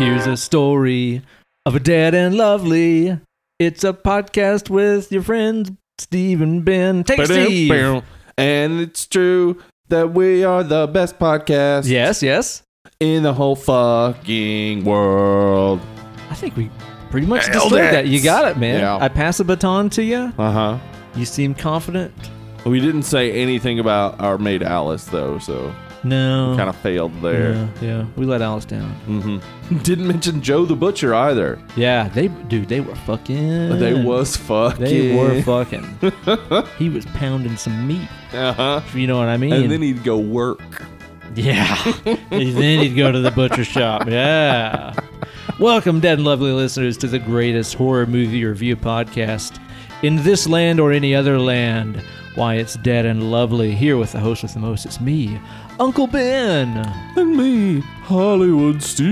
is a story of a dead and lovely. It's a podcast with your friends Steve and Ben. Take it, Steve. And it's true that we are the best podcast Yes, yes. in the whole fucking world. I think we pretty much Nailed distilled it. that. You got it, man. Yeah. I pass a baton to you. Uh huh. You seem confident. We didn't say anything about our maid Alice though, so No. kind of failed there. Oh. Yeah, yeah, we let Alice down. Mm-hmm. Didn't mention Joe the Butcher either. Yeah, they dude, they were fucking. But They was fucking. They were fucking. he was pounding some meat. Uh huh. if You know what I mean? And then he'd go work. yeah. And then he'd go to the butcher shop. Yeah. Welcome, dead and lovely listeners, to the greatest horror movie review podcast in this land or any other land. Why it's dead and lovely. Here with the host with the most, it's me, Uncle Ben. And me, Hollywood Steve.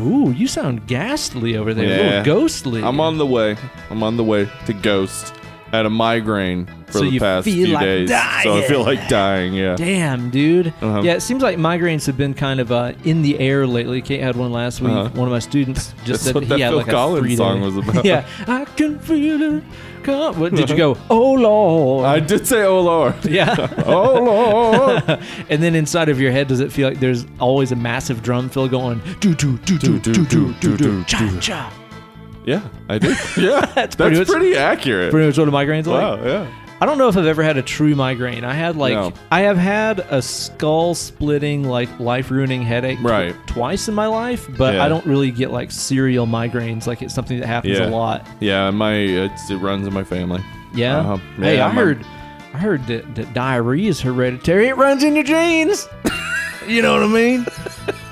Ooh, you sound ghastly over there, a Yeah. little ghostly. I'm on the way. I'm on the way to Ghost. I had a migraine for So the you past feel few like days, so I dying. feel like dying. Yeah. Damn, dude. Uh-huh. Yeah, it seems like migraines have been kind of uh, in the air lately. Kate had one last week. Uh-huh. One of my students just That's said what he that had Phil like Collins a three song was about. yeah, I can feel it. Come. What, did you go? Oh lord. I did say, "Oh Lord, yeah. oh Lord." and then inside of your head, does it feel like there's always a massive drum fill going? Do do do do Do, do do, do, do do do do, cha do. cha. yeah, I did. Yeah, that's, pretty pretty, much- accurate. Pretty much what a migraine's like. wow. Yeah. I don't know if I've ever had a true migraine. I had like No. I have had a skull splitting, like life ruining headache tw- Right. twice in my life, but Yeah. I don't really get like serial migraines. Like it's something that happens Yeah. a lot. Yeah. My it's, it runs in my family. Yeah. Uh-huh. hey, Yeah, I my- heard I heard that, that diarrhea is hereditary. It runs in your genes. you know what I mean?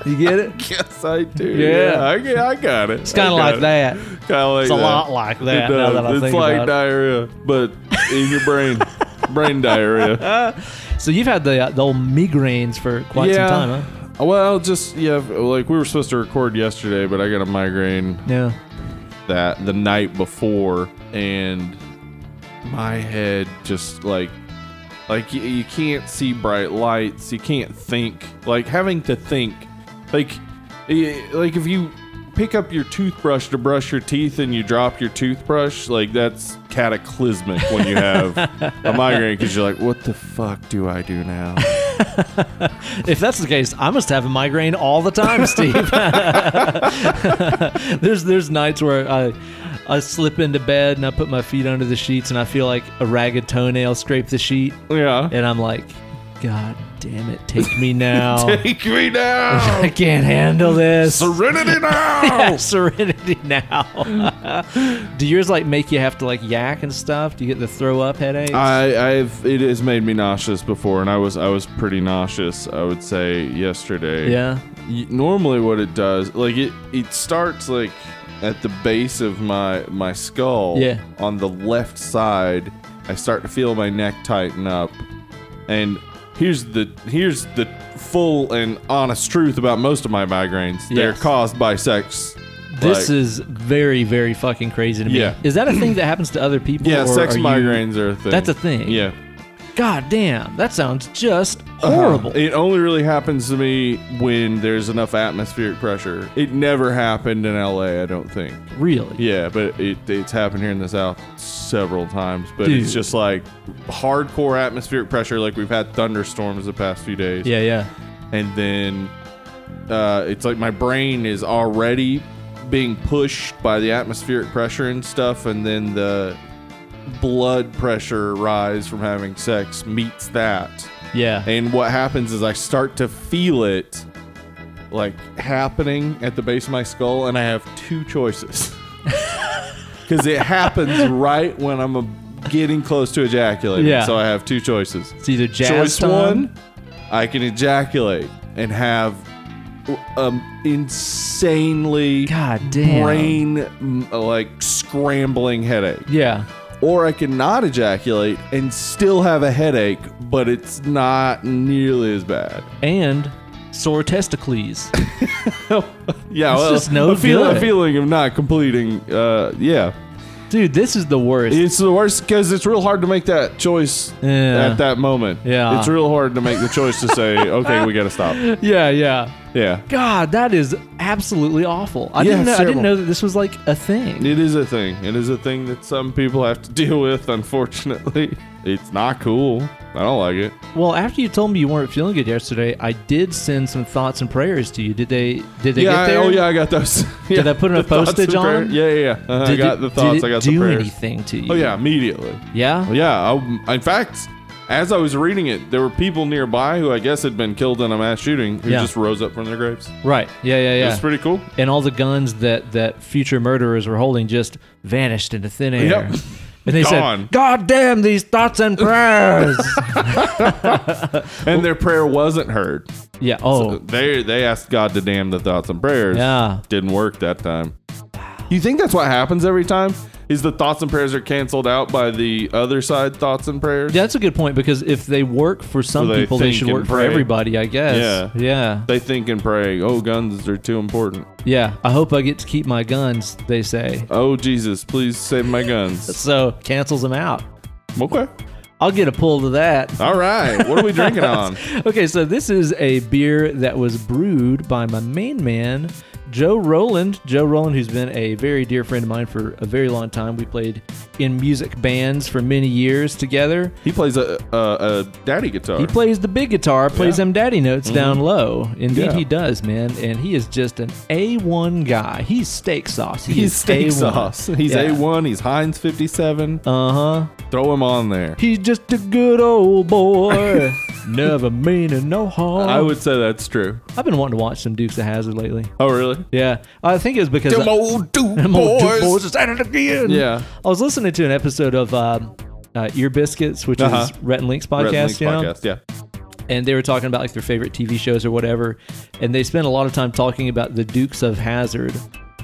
You get it? Yes, I do. Yeah. I, get- I got it. It's kind of like that. Kind of like It's a that. lot like It that. now does. that I it's think like about it. diarrhea, but in your brain, brain diarrhea. So you've had the, uh, the old migraines for quite yeah. some time, huh? Well, just yeah, like we were supposed to record yesterday, but I got a migraine Yeah. that the night before, and my head just like like you, you can't see bright lights, you can't think. Like having to think, like y- like if you pick up your toothbrush to brush your teeth and you drop your toothbrush, like that's cataclysmic when you have a migraine because you're like, what the fuck do I do now? If that's the case, I must have a migraine all the time, Steve. there's there's nights where I I slip into bed and I put my feet under the sheets and I feel like a ragged toenail scrape the sheet yeah. and I'm like, God damn it, take me now. Take me now. I can't handle this. Serenity Yeah, now. Serenity now. Do yours like make you have to like yak and stuff? Do you get the throw up headaches? I, I've it has made me nauseous before, and I was I was pretty nauseous. I would say yesterday. yeah. Y- Normally, what it does, like it it starts like at the base of my my skull. Yeah. On the left side, I start to feel my neck tighten up, and here's the here's the full and honest truth about most of my migraines. They're Yes. caused by sex. This Like- is very, very fucking crazy to me. Yeah. Is that a thing that happens to other people? yeah, or sex are you- migraines are a thing. That's a thing. Yeah. God damn, that sounds just horrible. Uh-huh. It only really happens to me when there's enough atmospheric pressure. It never happened in LA, I don't think. really. Yeah, but it, it's happened here in the South several times. But Dude. it's just like hardcore atmospheric pressure. Like we've had thunderstorms the past few days. Yeah, yeah. And then uh, it's like my brain is already being pushed by the atmospheric pressure and stuff. And then the blood pressure rise from having sex meets that. Yeah. And what happens is I start to feel it like happening at the base of my skull, and I have two choices. Because it happens right when I'm a, getting close to ejaculating. Yeah. So I have two choices. It's either jazz Choice time- one I can ejaculate and have um, insanely God damn. brain mm, like scrambling headache Yeah. or I can not ejaculate and still have a headache, but it's not nearly as bad. And sore testicles. Yeah, It's well, just no a, feel, a good. feeling of not completing. Uh, yeah, Dude, this is the worst. it's the worst because it's real hard to make that choice Yeah. at that moment. Yeah. it's real hard to make the choice to say, okay, we got to stop. yeah, yeah. Yeah. God, that is absolutely awful. I Yeah, didn't know, it's I didn't terrible. know that this was like a thing. It is a thing. It is a thing that some people have to deal with, unfortunately. It's not cool. I don't like it. Well, after you told me you weren't feeling good yesterday, I did send some thoughts and prayers to you. Did they? Did they yeah, get I- there? oh, yeah, I got those. Did Yeah, I put in a the thoughts postage and on prayer- them? Yeah, yeah, yeah. Uh-huh, I Did got it- the thoughts. Did it I got do the prayers. anything to you? Oh, yeah, immediately. Yeah. Yeah. I, in fact, as I was reading it, there were people nearby who I guess had been killed in a mass shooting who Yeah. just rose up from their graves. Right. Yeah. Yeah. It Yeah. was pretty cool. and all the guns that that future murderers were holding just vanished into thin air. Yep. And they Gone. said, "God damn these thoughts and prayers." And their prayer wasn't heard. yeah. Oh. They they asked God to damn the thoughts and prayers. yeah. Didn't work that time. You think that's what happens every time? Is the thoughts and prayers are canceled out by the other side thoughts and prayers? That's a good point because if they work for some So they people, they think should and work for pray. everybody, I guess. Yeah. Yeah. They think and pray, oh, guns are too important. Yeah. I hope I get to keep my guns, they say. Oh, Jesus, please save my guns. So cancels them out. Okay. I'll get a pull to that. All right. What are we drinking on? Okay, so this is a beer that was brewed by my main man, Joe Roland. Joe Roland, who's been a very dear friend of mine for a very long time. We played in music bands for many years together. He plays a, a, a daddy guitar. He plays the big guitar, plays Yeah. Mm-hmm. them daddy notes down low. Indeed, Yeah. he does, man. And he is just an A1 guy. He's steak sauce. He He's is steak A1. sauce. He's Yeah. A1. He's Heinz 57. Uh huh. Throw him on there. He's just a good old boy. Never meaning no harm. I would say that's true. I've been wanting to watch some Dukes of Hazard lately. Oh, really? Yeah, I think it was because I, old Duke Them old Duke boys is at it again. Yeah. I was listening to an episode of um, uh, Ear Biscuits, which Uh-huh. is Rhett and Link's Red podcast, Link's you know? podcast. Yeah. and they were talking about like their favorite TV shows or whatever, and they spent a lot of time talking about the Dukes of Hazard,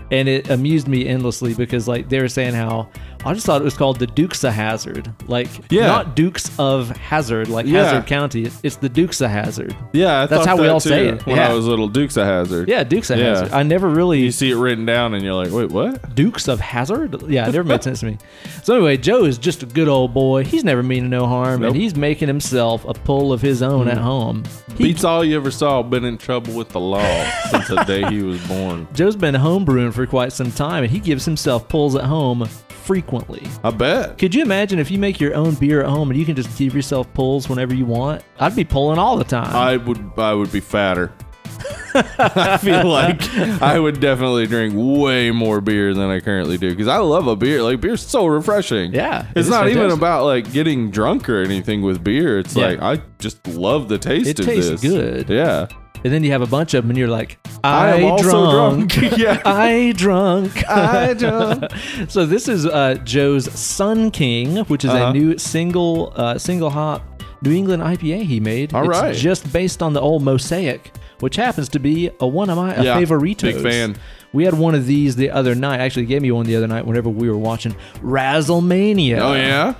and it amused me endlessly because like they were saying how I just thought it was called the Dukes of Hazard, like Yeah. not Dukes of Hazard, like Yeah. Hazard County. It's the Dukes of Hazard. Yeah. I That's thought how we that all say too it. When Yeah. I was little, Duke's a hazard. Yeah, Dukes of Yeah. Hazard. I never really You see it written down and you're like, wait, what? Dukes of Hazard? Yeah, it never made sense to me. So anyway, Joe is just a good old boy. He's never meaning no harm, Nope. Mm. and he's making himself a pull of his own at home. He- Beats all you ever saw. Been in trouble with the law since the day he was born. Joe's been homebrewing for quite some time, and he gives himself pulls at home frequently. I bet. Could you imagine if you make your own beer at home and you can just give yourself pulls whenever you want? I'd be pulling all the time. I would. I would be fatter. I feel like I would definitely drink way more beer than I currently do because I love a beer. Like beer's so refreshing. Yeah, it it's is not even fantastic. about like getting drunk or anything with beer. It's Yeah. like I just love the taste. It of tastes this. good. Yeah, and then you have a bunch of them, and you're like, I, I am drunk. also drunk. yeah, I drunk. I drunk. So this is uh, Joe's Sun King, which is Uh-huh. a new single uh, single hop New England IPA he made. All it's right. just based on the old Mosaic, which happens to be a one of my a Yeah, favoritos. big fan. We had one of these the other night. Actually, he gave me one the other night whenever we were watching Razzlemania. Oh yeah.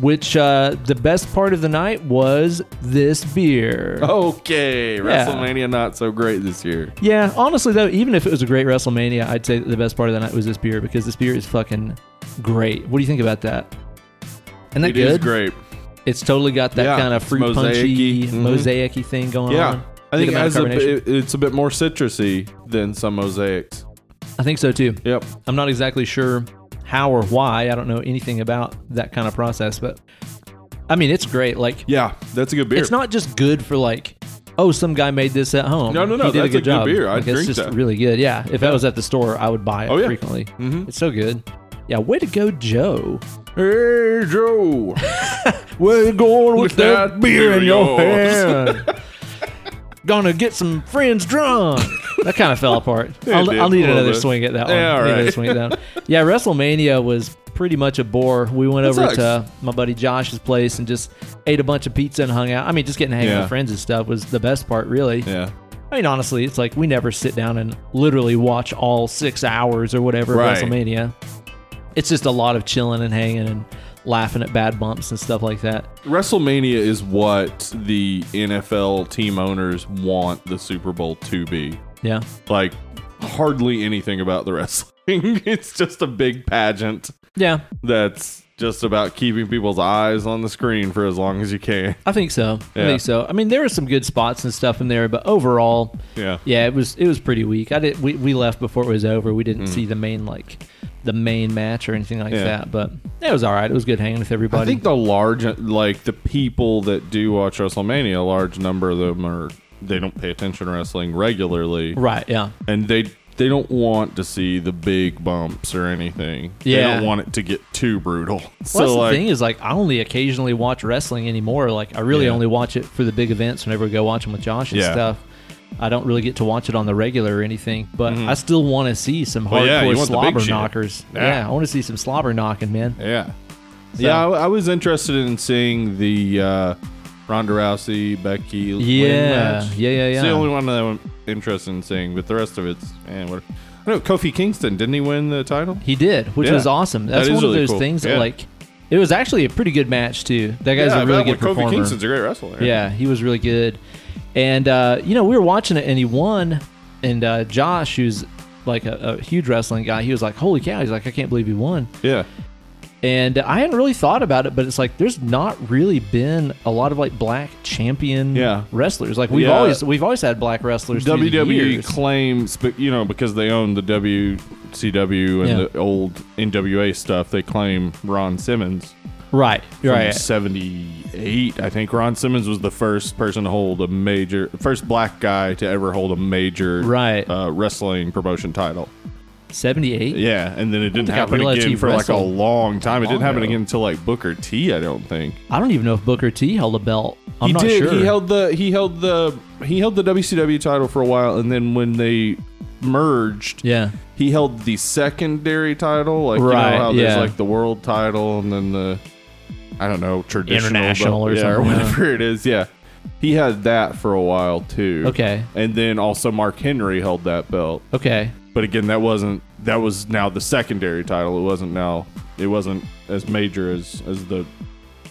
Which uh, the best part of the night was this beer. Oh, Okay, WrestleMania not so great this year. Yeah, honestly though, even if it was a great WrestleMania, I'd say that the best part of the night was this beer because this beer is fucking great. What do you think about that? Isn't that It good? is great. It's totally got that Yeah, kind of it's fruit punchy, mosaic-y. Mhm. mosaic-y thing going Yeah. on. I Good think it amount has of a, carbonation. it- it's a bit more citrusy than some mosaics. I think so too. Yep. I'm not exactly sure how or why. I don't know anything about that kind of process, but I mean, it's great. Like, Yeah, that's a good beer. it's not just good for like, oh, some guy made this at home. No, no, no, He did that's a good a good job. beer. I'd Like, it's drink just that. really good. Yeah. If I was at the store, I would buy it Oh, yeah. frequently. It's so good. Yeah, way to go, Joe. Hey, Joe. Where you going with, With that, that beer in beer your yours. hand? Gonna get some friends drunk. That kind of fell apart. I'll, did, I'll need a little another bit. swing at that one. Yeah, all Need another right. swing at that one. Yeah, WrestleMania was pretty much a bore. We went over sucks. to my buddy Josh's place and just ate a bunch of pizza and hung out. I mean, just getting to hang out Yeah. with friends and stuff was the best part, really. yeah. I mean, honestly, it's like we never sit down and literally watch all six hours or whatever of Right. WrestleMania. It's just a lot of chilling and hanging and laughing at bad bumps and stuff like that. WrestleMania is what the NFL team owners want the Super Bowl to be. Yeah. Like, hardly anything about the wrestling. it's just a big pageant Yeah. that's just about keeping people's eyes on the screen for as long as you can. I think so. I Yeah. think so. I mean, there were some good spots and stuff in there, but overall, Yeah. yeah, it was it was pretty weak. I did we, we left before it was over. We didn't see the main like the main match or anything like Mm. Yeah. that, but it was all right. It was good hanging with everybody. I think the large, like the people that do watch WrestleMania, a large number of them are they don't pay attention to wrestling regularly, right, yeah. and they they don't want to see the big bumps or anything. they Yeah. don't want it to get too brutal. Well, so that's the thing like, is, like, I only occasionally watch wrestling anymore. Like, I really Yeah. only watch it for the big events whenever we go watch them with Josh and Yeah. stuff. I don't really get to watch it on the regular or anything, but I still want to see some hardcore Mm-hmm. Well, yeah, you want the big slobber shit. knockers. Yeah. Yeah. I want to see some slobber knocking, man. yeah, yeah. I, I was interested in seeing the uh, Ronda Rousey Becky Yeah. Lynn match. Yeah, yeah, It's yeah. the only one that I'm interested in seeing, but the rest of it's and what. I know Kofi Kingston didn't he win the title? He did, which Yeah. was awesome. That That's is one of really those cool. things that, Yeah. like, it was actually a pretty good match, too. That guy's yeah, a really but good performer. Kofi Kingston's a great wrestler. Yeah, he was really good. And uh, you know, we were watching it, and he won. And uh, Josh, who's like a, a huge wrestling guy, he was like, "Holy cow!" He's like, "I can't believe he won." yeah. And I hadn't really thought about it, but it's like there's not really been a lot of like black champion Yeah. wrestlers. Like we've Yeah. E always we've always had black wrestlers. through the WWE years. claims, but you know, because they own the WCW and Yeah. the old NWA stuff, they claim Ron Simmons. right? From Right. 78, I think Ron Simmons was the first person to hold a major, first black guy to ever hold a major Right. uh, wrestling promotion title. Seventy-eight. Yeah, and then it didn't think I happen realized he again for like a wrestled long time. It long didn't happen ago. again until like Booker T, I don't think. I don't even know if Booker T held a belt. I'm he not did. sure. He held the he held the he held the WCW title for a while, and then when they merged, Yeah. he held the secondary title, like you Right, know how yeah. there's like the world title and then the I don't know traditional International belt- or yeah, something, yeah. whatever it is. Yeah, he had that for a while too. Okay. and then also Mark Henry held that belt, Okay. but again, that wasn't that was now the secondary title. It wasn't now it wasn't as major as as the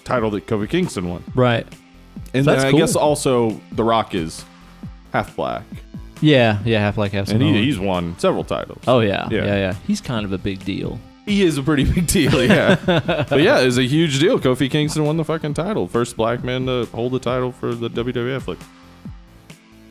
title that Kofi Kingston won. Right. And That's then I cool. guess also The Rock is half black, Yeah. Yeah. Half like half. and Samoan. he, he's won several titles. Oh yeah, yeah, Yeah. yeah, He's kind of a big deal. He is a pretty big deal, yeah. but yeah, it was a huge deal. Kofi Kingston won the fucking title, first black man to hold the title for the WWF, like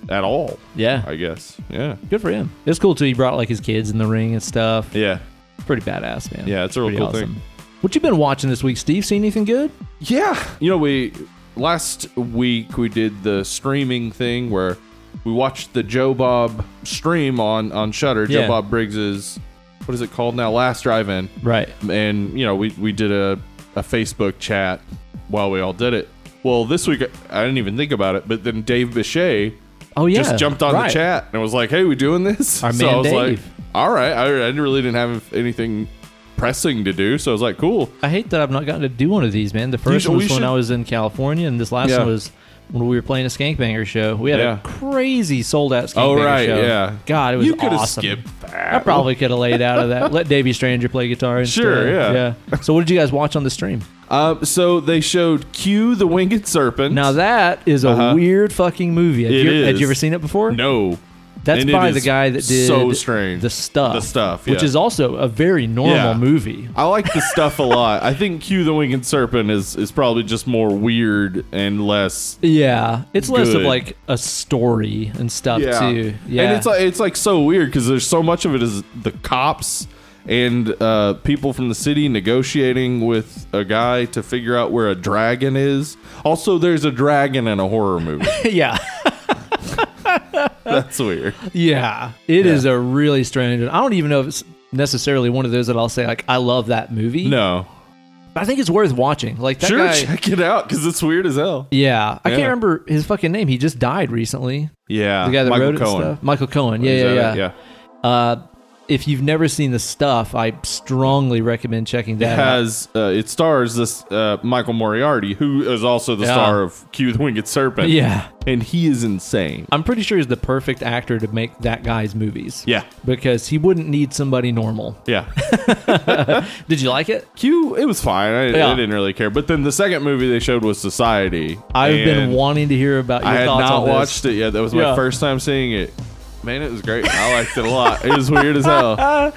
at all, Yeah, I guess. Yeah, good for him. It's cool too. He brought like his kids in the ring and stuff. yeah, Pretty badass, man. yeah. It's a real pretty cool awesome. thing. What you been watching this week, Steve? See anything good? Yeah. You know, we last week we did the streaming thing where we watched the Joe Bob stream on on Shutter. Yeah. Joe Bob Briggs's what is it called now? Last Drive-In. Right. And you know, we we did a a Facebook chat while we all did it. Well, this week I didn't even think about it, but then Dave Bechet Oh yeah. just jumped on right. the chat and was like, "Hey, we doing this?" Our so man I was Dave. like, "All right." I, I really didn't have anything pressing to do, so I was like, "Cool." I hate that I've not gotten to do one of these, man. The first should- one we was when should- I was in California, and this last Yeah. one was when we were playing a Skankbanger show. We had Yeah. a crazy sold out Skankbanger Oh, right, show. yeah. God, it was you could have awesome. skipped that. I probably could have laid out of that. Let Davey Stranger play guitar. Instead. Sure, yeah. Yeah. So, what did you guys watch on the stream? Uh, so they showed Q the Winged Serpent. Now that is a Uh-huh. weird fucking movie. Have It you, Had is. you ever seen it before? no, That's And it by is the guy that did so strange. the stuff. The Stuff, which yeah. is also a very normal Yeah. movie. I like the stuff a lot. I think Q the Winged Serpent is is probably just more weird and less. Yeah, it's less of Good. like a story and stuff too. Yeah, and it's like it's like so weird because there's so much of it is the cops and uh, people from the city negotiating with a guy to figure out where a dragon is. Also, there's a dragon in a horror movie. yeah, That's weird. yeah. It is a really strange. I don't even know if it's necessarily one of those that I'll say like I love that movie. No, but I think it's worth watching. Like that sure, guy. check it out because it's weird as hell. Yeah, I can't Yeah. remember his fucking name. He just died recently. Yeah, The guy that Michael wrote it and Cohen. stuff. Michael Cohen. Yeah, Is yeah, that yeah, it? yeah. Uh, if you've never seen the stuff, I strongly recommend checking that out. has uh, it stars this uh, Michael Moriarty, who is also the Yeah. star of Q the Winged Serpent. Yeah. and he is insane. I'm pretty sure he's the perfect actor to make that guy's movies. Yeah, Because he wouldn't need somebody normal. yeah. Did you like it? Q, it was fine. I, I Yeah. didn't really care. But then the second movie they showed was Society. I've been and wanting to hear about your I had thoughts not on this. watched it yet. That was Yeah. my first time seeing it. Man, it was great. I liked it a lot. It was weird as hell.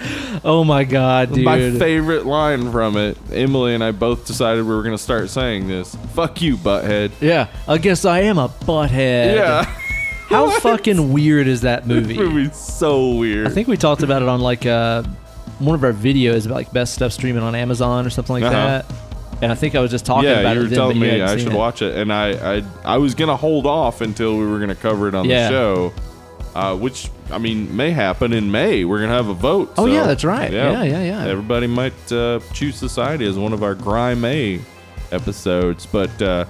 Oh my god, dude. My favorite line from it, Emily and I both decided we were going to start saying this. Fuck you, butthead. yeah, I guess I am a butthead. Yeah. How fucking weird is that movie? This movie's so weird. I think we talked about it on like uh, one of our videos about like best stuff streaming on Amazon or something like Uh-huh. that. And I think I was just talking yeah, about you it. were then, telling but you me hadn't I seen should it. watch it, and I, I I was gonna hold off until we were gonna cover it on Yeah. the show, uh, which I mean may happen in May. We're gonna have a vote. Oh, so, yeah, that's right. Yeah, yeah, yeah. Everybody might uh, choose Society as one of our Grime May episodes, but. Uh,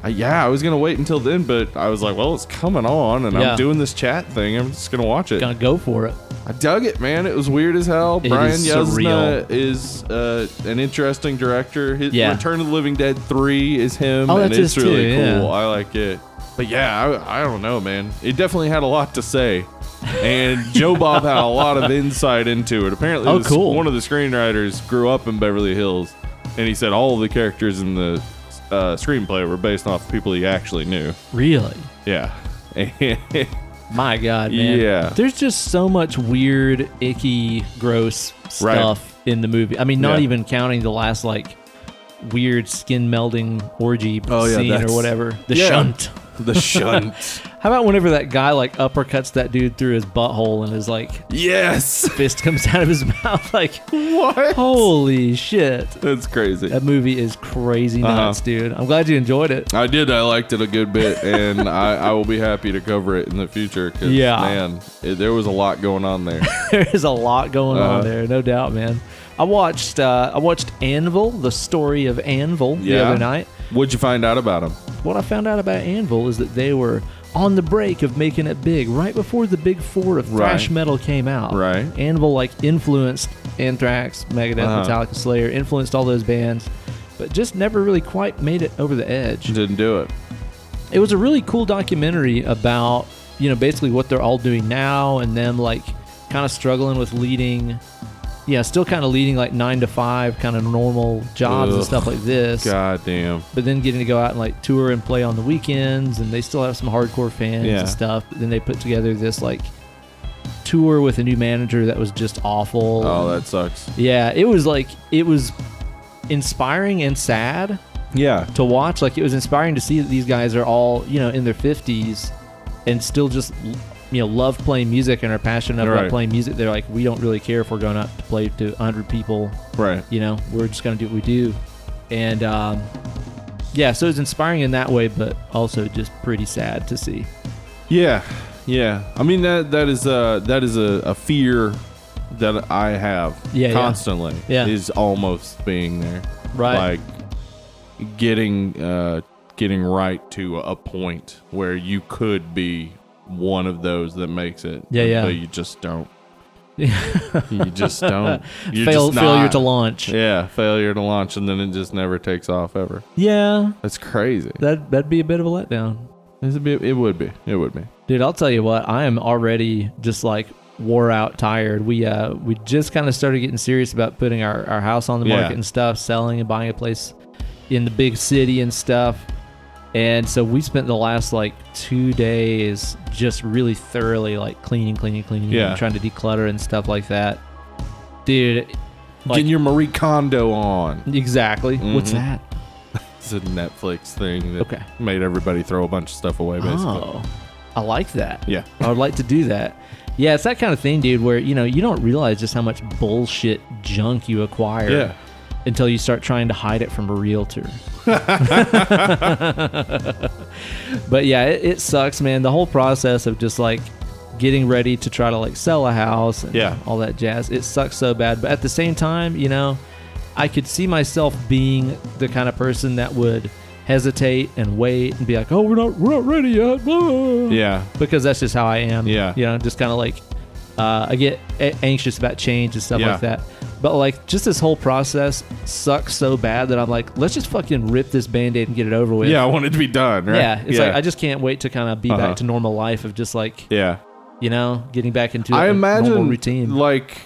I- yeah, I was gonna wait until then, but I was like, "Well, it's coming on, and Yeah. I'm doing this chat thing. I'm just gonna watch it." Gonna go for it. I dug it, man. It was weird as hell. It Brian is Yuzna is uh, an interesting director. His Yeah. Return of the Living Dead 3 is him, Oh, and that's it's his really too, yeah. cool. I like it. But yeah, I, I don't know, man. It definitely had a lot to say. And Joe Bob had a lot of insight into it. Apparently, Oh, this- cool. one of the screenwriters grew up in Beverly Hills, and he said all of the characters in the uh, screenplay were based off people he actually knew. Really? Yeah. My God, man. Yeah. There's just so much weird, icky, gross Right. stuff in the movie. I mean, not Yeah. even counting the last like weird skin melding orgy Oh, yeah, scene or that's- whatever. The Yeah. shunt. the shunt. How about whenever that guy like uppercuts that dude through his butthole and his like yes. fist comes out of his mouth? Like, What? holy shit. That's crazy. That movie is crazy Uh-huh. nuts, dude. I'm glad you enjoyed it. I did. I liked it a good bit, and I, I will be happy to cover it in the future. 'cause, Yeah. man, it, there was a lot going on there. there is a lot going Uh-huh. on there, no doubt, man. I watched uh, I watched Anvil, the story of Anvil, the Yeah. other night. What'd you find out about him? What I found out about Anvil is that they were on the break of making it big, right before the big four of thrash Right. metal came out. Right. Anvil like influenced Anthrax, Megadeth, Uh-huh. Metallica, Slayer, influenced all those bands, but just never really quite made it over the edge. Didn't do it. it was a really cool documentary about you know basically what they're all doing now and them like kind of struggling with leading yeah still kind of leading like nine to five kind of normal jobs and Ugh. stuff like this God damn. but then getting to go out and like tour and play on the weekends and they still have some hardcore fans Yeah. and stuff but then they put together this like tour with a new manager that was just awful Oh, that sucks. yeah it was like it was inspiring and sad Yeah. to watch. Like it was inspiring to see that these guys are all you know in their fifties and still just you know love playing music and are passionate about Right. playing music. They're like, we don't really care if we're going out to play to hundred people. Right. You know, we're just gonna do what we do. And um, yeah, so it's inspiring in that way, but also just pretty sad to see. Yeah, yeah. I mean that that is a that is a, a fear that I have Yeah, yeah. constantly. Yeah. is almost being there. Right. Like getting uh, getting right to a point where you could be one of those that makes it. Yeah, yeah. But you just don't. You just don't. You're Fail, just failure not. to launch. Yeah, failure to launch, and then it just never takes off ever. yeah, That's crazy. that that'd be a bit of a letdown. It'd be- It would be. It would be. Dude, I'll tell you what, I am already just like wore out, tired. We uh we just kind of started getting serious about putting our, our house on the Yeah. market and stuff, selling and buying a place in the big city and stuff. And so we spent the last like two days just really thoroughly like cleaning, cleaning, cleaning, Yeah. and trying to declutter and stuff like that. Dude, like, Getting your Marie Kondo on. exactly. What's Mhm. that? It's a Netflix thing that Okay. made everybody throw a bunch of stuff away, basically. Oh, I like that. Yeah. I would like to do that. Yeah, it's that kind of thing, dude, where you know you don't realize just how much bullshit junk you acquire Yeah. until you start trying to hide it from a realtor. but yeah, it, it sucks, man. The whole process of just like getting ready to try to like sell a house and Yeah. all that jazz. It sucks so bad. But at the same time, you know, I could see myself being the kind of person that would hesitate and wait and be like, Oh, we're not we're not ready yet. blah." Yeah. because that's just how I am. Yeah. You know, just kind of like, uh, I get a- anxious about change and stuff Yeah. like that. But like, just this whole process sucks so bad that I'm like, let's just fucking rip this band aid and get it over with. Yeah, I wanted to be done, right? Yeah. It's like, I just can't wait to kind of be Uh-huh. back to normal life of just like, Yeah. you know, getting back into I a normal imagine routine. like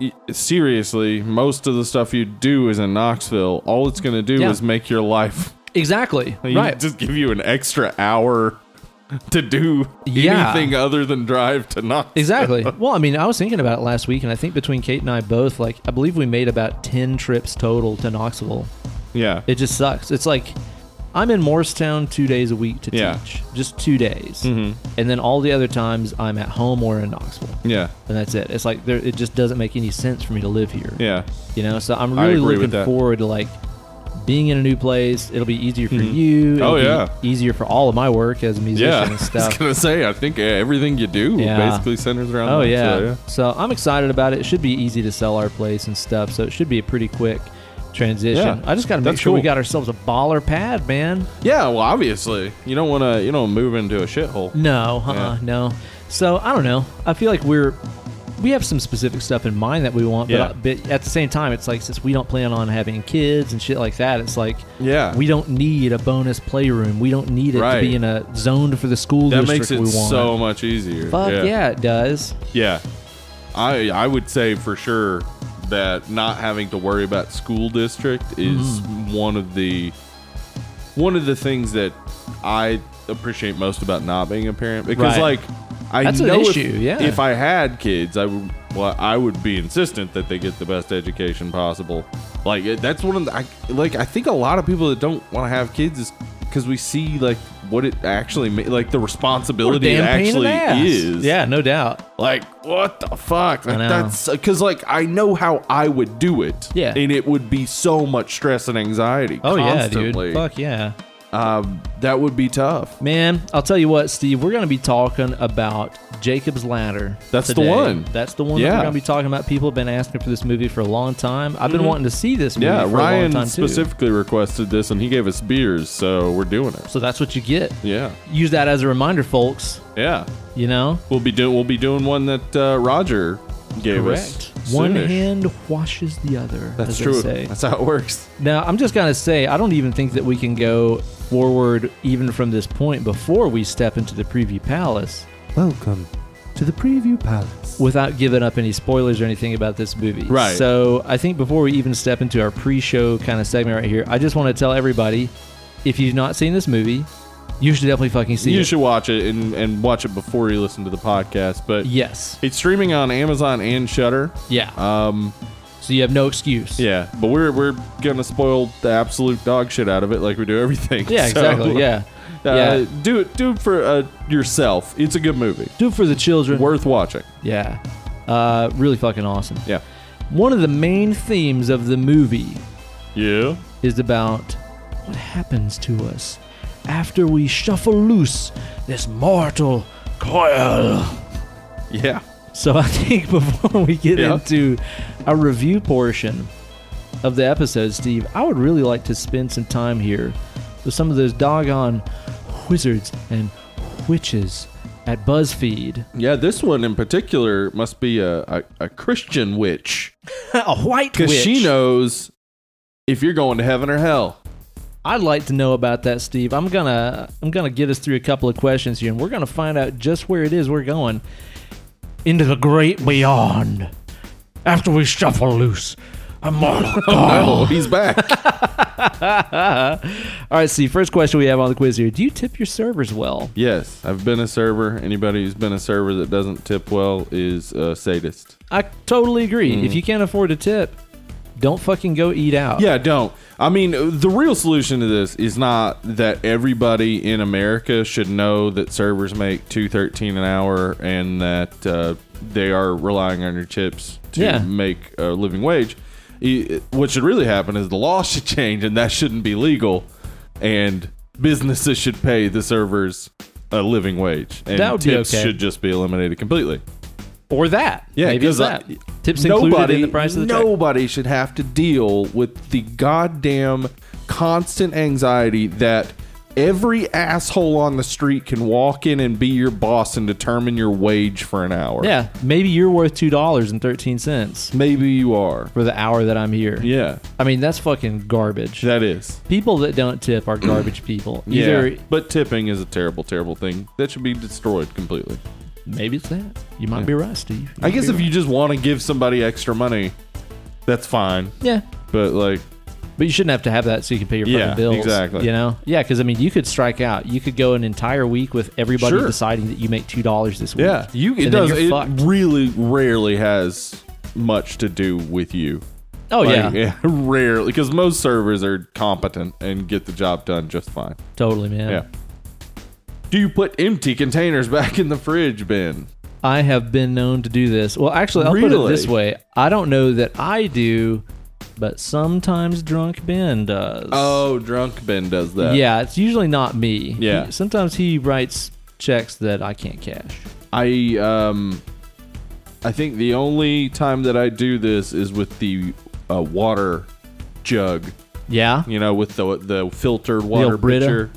y- seriously, most of the stuff you do is in Knoxville. All it's going to do Yeah. is make your life exactly. you Right. just give you an extra hour to do Yeah. anything other than drive to Knoxville. Exactly. well, I mean, I was thinking about it last week, and I think between Kate and I both, like, I believe we made about 10 trips total to Knoxville. Yeah. It just sucks. It's like I'm in Morristown two days a week to Yeah. Mm-hmm. teach, just two days, and then all the other times I'm at home or in Knoxville, yeah. and that's it. It's like there, it just doesn't make any sense for me to live here. Yeah. You know, so I'm I really agree with looking that. forward to like being in a new place. It'll be easier for you. It'll Oh, be yeah. easier for all of my work as a musician Yeah. I and was stuff. going to say, I think uh, everything you do Yeah. basically centers around Oh yeah. Knoxville, So I'm excited about it. It should be easy to sell our place and stuff. So it should be a pretty quick transition. Yeah. I just got to make That's sure we cool. got ourselves a baller pad, man. Yeah, well, obviously, you don't want to. You don't move into a shithole. No, uh, uh Yeah. no. So I don't know. I feel like we're we have some specific stuff in mind that we want, Yeah. but, uh, but at the same time, it's like since we don't plan on having kids and shit like that, it's like Yeah, we don't need a bonus playroom. We don't need it to Right. be in a zoned for the school that district makes it we want. so much easier. Fuck yeah. it does. yeah. I I would say for sure that not having to worry about school district is Mm-hmm. one of the one of the things that I appreciate most about not being a parent because Right. like I That's an know if- issue, yeah. if I had kids, I would well, I would be insistent that they get the best education possible. Like it- that's one of the I, like I think a lot of people that don't want to have kids is because we see like what it actually ma- like the responsibility it Damn pain in the actually ass. is. Yeah, no doubt. Like what the fuck? Like know. that's because like I know how I would do it. Yeah. and it would be so much stress and anxiety. Oh constantly. yeah, dude. Fuck yeah. Um, that would be tough. Man, I'll tell you what, Steve, we're going to be talking about Jacob's Ladder. That's the today. one. That's the one that Yeah. we're going to be talking about. People have been asking for this movie for a long time. I've been wanting to see this movie Mm-hmm. Yeah, for a long Ryan time too. specifically requested this, and he gave us beers, so we're doing it. So that's what you get. Yeah, Use that as a reminder, folks. yeah. You know? We'll be doing we'll be doing one that uh, Roger gave Correct. us. One soonish. hand washes the other. That's as they true. say. That's how it works. Now, I'm just going to say, I don't even think that we can go forward even from this point before we step into the preview palace Welcome to the Preview Palace. without giving up any spoilers or anything about this movie. Right. So I think before we even step into our pre-show kind of segment right here, I just want to tell everybody, if you've not seen this movie, you should definitely fucking see You it. should watch it and, and watch it before you listen to the podcast. But Yes. it's streaming on Amazon and Shutter. Yeah. Um, so you have no excuse. Yeah, but we're we're gonna spoil the absolute dog shit out of it, like we do everything. Yeah. So, Exactly. yeah. uh, yeah. Do it. Do it for uh, yourself. It's a good movie, Do it for the children. worth watching. Yeah. Uh, really fucking awesome. Yeah. One of the main themes of the movie Yeah. is about what happens to us after we shuffle loose this mortal coil. Yeah. So I think before we get Yeah. into our review portion of the episode, Steve, I would really like to spend some time here with some of those doggone wizards and witches at BuzzFeed. Yeah. This one in particular must be a a, a Christian witch A white because she knows if you're going to heaven or hell. I'd like to know about that, Steve. I'm gonna I'm gonna get us through a couple of questions here, and we're gonna find out just where it is we're going into the great beyond after we shuffle loose a mortal Oh, he's back. All right, Steve. First question we have on the quiz here: Do you tip your servers well? yes, I've been a server. Anybody who's been a server that doesn't tip well is a sadist. I totally agree. If you can't afford to tip, don't fucking go eat out. Mm. Yeah, don't. I mean, the real solution to this is not that everybody in America should know that servers make two thirteen an hour and that uh, they are relying on your tips to Yeah. make a living wage. I- What should really happen is the law should change, and that shouldn't be legal. And businesses should pay the servers a living wage, and That would be tips okay. should just be eliminated completely. or that. Yeah, maybe it's 'cause I- that. Tips included in the price of the check. Nobody should have to deal with the goddamn constant anxiety that every asshole on the street can walk in and be your boss and determine your wage for an hour. Yeah, maybe you're worth two dollars and thirteen cents Maybe you are. for the hour that I'm here. Yeah, I mean that's fucking garbage. that is. people that don't tip are garbage people. Yeah. Either But tipping is a terrible, terrible thing. That should be destroyed completely. maybe it's that. You might be right, Steve. You I might guess be if you just want to give somebody extra money, that's fine. right. yeah, But like But you shouldn't have to have that so you can pay your Yeah, fucking bills. exactly. You know? Yeah, because I mean, you could strike out. You could go an entire week with everybody Sure. deciding that you make two dollars this week. Yeah, you it and does. Then It you're fucked. really rarely has much to do with you. oh yeah, Like, rarely because most servers are competent and get the job done just fine. totally, man. Yeah. Do you put empty containers back in the fridge bin? I have been known to do this. Well, actually, I'll put it Really? this way: I don't know that I do, but sometimes drunk Ben does. Oh, drunk Ben does that. yeah, it's usually not me. Yeah. He- sometimes he writes checks that I can't cash. I um, I think the only time that I do this is with the uh, water jug. Yeah, you know, with the the filtered water old Brita? pitcher.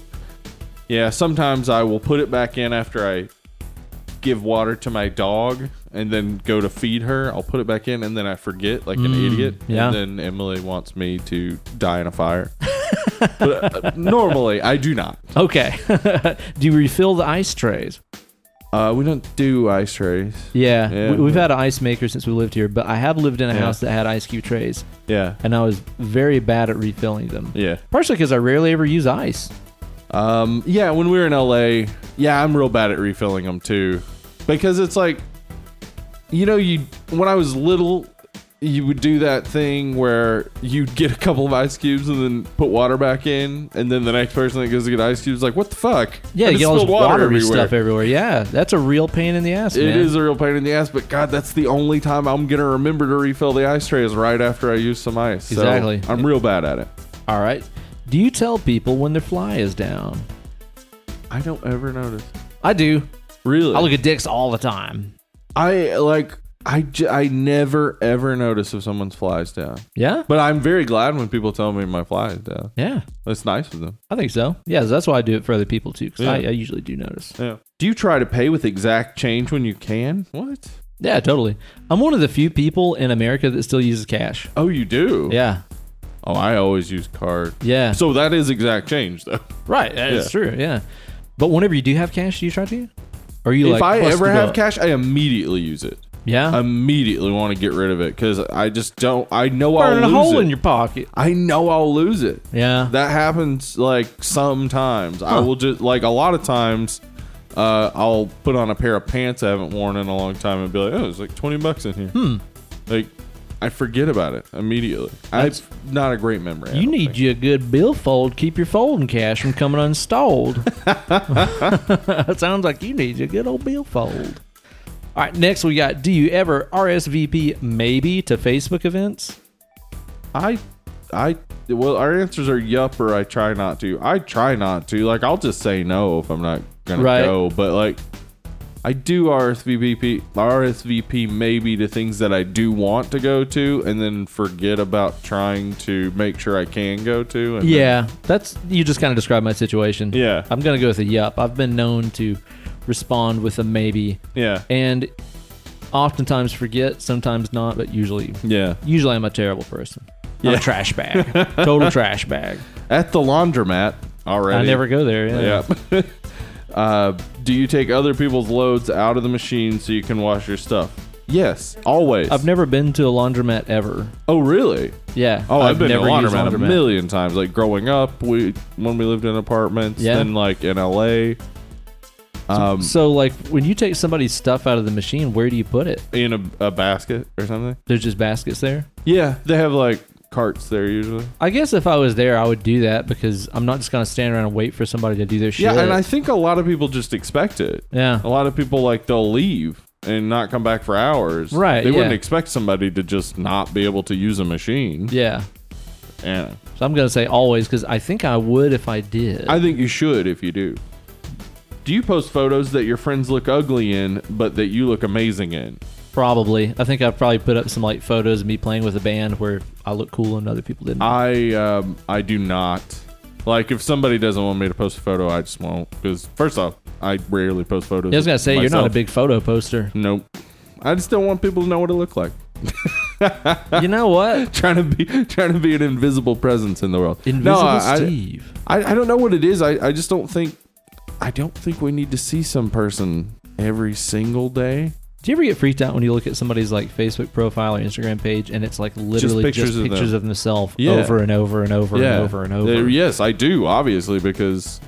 Yeah, sometimes I will put it back in after I give water to my dog and then go to feed her. I'll put it back in and then I forget like an idiot. yeah. And then Emily wants me to die in a fire. but uh, normally I do not. Okay. do you refill the ice trays? Uh, we don't do ice trays. Yeah. Yeah. We, we've had an ice maker since we lived here, but I have lived in a Yeah. house that had ice cube trays, Yeah. and I was very bad at refilling them. Yeah. Partially because I rarely ever use ice. Um, yeah, when we were in LA, yeah, I'm real bad at refilling them too, because it's like, you know, you when I was little, you would do that thing where you'd get a couple of ice cubes and then put water back in, and then the next person that goes to get ice cubes is like, what the fuck? Yeah, I you just get all this spilled watery stuff everywhere. Yeah, that's a real pain in the ass. It man. is a real pain in the ass, but God, that's the only time I'm gonna remember to refill the ice trays right after I use some ice. So, Exactly. I'm real bad at it. All right. Do you tell people when their fly is down? I don't ever notice. I do. Really? I look at dicks all the time. I like I, j- I never ever notice if someone's flies down. Yeah. But I'm very glad when people tell me my fly is down. Yeah. That's nice of them. I think so. Yeah, that's why I do it for other people too, because I, Yeah. I usually do notice. Yeah. Do you try to pay with exact change when you can? What? Yeah, totally. I'm one of the few people in America that still uses cash. Oh, you do? Yeah. Oh, I always use card. Yeah. So that is exact change though. Right. That's true. Yeah. But whenever you do have cash, do you try to? Or you if like I bust ever it have up? cash, I immediately use it. Yeah. I immediately want to get rid of it because I just don't. I know I'll burning a lose hole it. in your pocket. I know I'll lose it. Yeah. that happens like sometimes i will just like a lot of times uh, i'll put on a pair of pants i haven't worn in a long time and be like oh there's like 20 bucks in here Hmm. like i forget about it immediately I it's not a great memory I you don't need think. you a good billfold. to Keep your folding cash from coming unstalled. that sounds like you need you a good old billfold. All right, next we got. Do you ever RSVP maybe to Facebook events? i i well our answers are yup or i try not to i try not to like i'll just say no if i'm not gonna Right. go but like I do RSVP RSVP maybe to things that I do want to go to, and then forget about trying to make sure I can go to. And then- Yeah, that's you just kind of described my situation. Yeah. I'm gonna go with a yup. I've been known to respond with a maybe, yeah, and oftentimes forget, sometimes not, but usually, yeah. usually I'm a terrible person. I'm a trash bag, total trash bag. At the laundromat already. I never go there. Yeah. Yeah. uh, do you take other people's loads out of the machine so you can wash your stuff? Yes, always. I've never been to a laundromat ever. oh, really? Yeah. Oh, I've, been to a used laundromat, a million times. Like growing up, we when we lived in apartments, Yeah. then like in LA, um, So, like, when you take somebody's stuff out of the machine, where do you put it? in a, a basket or something. There's just baskets there. Yeah, they have like carts there usually. I guess if I was there, I would do that because I'm not just gonna stand around and wait for somebody to do their shit. Yeah, and I think a lot of people just expect it. yeah. A lot of people like they'll leave and not come back for hours. Right, They wouldn't yeah. expect somebody to just not be able to use a machine. Yeah. Yeah. So I'm going to say always because I think I would if I did. I think you should if you do. Do you post photos that your friends look ugly in, but that you look amazing in? probably. I think I've probably put up some like photos of me playing with a band where I look cool and other people didn't. I um, I do not. Like if somebody doesn't want me to post a photo, I just won't. Because first off, I rarely post photos. I was going to say, you're not a myself. big photo poster. Nope. I just don't want people to know what I look like. you know what? trying to be trying to be an invisible presence in the world. Invisible I- I- Steve. I, I don't know what it is. I, I just don't think I don't think we need to see some person every single day. Do you ever get freaked out when you look at somebody's like Facebook profile or Instagram page and it's like literally just pictures pictures, of them. of, themselves Yeah. over and over and over and over and over? Uh, yes, I do, obviously, because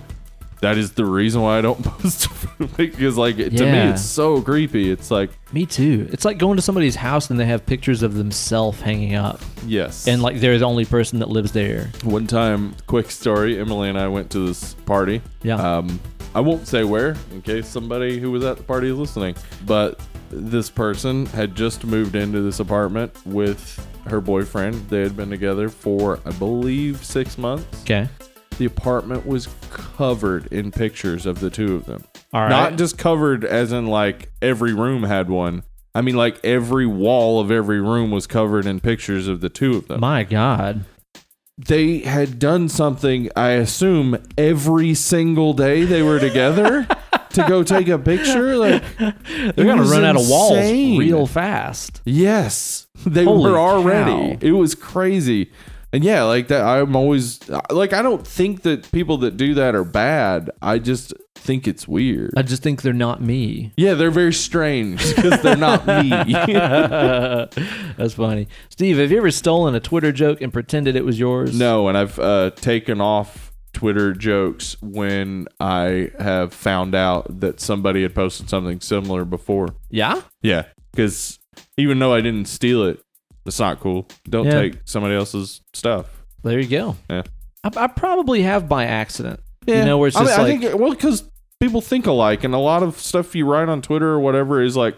that is the reason why I don't post. because, like, to me, Yeah. it's so creepy. It's like, Me too. It's like going to somebody's house and they have pictures of themselves hanging up, yes. and like they're the only person that lives there. one time, quick story Emily and I went to this party. Yeah. Um, I won't say where in case somebody who was at the party is listening, but this person had just moved into this apartment with her boyfriend. They had been together for, I believe, six months. Okay. The apartment was covered in pictures of the two of them. All right. Not just covered as in like every room had one. I mean like every wall of every room was covered in pictures of the two of them. My God. they had done something I assume every single day they were together to go take a picture like They're gonna was run out of walls insane. real fast. Yes, they Holy were already. cow. It was crazy. And yeah, like that I'm always like I don't think that people that do that are bad. I just think it's weird. I just think they're not me. Yeah, they're very strange because they're not me. That's funny. Steve, have you ever stolen a Twitter joke and pretended it was yours? no, and I've uh, taken off Twitter jokes when I have found out that somebody had posted something similar before. Yeah? Yeah, because even though I didn't steal it, it's not cool. Don't Yeah. take somebody else's stuff. There you go. Yeah. I, I probably have by accident. You know, where it's I mean, just I like, think, well, because people think alike, and a lot of stuff you write on Twitter or whatever is like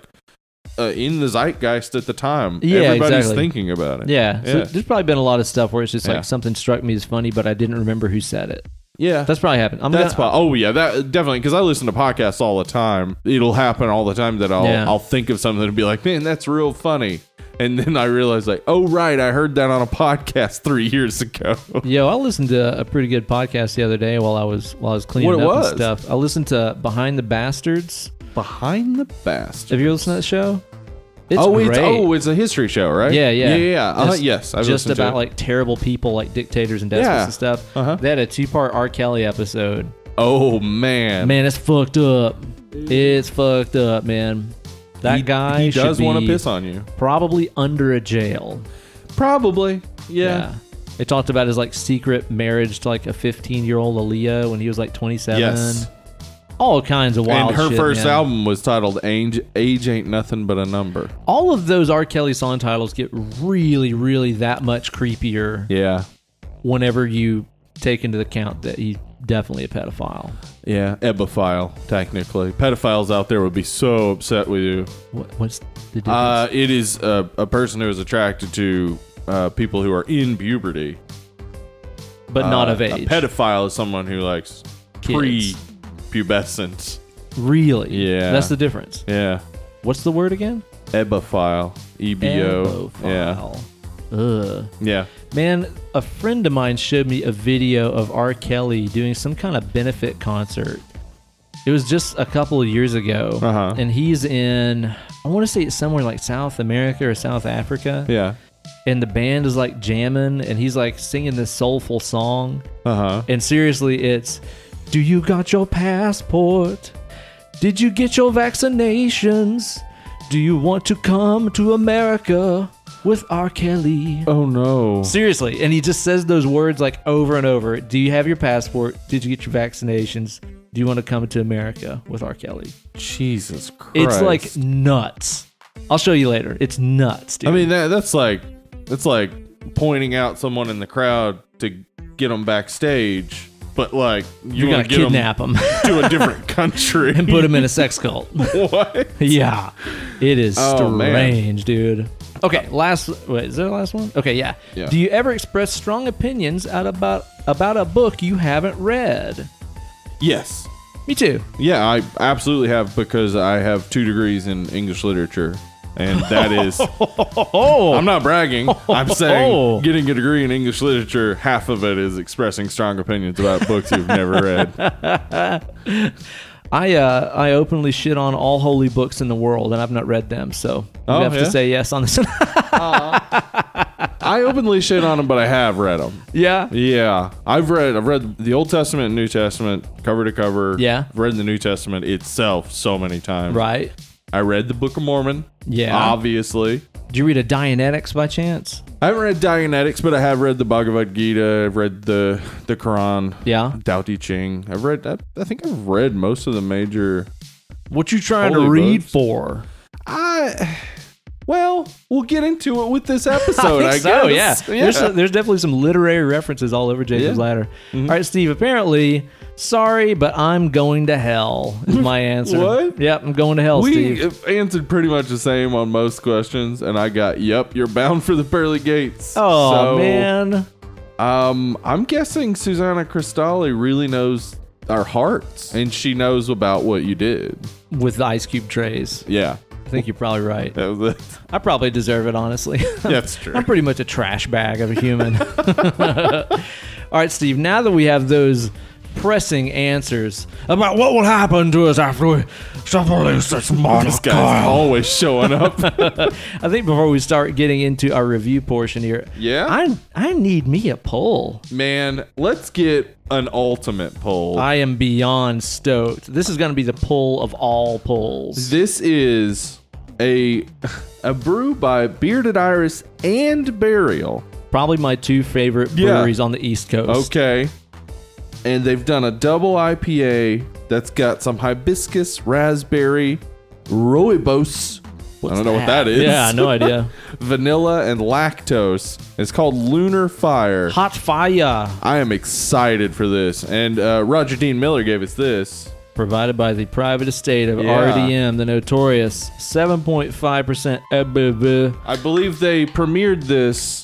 uh, in the zeitgeist at the time. Yeah, everybody's exactly. thinking about it. yeah. So Yeah. there's probably been a lot of stuff where it's just like Yeah. something struck me as funny, but I didn't remember who said it. yeah. That's probably happened. I'm That's gonna, why. Oh yeah, that definitely. Because I listen to podcasts all the time. It'll happen all the time that I'll Yeah. I'll think of something and be like, man, that's real funny, and then I realize like, oh right, I heard that on a podcast three years ago. Yo, I listened to a pretty good podcast the other day while I was while I was cleaning What it up was? and stuff. I listened to Behind the Bastards. Behind the bastard. Have you listened to that show? It's oh, great. it's oh, it's a history show, right? yeah, yeah, yeah, yeah. Uh, Just- yes, I've just listened to about it. like terrible people, like dictators and despots Yeah. and stuff. Uh-huh. They had a two-part R. Kelly episode. Oh man, Man, it's fucked up. It's fucked up, man. That He- guy he does want to piss on you. probably under a jail. Probably. They talked about his like secret marriage to like a 15-year-old Aaliyah when he was like 27. Yes. All kinds of wild. and her shit, first man. album was titled Age, Age Ain't Nothing But a Number. All of those R. Kelly song titles get really, really that much creepier Yeah. whenever you take into account that he's definitely a pedophile. Yeah. Ebephile, technically. Pedophiles out there would be so upset with you. What, what's the difference? Uh, it is a, a person who is attracted to uh, people who are in puberty. but not Uh, of age. A pedophile is someone who likes pre Kids. pubescent. really? Yeah. That's the difference. Yeah. What's the word again? Ebephile. EBO. Yeah. Pedophile. Ugh. Yeah. Man, a friend of mine showed me a video of R. Kelly doing some kind of benefit concert. It was just a couple of years ago. Uh-huh. And he's in, I want to say it's somewhere like South America or South Africa. Yeah. And the band is like jamming and he's like singing this soulful song. Uh huh. And seriously, it's Do you got your passport? Did you get your vaccinations? Do you want to come to America with R. Kelly? Oh no. Seriously, and he just says those words like over and over. Do you have your passport? Did you get your vaccinations? Do you want to come to America with R. Kelly? Jesus Christ. It's like nuts. I'll show you later. It's nuts, dude. I mean that that's like that's like pointing out someone in the crowd to get them backstage, but like you you're gonna want to get 'em kidnap him to a different country. and put him in a sex cult. what? yeah, it is Oh, man. Uh, strange, dude. Okay, last. Wait, is there a last one? Okay, yeah. Yeah. Do you ever express strong opinions out about about a book you haven't read? Yes. Me too. Yeah, I absolutely have because I have two degrees in English literature, and that is Oh, I'm not bragging. I'm saying Oh. getting a degree in English literature, half of it is expressing strong opinions about books you've never read. I uh, I openly shit on all holy books in the world, and I've not read them, so you Oh, have yeah? to say yes on this. I openly shit on them, but I have read them. yeah, Yeah, I've read I've read the Old Testament and New Testament cover to cover. Yeah. I've read the New Testament itself so many times. right. I read the Book of Mormon. Yeah. Obviously. Did you read a Dianetics by chance? I haven't read Dianetics, but I have read the Bhagavad Gita. I've read the the Quran. Yeah. Tao Te Ching. I've read. I, I think I've read most of the major. What you trying Holy to read books. for? I. Well, we'll get into it with this episode. I, think so, guess. yeah. There's, there's definitely some literary references all over Jacob's Yeah. Mm-hmm. Ladder. All right, Steve, apparently, sorry, but I'm going to hell is my answer. What? Yep, I'm going to hell, we Steve. answered pretty much the same on most questions, and I got, "Yep, you're bound for the pearly gates." Oh, So, man. Um, I'm guessing Susanna Cristalli really knows our hearts, and she knows about what you did. With the ice cube trays. Yeah, I think you're probably right. that was it. I probably deserve it, honestly. that's true. I'm pretty much a trash bag of a human. All right, Steve, now that we have those pressing answers about what will happen to us after we suffer this this This guy's always showing up. I think before we start getting into our review portion here, Yeah? I I need me a poll. Man, let's get an ultimate poll. I am beyond stoked. This is going to be the poll of all polls. this is a a brew by Bearded Iris and Burial. Probably my two favorite Yeah. breweries on the East Coast. Okay. And they've done a double IPA that's got some hibiscus, raspberry, rooibos. I don't know what that is. Yeah, no idea. Vanilla and lactose. It's called Lunar Fire. Hot fire I am excited for this. And uh, Roger Dean Miller gave us this. provided by the private estate of Yeah. RDM, the notorious 7.5% ABV. I believe they premiered this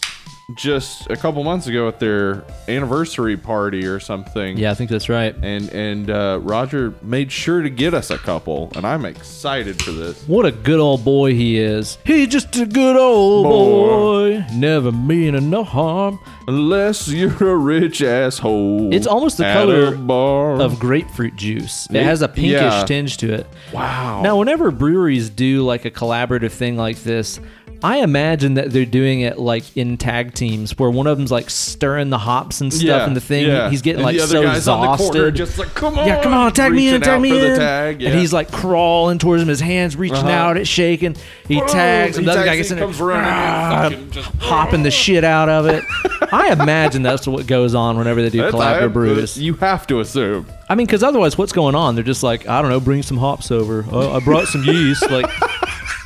just a couple months ago at their anniversary party or something. Yeah, I think that's right. And and uh, Roger made sure to get us a couple, and I'm excited for this. What a good old boy he is. He's just a good old boy, Boy. never meaning no harm. Unless you're a rich asshole. It's almost the at color a bar. of grapefruit juice. It It- has a pinkish yeah. tinge to it. wow. Now, whenever breweries do like a collaborative thing like this, I imagine that they're doing it like in tag teams where one of them's like stirring the hops and stuff Yeah, and the thing yeah. he's getting And like the other so guy's on the exhausted. corner just like, come on, yeah, come on, tag me in, reaching tag out me for the in. tag, yeah. Uh-huh. And he's like crawling towards him, his hands reaching out, it's shaking. He tags, He and the other tags guy and gets in there, comes running "Ah," and fucking just- hopping the shit out of it. I imagine that's what goes on whenever they do That's- I- collaborative brews. You have to assume. I mean, because otherwise, what's going on? They're just like, I don't know, bring some hops over. Oh, I brought some yeast. Like,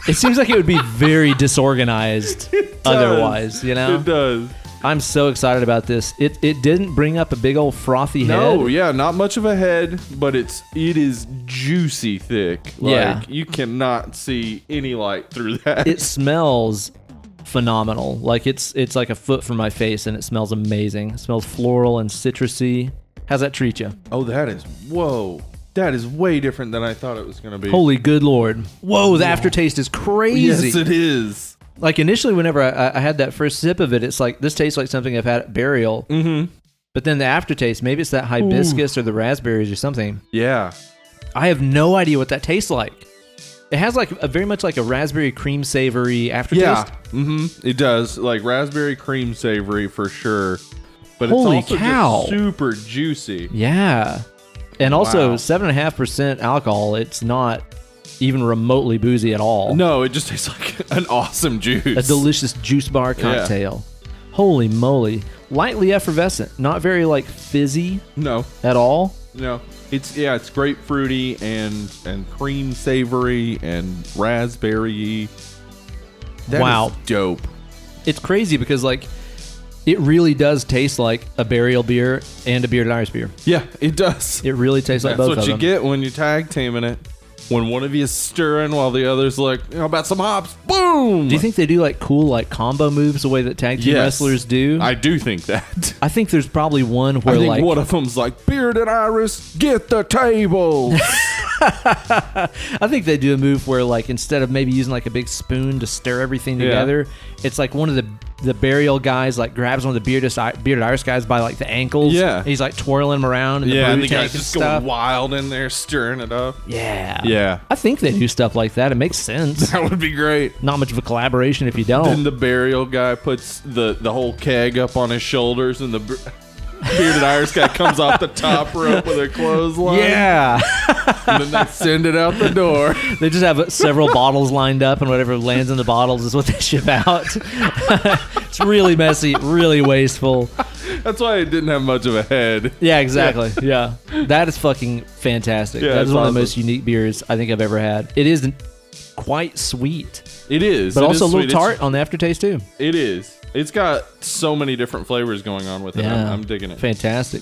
it seems like it would be very disorganized otherwise. You know, It does. I'm so excited about this. It it didn't bring up a big old frothy head. No, yeah, not much of a head, but it's it is juicy thick. Like Yeah. you cannot see any light through that. It smells phenomenal. Like it's it's like a foot from my face, and it smells amazing. It smells floral and citrusy. How's that treat you? oh, that is whoa. That is way different than I thought it was gonna be. Holy good lord! Whoa, the aftertaste is crazy. Yes, it is. like initially whenever I- I, I had that first sip of it it's like this tastes like something i've had at burial mm-hmm. but then the aftertaste maybe it's that hibiscus or the raspberries or something Yeah. i have no idea what that tastes like it has like a very much like a raspberry cream savory aftertaste Yeah. hmm It does. Like raspberry cream savory for sure. But Holy it's also cow. just super juicy. Yeah. and also Wow. seven and a half percent alcohol it's not even remotely boozy at all No, it just tastes like an awesome juice. a delicious juice bar cocktail holy moly lightly effervescent not very like fizzy no, at all no. It's yeah, it's grapefruity and and cream savory and raspberry. That is Wow. dope. it's crazy because like it really does taste like a burial beer and a bearded Irish beer. Yeah, it does. It really tastes like That's both what of you them. get when you tag teaming it. When one of you is stirring while the other's like, how about some hops? Boom! Do you think they do like cool like combo moves the way that tag team Yes. wrestlers do? I do think that. I think there's probably one where I think like one of them's like, Bearded Iris, get the table. I think they do a move where like instead of maybe using like a big spoon to stir everything together, it's like one of the the burial guys like grabs one of the bearded I- bearded Irish guys by like the ankles. Yeah. and he's like twirling him around. And yeah, the, and brew the tank guy's and just stuff. going wild in there, stirring it up. Yeah, Yeah. I think they do stuff like that. It makes sense. That would be great. Not much of a collaboration if you don't. Then the burial guy puts the, the whole keg up on his shoulders, and the br- bearded Irish guy comes off the top rope with a clothesline. Yeah. And then they send it out the door. They just have several bottles lined up, and whatever lands in the bottles is what they ship out. it's really messy, really wasteful. That's why it didn't have much of a head. Yeah, exactly. Yeah. That is fucking fantastic. Yeah, that it's is one of the awesome. most unique beers I think I've ever had. It is quite sweet, It is. but It also a is little sweet. It's- tart on the aftertaste, too. It is. It's got so many different flavors going on with it. I'm, I'm digging it. Fantastic.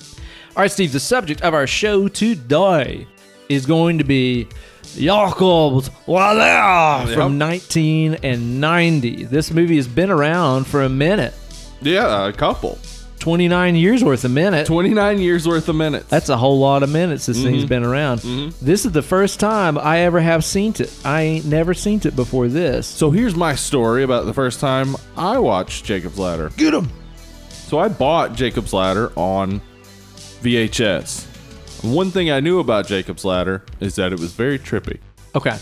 All right, Steve, the subject of our show today is going to be Jacob's Walla from 1990. This movie has been around for a minute. Yeah, a couple. 29 years worth a minute. 29 years worth of minutes. That's a whole lot of minutes this Mm-hmm. thing's been around. This is the first time I ever have seen it. I ain't never seen it before this. so here's my story about the first time I watched Jacob's Ladder. Get him. So I bought Jacob's Ladder on VHS. One thing I knew about Jacob's Ladder is that it was very trippy. Okay.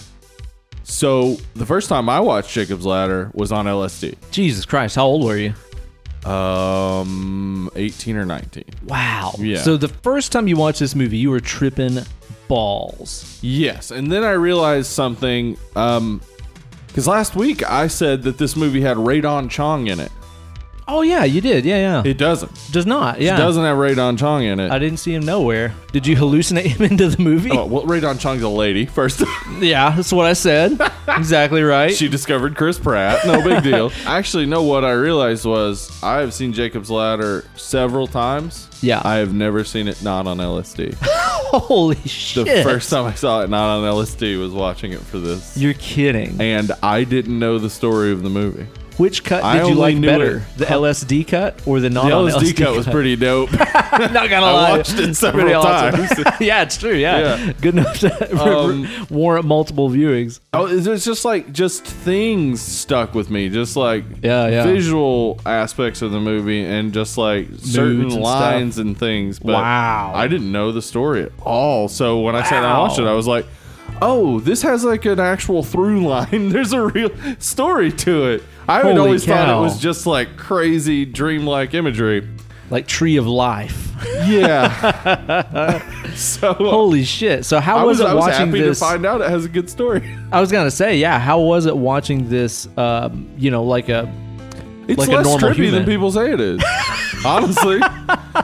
So the first time I watched Jacob's Ladder was on LSD. Jesus Christ, how old were you? Um, 18 or 19. Wow. Yeah. So the first time you watched this movie, you were tripping balls. Yes, and then I realized something. Um, because last week I said that this movie had Radon Chong in it. Oh yeah, you did. Yeah, yeah. It doesn't. Does not. It Yeah. doesn't have Radon Chong in it. I didn't see him nowhere. Did you hallucinate him into the movie? oh, well, Radon Chong's a lady. First, Yeah, that's what I said. exactly right. she discovered Chris Pratt. No big deal. Actually, no. What I realized was I have seen Jacob's Ladder several times. Yeah. I have never seen it not on LSD. Holy The shit. first time I saw it not on LSD was watching it for this. You're kidding. and I didn't know the story of the movie. Which cut I did you only like knew better? it- The LSD cut or the The non LSD cut was pretty dope. Not gonna I lie. watched it It's several pretty awesome. times. yeah, it's true. Yeah. Yeah. Good enough to Um, warrant multiple viewings. Oh, it's it's just like just things stuck with me, just like Yeah, yeah. visual aspects of the movie, and just like certain and stuff. lines and things. But Wow. I didn't know the story at all. So when I sat down and Wow. watched it, I was like, "Oh, this has like an actual through line. There's a real story to it." I had Holy always thought cow. it was just like crazy dreamlike imagery. Like Tree of Life. Yeah. so Holy shit. So how I was, was, I it was watching happy this? to find out it has a good story. I was gonna say, yeah, how was it watching this um, you know, like a It's like a less normal trippy human. than people say it is. Honestly,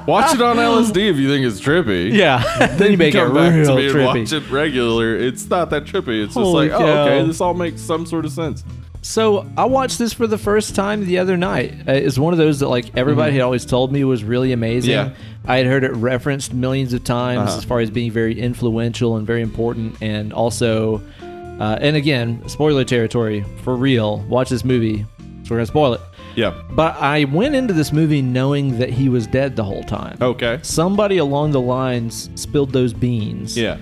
watch it on LSD if you think it's trippy. Yeah. then you make it come back real to me and watch trippy. it regular. It's not that trippy. It's Holy just cow. like, oh, okay, this all makes some sort of sense. So I watched this for the first time the other night. Uh, It's one of those that like everybody had always told me was really amazing. Mm-hmm. Yeah. Uh-huh. I had heard it referenced millions of times as far as being very influential and very important, and also, uh, and again, spoiler territory for real. Watch this movie, so we're gonna spoil it. Yeah. But I went into this movie knowing that he was dead the whole time. Okay. Somebody along the lines spilled those beans. Yeah.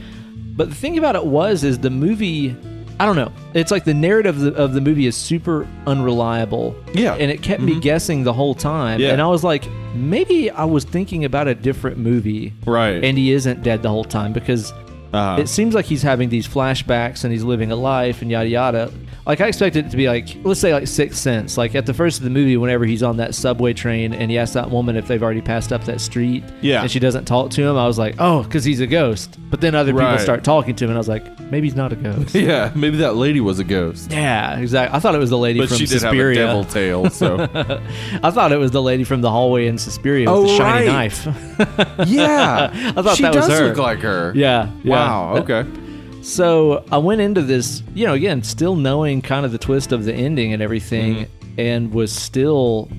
But the thing about it was, is the movie. I don't know. It's like the narrative of the, of the movie is super unreliable. Yeah. Mm-hmm. And it kept me guessing the whole time. Yeah. And I was like, maybe I was thinking about a different movie. Right. And he isn't dead the whole time because Uh-huh. it seems like he's having these flashbacks and he's living a life and yada yada. Like I expected it to be like, let's say like Sixth Sense. Like at the first of the movie, whenever he's on that subway train and he asks that woman if they've already passed up that street, Yeah. and she doesn't talk to him, I was like, oh, because he's a ghost. But then other people Right. start talking to him, and I was like, maybe he's not a ghost. yeah. Maybe that lady was a ghost. yeah, exactly. I thought it was the lady But from she did Suspiria. have a devil tail, so I thought it was the lady from the hallway in Suspiria with Oh, the shiny right. knife. yeah, I thought she that was does her. look like her. yeah, yeah. Wow. Okay. So I went into this, you know, again, still knowing kind of the twist of the ending and everything, Mm-hmm. and was still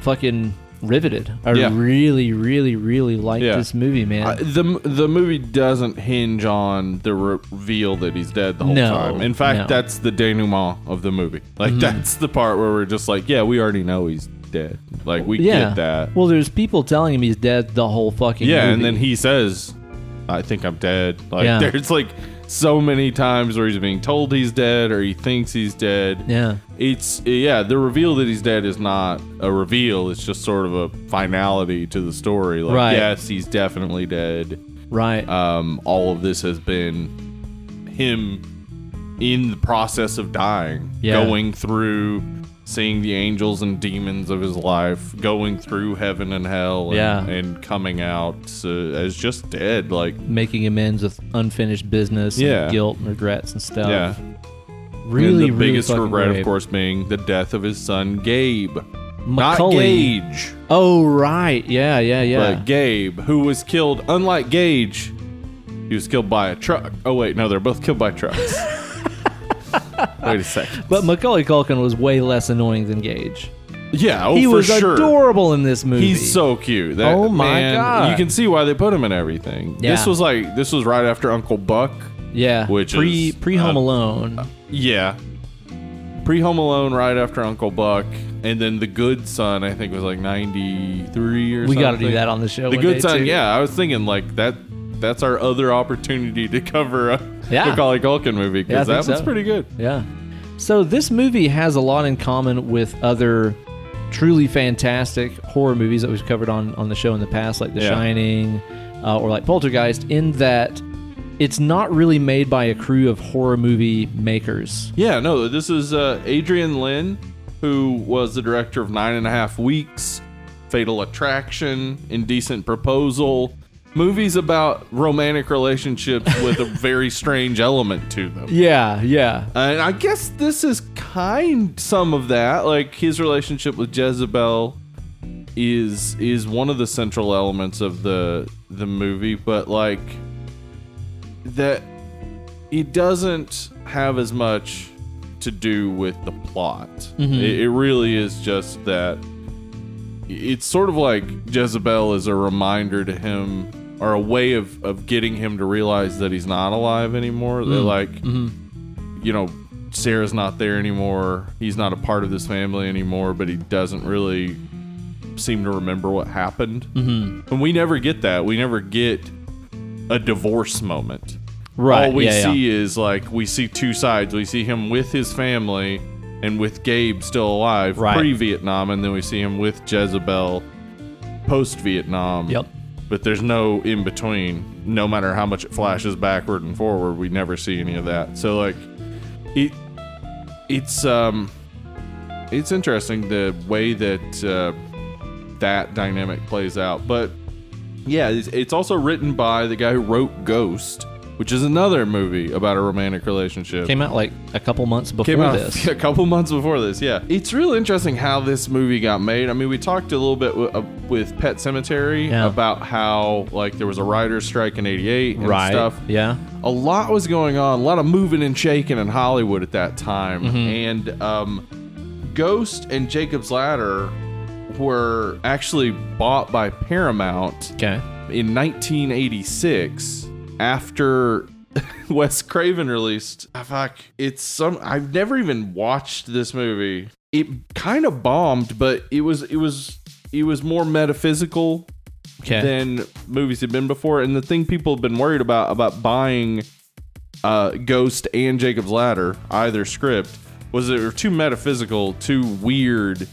fucking riveted. I Yeah. really, really, really liked Yeah. this movie, man. I- Uh, the the movie doesn't hinge on the reveal that he's dead the whole No, time. In fact, no. Mm-hmm. that's the denouement of the movie. Like that's the part where we're just like, yeah, we already know he's dead. Like we yeah. get that. Well, there's people telling him he's dead the whole fucking yeah, movie. and then he says, "I think I'm dead." Like Yeah. there's like so many times where he's being told he's dead or he thinks he's dead. yeah, It's yeah, the reveal that he's dead is not a reveal. It's just sort of a finality to the story. Like Right. yes, he's definitely dead right. um, all of this has been him in the process of dying, Yeah. going through seeing the angels and demons of his life, going through heaven and hell, and, Yeah. and coming out uh, as just dead. Like, making amends with unfinished business, Yeah. and guilt and regrets and stuff. yeah. really, and the biggest really fucking regret, brave. of course, being the death of his son Gabe, not Macaulay. Gage, Oh right, yeah, yeah, yeah. but Gabe, who was killed. Unlike Gage, he was killed by a truck. Oh wait, no, they're both killed by trucks. wait a second. But Macaulay Culkin was way less annoying than Gage. Yeah, oh he for was sure. adorable in this movie. He's so cute. That, Oh my man, God. You can see why they put him in everything. Yeah. This was like this was right after Uncle Buck. yeah. which pre is, pre Home uh, Alone. Yeah. Pre Home Alone, right after Uncle Buck, and then The Good Son. I think was like ninety three or we something. got to do that on the show. The one day, Good Son. too. Yeah, I was thinking like that. That's our other opportunity to cover a Yeah. Macaulay Culkin movie Yeah, I because think that one's so. pretty good. Yeah. So this movie has a lot in common with other truly fantastic horror movies that we've covered on on the show in the past, like The Yeah. Shining uh, or like Poltergeist, in that it's not really made by a crew of horror movie makers. Yeah, no, this is uh, Adrian Lynn, who was the director of Nine and a Half Weeks, Fatal Attraction, Indecent Proposal, movies about romantic relationships with a very strange element to them. Yeah, yeah. And I guess this is kind some of that. Like his relationship with Jezebel is is one of the central elements of the the movie, but like that it doesn't have as much to do with the plot. It, it really is just that it's sort of like Jezebel is a reminder to him or a way of, of getting him to realize that he's not alive anymore. They're like, you know, Sarah's not there anymore. He's not a part of this family anymore, but he doesn't really seem to remember what happened. Mm-hmm. And we never get that. We never get a divorce moment. Right. All we yeah, yeah. see is like we see two sides. We see him with his family and with Gabe still alive Right. pre Vietnam, and then we see him with Jezebel post Vietnam. Yep. But there's no in between. No matter how much it flashes backward and forward, we never see any of that. So like, it it's um it's interesting the way that uh, that dynamic plays out. But yeah, it's, it's also written by the guy who wrote Ghost, which is another movie about a romantic relationship. Came out like a couple months before Came out this. a couple months before this. Yeah, it's real interesting how this movie got made. I mean, we talked a little bit w- uh, with Pet Cemetery Yeah. about how like there was a writer's strike in '88 and right. stuff Yeah. a lot was going on, a lot of moving and shaking in Hollywood at that time. And um, Ghost and Jacob's Ladder were actually bought by Paramount Okay. in 1986 after Wes Craven released. ah, fuck, it's some. I've never even watched this movie. It kind of bombed, but it was it was it was more metaphysical Okay. than movies have been before. And the thing people have been worried about about buying uh, Ghost and Jacob's Ladder, either script, was they were too metaphysical, too weird,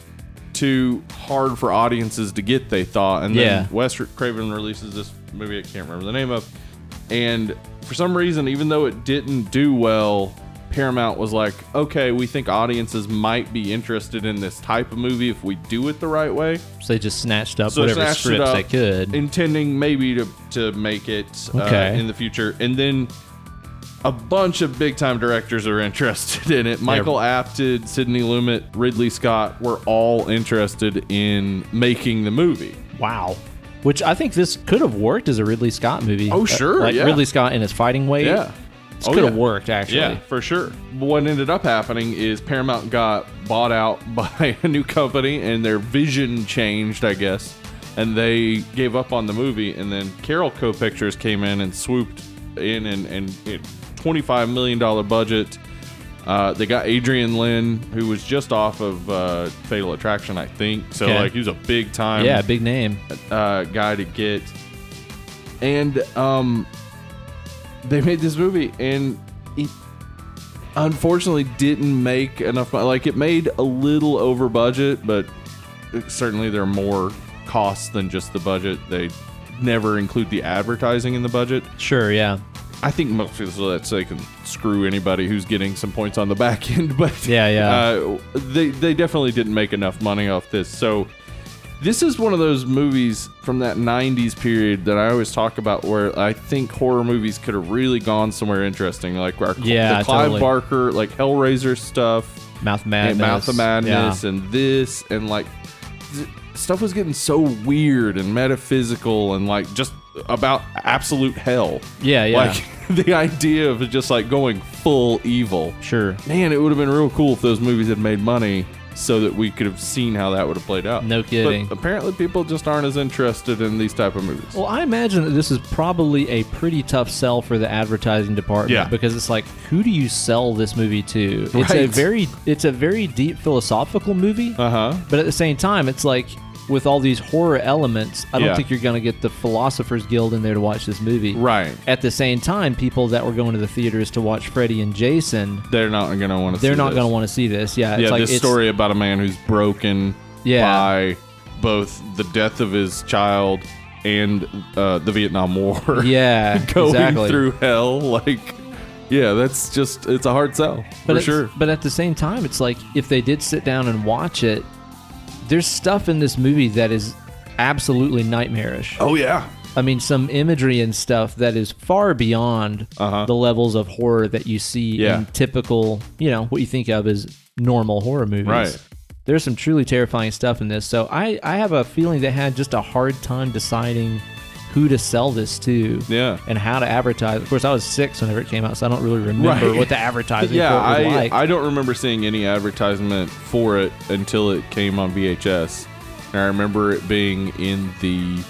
too hard for audiences to get. They thought, and Yeah. then Wes Craven releases this movie. I can't remember the name of, and for some reason, even though it didn't do well. Paramount was like, okay, we think audiences might be interested in this type of movie if we do it the right way so they just snatched up so whatever snatched it scripts up, they could. intending maybe to to make it uh, Okay. in the future, and then a bunch of big time directors are interested in it. Michael Apted, Sidney Lumet, Ridley Scott were all interested in making the movie. Wow. Which I think this could have worked as a Ridley Scott movie. Uh, Oh, sure, Like yeah. Ridley Scott in his fighting weight. Yeah. This Oh, could have yeah. worked, actually. Yeah, for sure. What ended up happening is Paramount got bought out by a new company and their vision changed, I guess. And they gave up on the movie. And then Carol Co Pictures came in and swooped in and, and it, $25 million budget. Uh, they got Adrian Lynn, who was just off of uh, Fatal Attraction, I think. So, Okay. like, he was a big time Yeah, big name. uh, guy to get. And um, they made this movie, and it unfortunately didn't make enough money. Like, it made a little over budget, but certainly there are more costs than just the budget. They never include the advertising in the budget. Sure, yeah. I think mostly so that they can screw anybody who's getting some points on the back end. But Yeah, yeah. uh, they they definitely didn't make enough money off this. So this is one of those movies from that '90s period that I always talk about, where I think horror movies could have really gone somewhere interesting, like our, Yeah, the Clive totally. Barker, like Hellraiser stuff, Mouth and Madness. Mouth of Madness, Yeah. and this, and like th- stuff was getting so weird and metaphysical, and like just about absolute hell. Yeah, yeah. Like the idea of just like going full evil. Sure. Man, it would have been real cool if those movies had made money so that we could have seen how that would have played out. No kidding. But apparently people just aren't as interested in these type of movies. Well, I imagine that this is probably a pretty tough sell for the advertising department Yeah. because it's like, who do you sell this movie to? It's a Right. very, it's a very deep philosophical movie, uh huh. but at the same time, it's like with all these horror elements, I don't Yeah. think you're going to get the Philosophers Guild in there to watch this movie. Right. At the same time, people that were going to the theaters to watch Freddy and Jason, They're not going to want to. they're not going going to to want to see this. Yeah, it's yeah, like this it's, story about a man who's broken Yeah. by both the death of his child and uh, the Vietnam War. Yeah, going exactly. through hell, like, yeah, that's just it's a hard sell but for it's- sure. But at the same time, it's like if they did sit down and watch it, there's stuff in this movie that is absolutely nightmarish. Oh yeah, I mean, some imagery and stuff that is far beyond Uh-huh. the levels of horror that you see Yeah. in typical, you know, what you think of as normal horror movies. Right. There's some truly terrifying stuff in this. So I, I have a feeling they had just a hard time deciding who to sell this to Yeah. and how to advertise. Of course, I was six whenever it came out, so I don't really remember Right. what the advertising yeah. for it I was like. I don't remember seeing any advertisement for it until it came on VHS, and I remember it being in the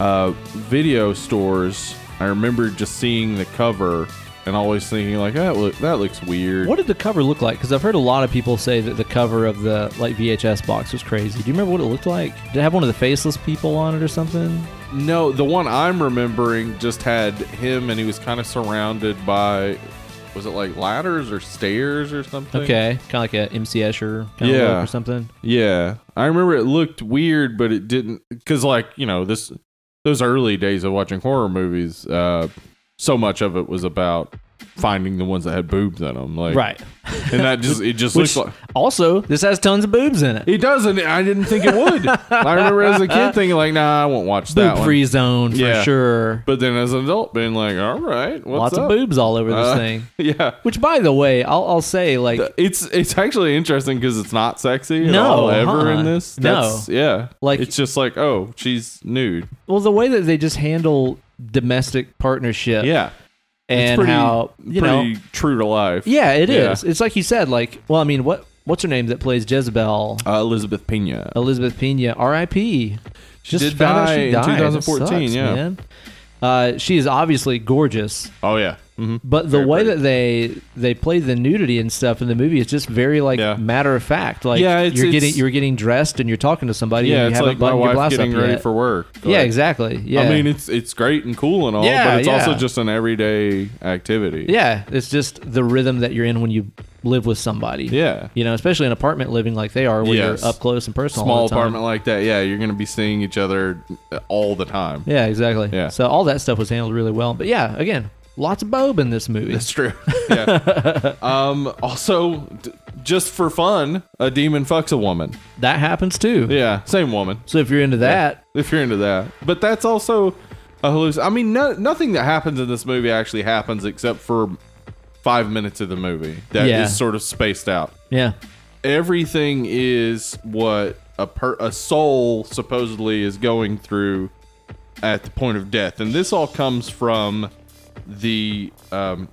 uh, video stores. I remember just seeing the cover and always thinking like that. Look, that looks weird. What did the cover look like? Because I've heard a lot of people say that the cover of the like VHS box was crazy. Do you remember what it looked like? Did it have one of the faceless people on it or something? No, the one I'm remembering just had him, and he was kind of surrounded by, was it like ladders or stairs or something? Okay, kind of like a MC Escher kind of Yeah. look or something. Yeah, I remember it looked weird, but it didn't, because like you know this, those early days of watching horror movies, uh, so much of it was about finding the ones that had boobs in them, like and that just it just Which looks like. also this has tons of boobs in it. It doesn't. I didn't think it would. I remember as a kid thinking like, "Nah, I won't watch that Boob one." free zone for Yeah. sure. But then as an adult, being like, "All right, what's Lots up?" of boobs all over this Uh, thing. Yeah, Which, by the way, I'll, I'll say like it's it's actually interesting because it's not sexy at No, all ever uh-uh. in this. No. That's, yeah. Like- Like it's just like oh she's nude. well the way that they just handle domestic partnership Yeah, Uh, and pretty, how you know pretty true to life. Yeah, it is. Yeah. It's like you said. Like, well, I mean, what what's her name that plays Jezebel? Uh, Elizabeth Pena. Elizabeth Pena, R.I.P. She did die in That 2014, sucks, yeah. man. Uh, she is obviously gorgeous, Oh yeah. hmm but the Very way pretty. that they they play the nudity and stuff in the movie is just very like Yeah. matter of fact. Like, Yeah, it's- you're it's- getting you're getting dressed and you're talking to somebody. Yeah, and you it's haven't like my buttoned your wife blouse getting up ready yet. for work. yeah, Like, exactly. Yeah, I mean, it's it's great and cool and all, Yeah, but it's also yeah. just an everyday activity. yeah, it's just the rhythm that you're in when you live with somebody. Yeah. you know, especially in apartment living like they are, where Yes. you're up close and personal. Small all the time. apartment like that. Yeah, you're gonna be seeing each other all the time. Yeah, exactly. Yeah. So all that stuff was handled really well. But yeah, again, lots of bob in this movie. That's true. Yeah. um, also, d- just for fun, a demon fucks a woman. That happens too. Yeah, same woman. So if you're into that, If you're into that, but that's also a halluc. I mean, no- nothing that happens in this movie actually happens except for five minutes of the movie that is Yeah. sort of spaced out. yeah. Everything is what a per- a soul supposedly is going through at the point of death, and this all comes from the um,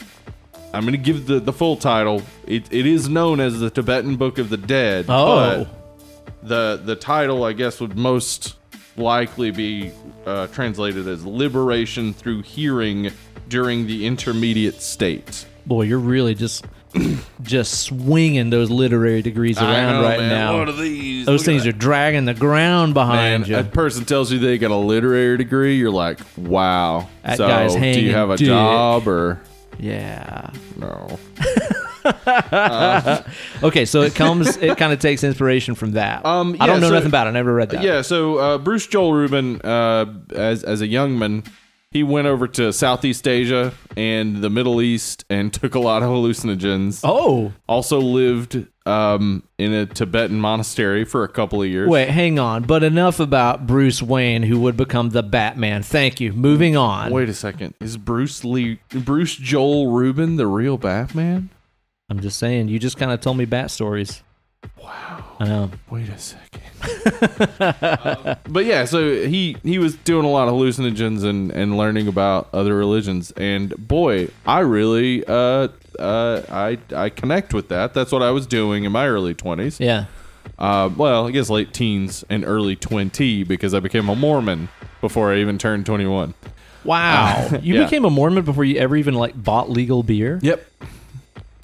I'm going to give the, the full title. It, it is known as the Tibetan Book of the Dead. Oh. But the the title, I guess, would most likely be uh, translated as Liberation Through Hearing During the Intermediate State. Boy, you're really just just swinging those literary degrees around right now. these? Those things are dragging the ground behind And a you. person tells you they got a literary degree, you're like, wow. That so, guy's do hanging you have a dick. job or yeah. no? Okay, so it comes it kind of takes inspiration from that. Um, I don't yeah, know so- nothing about it. I never read that. Yeah, so uh, Bruce Joel Rubin, uh, as as a young man, He went over to Southeast Asia and the Middle East and took a lot of hallucinogens. Oh, Also lived um, in a Tibetan monastery for a couple of years. wait, hang on. But enough about Bruce Wayne, who would become the Batman. Thank you. Moving on. Wait a second. Is Bruce Lee Bruce Joel Rubin the real Batman? I'm just saying, you just kind of told me bat stories. Wow. I know. Wait a second. Um, but yeah, so he he was doing a lot of hallucinogens and and learning about other religions. And boy, I really uh uh I I connect with that. That's what I was doing in my early 20s. Yeah. Uh well, I guess late teens and early 20 because I became a Mormon before I even turned 21. Wow. you yeah. became a Mormon before you ever even like bought legal beer? Yep.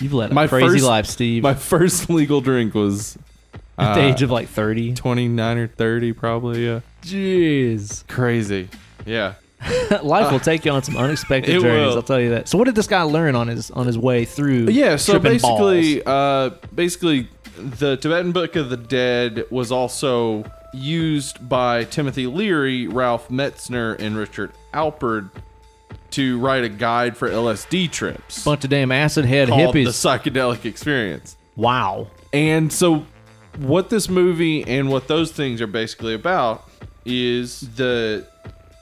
You've led a My crazy first- life, Steve. My Uh, first legal drink was at the age of like 30. 29 or 30 probably, yeah. Jeez. Crazy. Yeah. life will take you on some unexpected Uh, It journeys. will. I'll tell you that. So, what did this guy learn on his on his way through? yeah so tripping basically balls? uh basically the tibetan book of the dead was also used by timothy leary ralph metzner and richard alpert to write a guide for lsd trips bunch of damn acid head called the hippies. psychedelic experience wow. and so, what this movie and what those things are basically about is the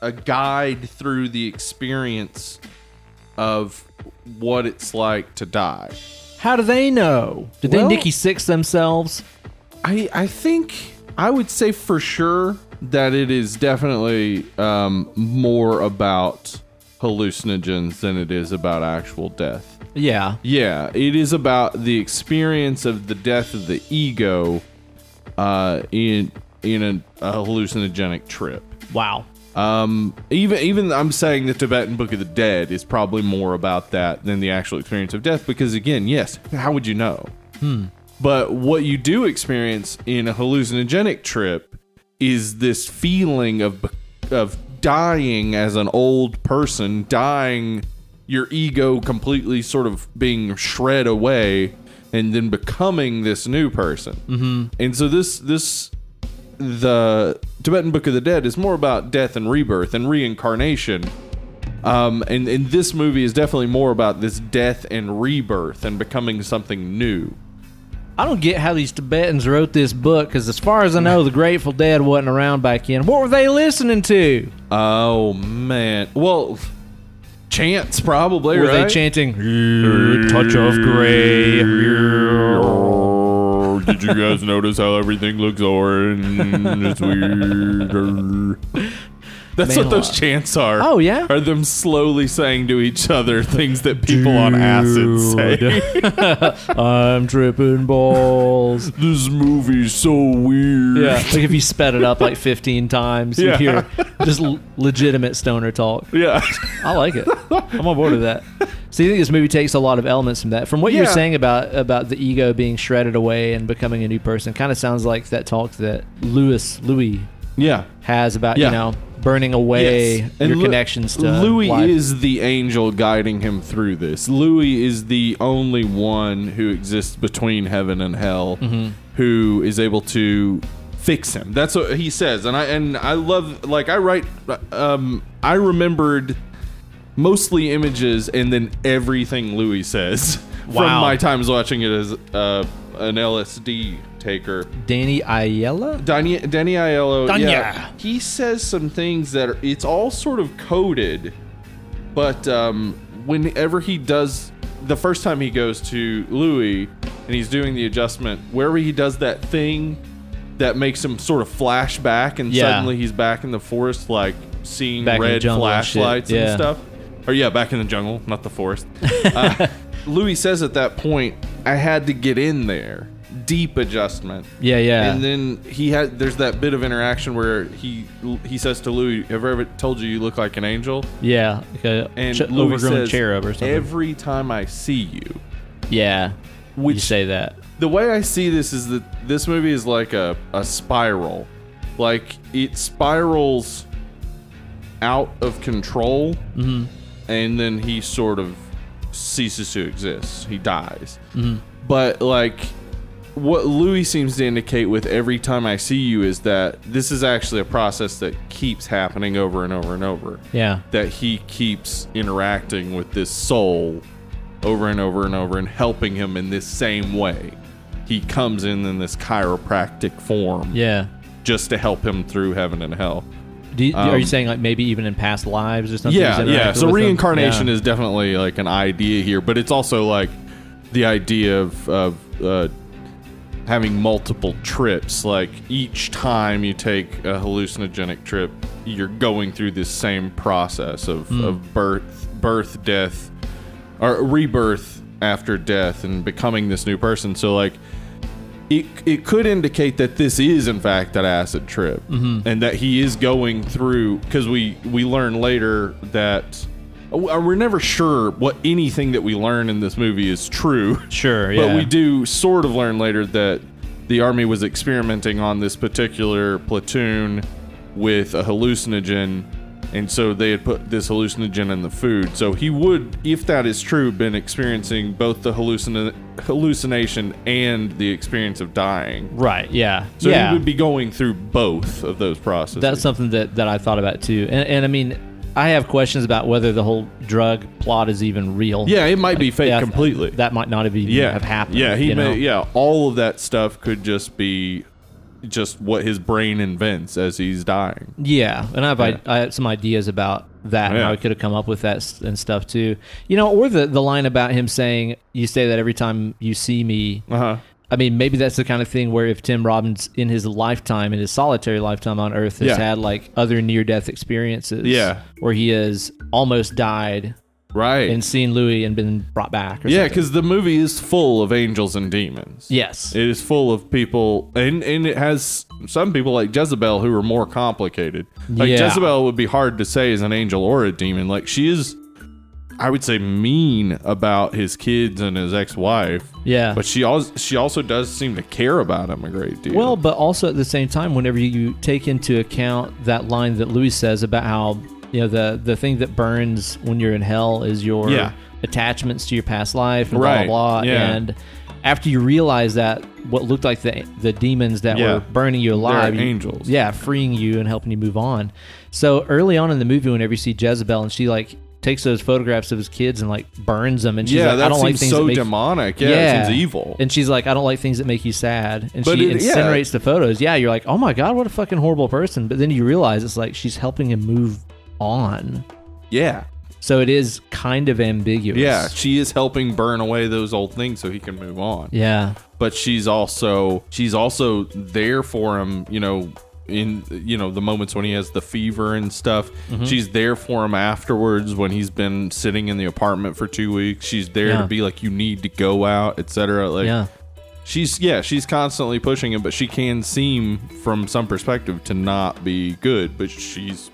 a guide through the experience of what it's like to die. How do they know? Did Well- they Nicky Six themselves? I I think I would say for sure that it is definitely um, more about hallucinogens than it is about actual death. Yeah. Yeah, it is about the experience of the death of the ego uh, in in a, a hallucinogenic trip. Wow. Um, even even I'm saying the Tibetan Book of the Dead is probably more about that than the actual experience of death because again, yes, how would you know? But what you do experience in a hallucinogenic trip is this feeling of of dying as an old person, dying your ego completely sort of being shred away and then becoming this new person. Mm-hmm. And so this this the Tibetan Book of the Dead is more about death and rebirth and reincarnation. Um, and, and this movie is definitely more about this death and rebirth and becoming something new. I don't get how these Tibetans wrote this book because, as far as I know, the Grateful Dead wasn't around back then. What were they listening to? Oh man. Well, chance probably. Were right? they chanting "Touch of Gray"? Did you guys notice how everything looks orange? It's weird. That's Man what those alive. chants are. Oh, yeah? Are them slowly saying to each other things that people on acid say. I'm tripping balls. this movie's so weird. Yeah, like if you sped it up like 15 times, you Yeah. hear just l- legitimate stoner talk. Yeah. I like it. I'm on board with that. So you think this movie takes a lot of elements from that? From what you were Yeah. saying about about the ego being shredded away and becoming a new person, kind of sounds like that talk that Louis Louis Yeah. has about Yeah. you know burning away Yes. your Lu- connections to Louis life. is the angel guiding him through this. Louis is the only one who exists between heaven and hell Mm-hmm. who is able to fix him. That's what he says. And I and I love like I write um I remembered mostly images and then everything Louis says Wow. from my times watching it as uh, an LSD taker. Danny Ayala. Danny, Danny Aiello, Danya. yeah, he says some things that are, it's all sort of coded, but um, whenever he does, the first time he goes to Louis and he's doing the adjustment, wherever he does that thing that makes him sort of flash back and Yeah. suddenly he's back in the forest, like seeing Back in the red jungle and shit, flashlights and, yeah. stuff. Or yeah, back in the jungle, not the forest. Uh, Louis says at that point, I had to get in there. Deep adjustment. Yeah, yeah. And then he had there's that bit of interaction where he he says to Louis, "Have I ever told you you look like an angel?" Yeah, like a And ch- Louis overgrown says, cherub or something. Every time I see you, yeah, which you say that. the way I see this is that this movie is like a, a spiral. Like it spirals out of control and then he sort of ceases to exist. He dies. But like what Louis seems to indicate with every time I see you is that this is actually a process that keeps happening over and over and over. Yeah. That he keeps interacting with this soul over and over and over and helping him in this same way. He comes in in this chiropractic form Yeah. just to help him through heaven and hell. Do you, are Um, you saying like maybe even in past lives or something? Yeah, yeah. So reincarnation is definitely like an idea here, but it's also like the idea of of uh, having multiple trips. Like each time you take a hallucinogenic trip, you're going through this same process of, of birth, birth, death, or rebirth after death, and becoming this new person. So like. It, it could indicate that this is in fact that acid trip and that he is going through because we we learn later that uh, we're never sure what anything that we learn in this movie is true Sure, yeah. but we do sort of learn later that the army was experimenting on this particular platoon with a hallucinogen, and so they had put this hallucinogen in the food. So he would, if that is true, been experiencing both the hallucin- hallucination and the experience of dying. Right, yeah. So yeah. he would be going through both of those processes. That's something that, that I thought about too. And, and I mean, I have questions about whether the whole drug plot is even real. yeah, it might be fake Yeah, completely. That might not have even yeah, have happened. Yeah, he you know? may, yeah, all of that stuff could just be just what his brain invents as he's dying. Yeah, and I have, Yeah. I, have some ideas about that and Yeah. how I could have come up with that s- and stuff too. You know, or the the line about him saying, "You say that every time you see me." Uh-huh. I mean, maybe that's the kind of thing where if Tim Robbins in his lifetime, in his solitary lifetime on Earth, has Yeah. had like other near death experiences, Yeah. where he has almost died Right. and seen Louis and been brought back. Or yeah, something. because the movie is full of angels and demons. yes, It is full of people, and, and it has some people like Jezebel who are more complicated. Like Yeah. Jezebel would be hard to say is an angel or a demon. Like she is, I would say, mean about his kids and his ex-wife, yeah. but she also she also does seem to care about him a great deal. Well, but also at the same time, whenever you take into account that line that Louis says about how you know the the thing that burns when you're in hell is your Yeah. attachments to your past life and Right. blah blah blah. Yeah. And after you realize that what looked like the the demons that Yeah. were burning you alive, you- angels. yeah, freeing you and helping you move on. So early on in the movie, whenever you see Jezebel and she like takes those photographs of his kids and like burns them, and she's yeah, like, that I don't like seems things that so make demonic. Yeah, it seems evil. and she's like, I don't like things that make you sad. And But she it- yeah. incinerates the photos. Yeah, you're like, oh my God, what a fucking horrible person. But then you realize it's like she's helping him move on. yeah, So it is kind of ambiguous. yeah, she is helping burn away those old things so he can move on. Yeah. but she's also she's also there for him you know in you know the moments when he has the fever and stuff Mm-hmm. she's there for him afterwards when he's been sitting in the apartment for two weeks she's there Yeah. to be like you need to go out etc like yeah. she's yeah she's constantly pushing him but she can seem from some perspective to not be good but she's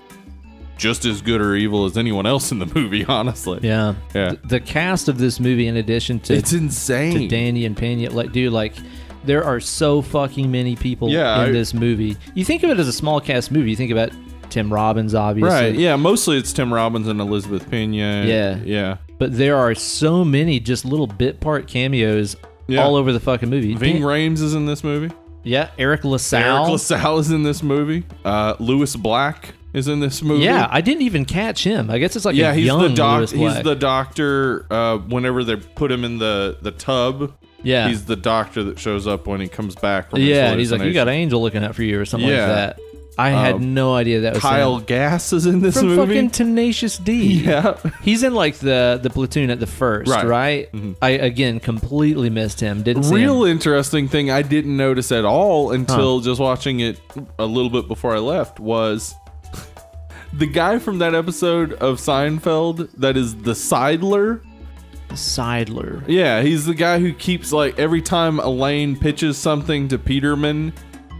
just as good or evil as anyone else in the movie honestly Yeah. Yeah. Th- The cast of this movie, in addition to, it's insane to Danny and Pena, like, dude, like, there are so fucking many people Yeah, in I- this movie. You think of it as a small cast movie. You think about Tim Robbins, obviously. right yeah mostly it's tim robbins and elizabeth pena Yeah. yeah But there are so many just little bit part cameos Yeah. all over the fucking movie. Ving Dan- Rhames is in this movie. Yeah, Eric LaSalle. Eric LaSalle is in this movie. Uh, Lewis Black is in this movie. Yeah, I didn't even catch him. I guess it's like yeah. a He's young the doc. Lewis Black. He's the doctor. Uh, whenever they put him in the the tub, yeah, he's the doctor that shows up when he comes back. From yeah. His And he's like, you got an hallucination." angel looking out for you or something Yeah. Um, like that. I had no idea that was Kyle him. Gass is in this from movie. fucking Tenacious D. yeah. He's in like the the platoon at the first, Right. Mm-hmm. right? I again completely missed him. Didn't see him. Real interesting thing I didn't notice at all until just watching it a little bit before I left was the guy from that episode of Seinfeld that is the Sidler. Seidler. Yeah, he's the guy who keeps like every time Elaine pitches something to Peterman,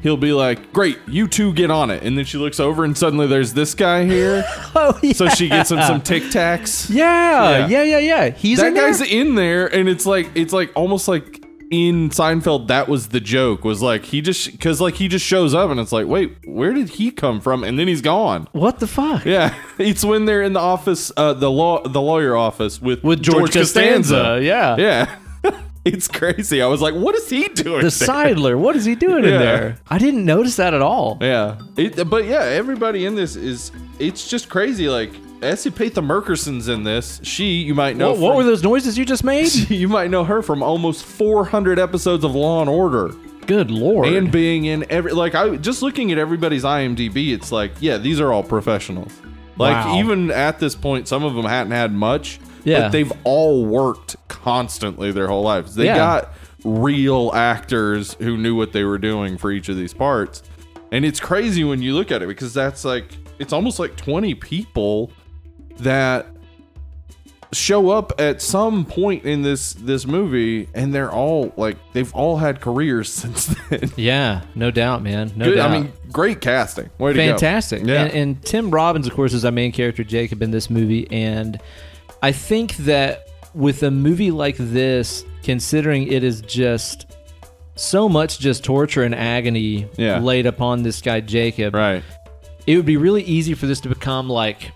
he'll be like, "Great, you two get on it." And then she looks over and suddenly there's this guy here. Oh yeah. so she gets him some Tic Tacs. yeah, yeah, yeah, yeah. He's that in guy's there? in there and it's like it's like almost like in Seinfeld that was the joke was like he just cuz like he just shows up and it's like, "Wait, where did he come from?" and then he's gone. what the fuck? Yeah, it's when they're in the office, uh, the law, the lawyer office with With George Costanza, yeah. yeah. It's crazy. I was like, what is he doing? The there? Sidler, what is he doing in Yeah. there? I didn't notice that at all. Yeah. It, but yeah, everybody in this is it's just crazy. Like Esipatha Merkerson's in this. She you might know what, what from- were those noises you just made? you might know her from almost 400 episodes of Law and Order Good lord. and being in every like I just looking at everybody's IMDb it's like yeah these are all professionals like Wow. even at this point some of them hadn't had much Yeah. but they've all worked constantly their whole lives they Yeah. got real actors who knew what they were doing for each of these parts and it's crazy when you look at it because that's like it's almost like 20 people that show up at some point in this this movie and they're all like they've all had careers since then. yeah, no doubt, man. No Good, doubt. I mean, great casting. Way to go. fantastic. Yeah. And, and Tim Robbins, of course, is our main character, Jacob, in this movie. And I think that with a movie like this, considering it is just so much just torture and agony Yeah. laid upon this guy Jacob, right. it would be really easy for this to become like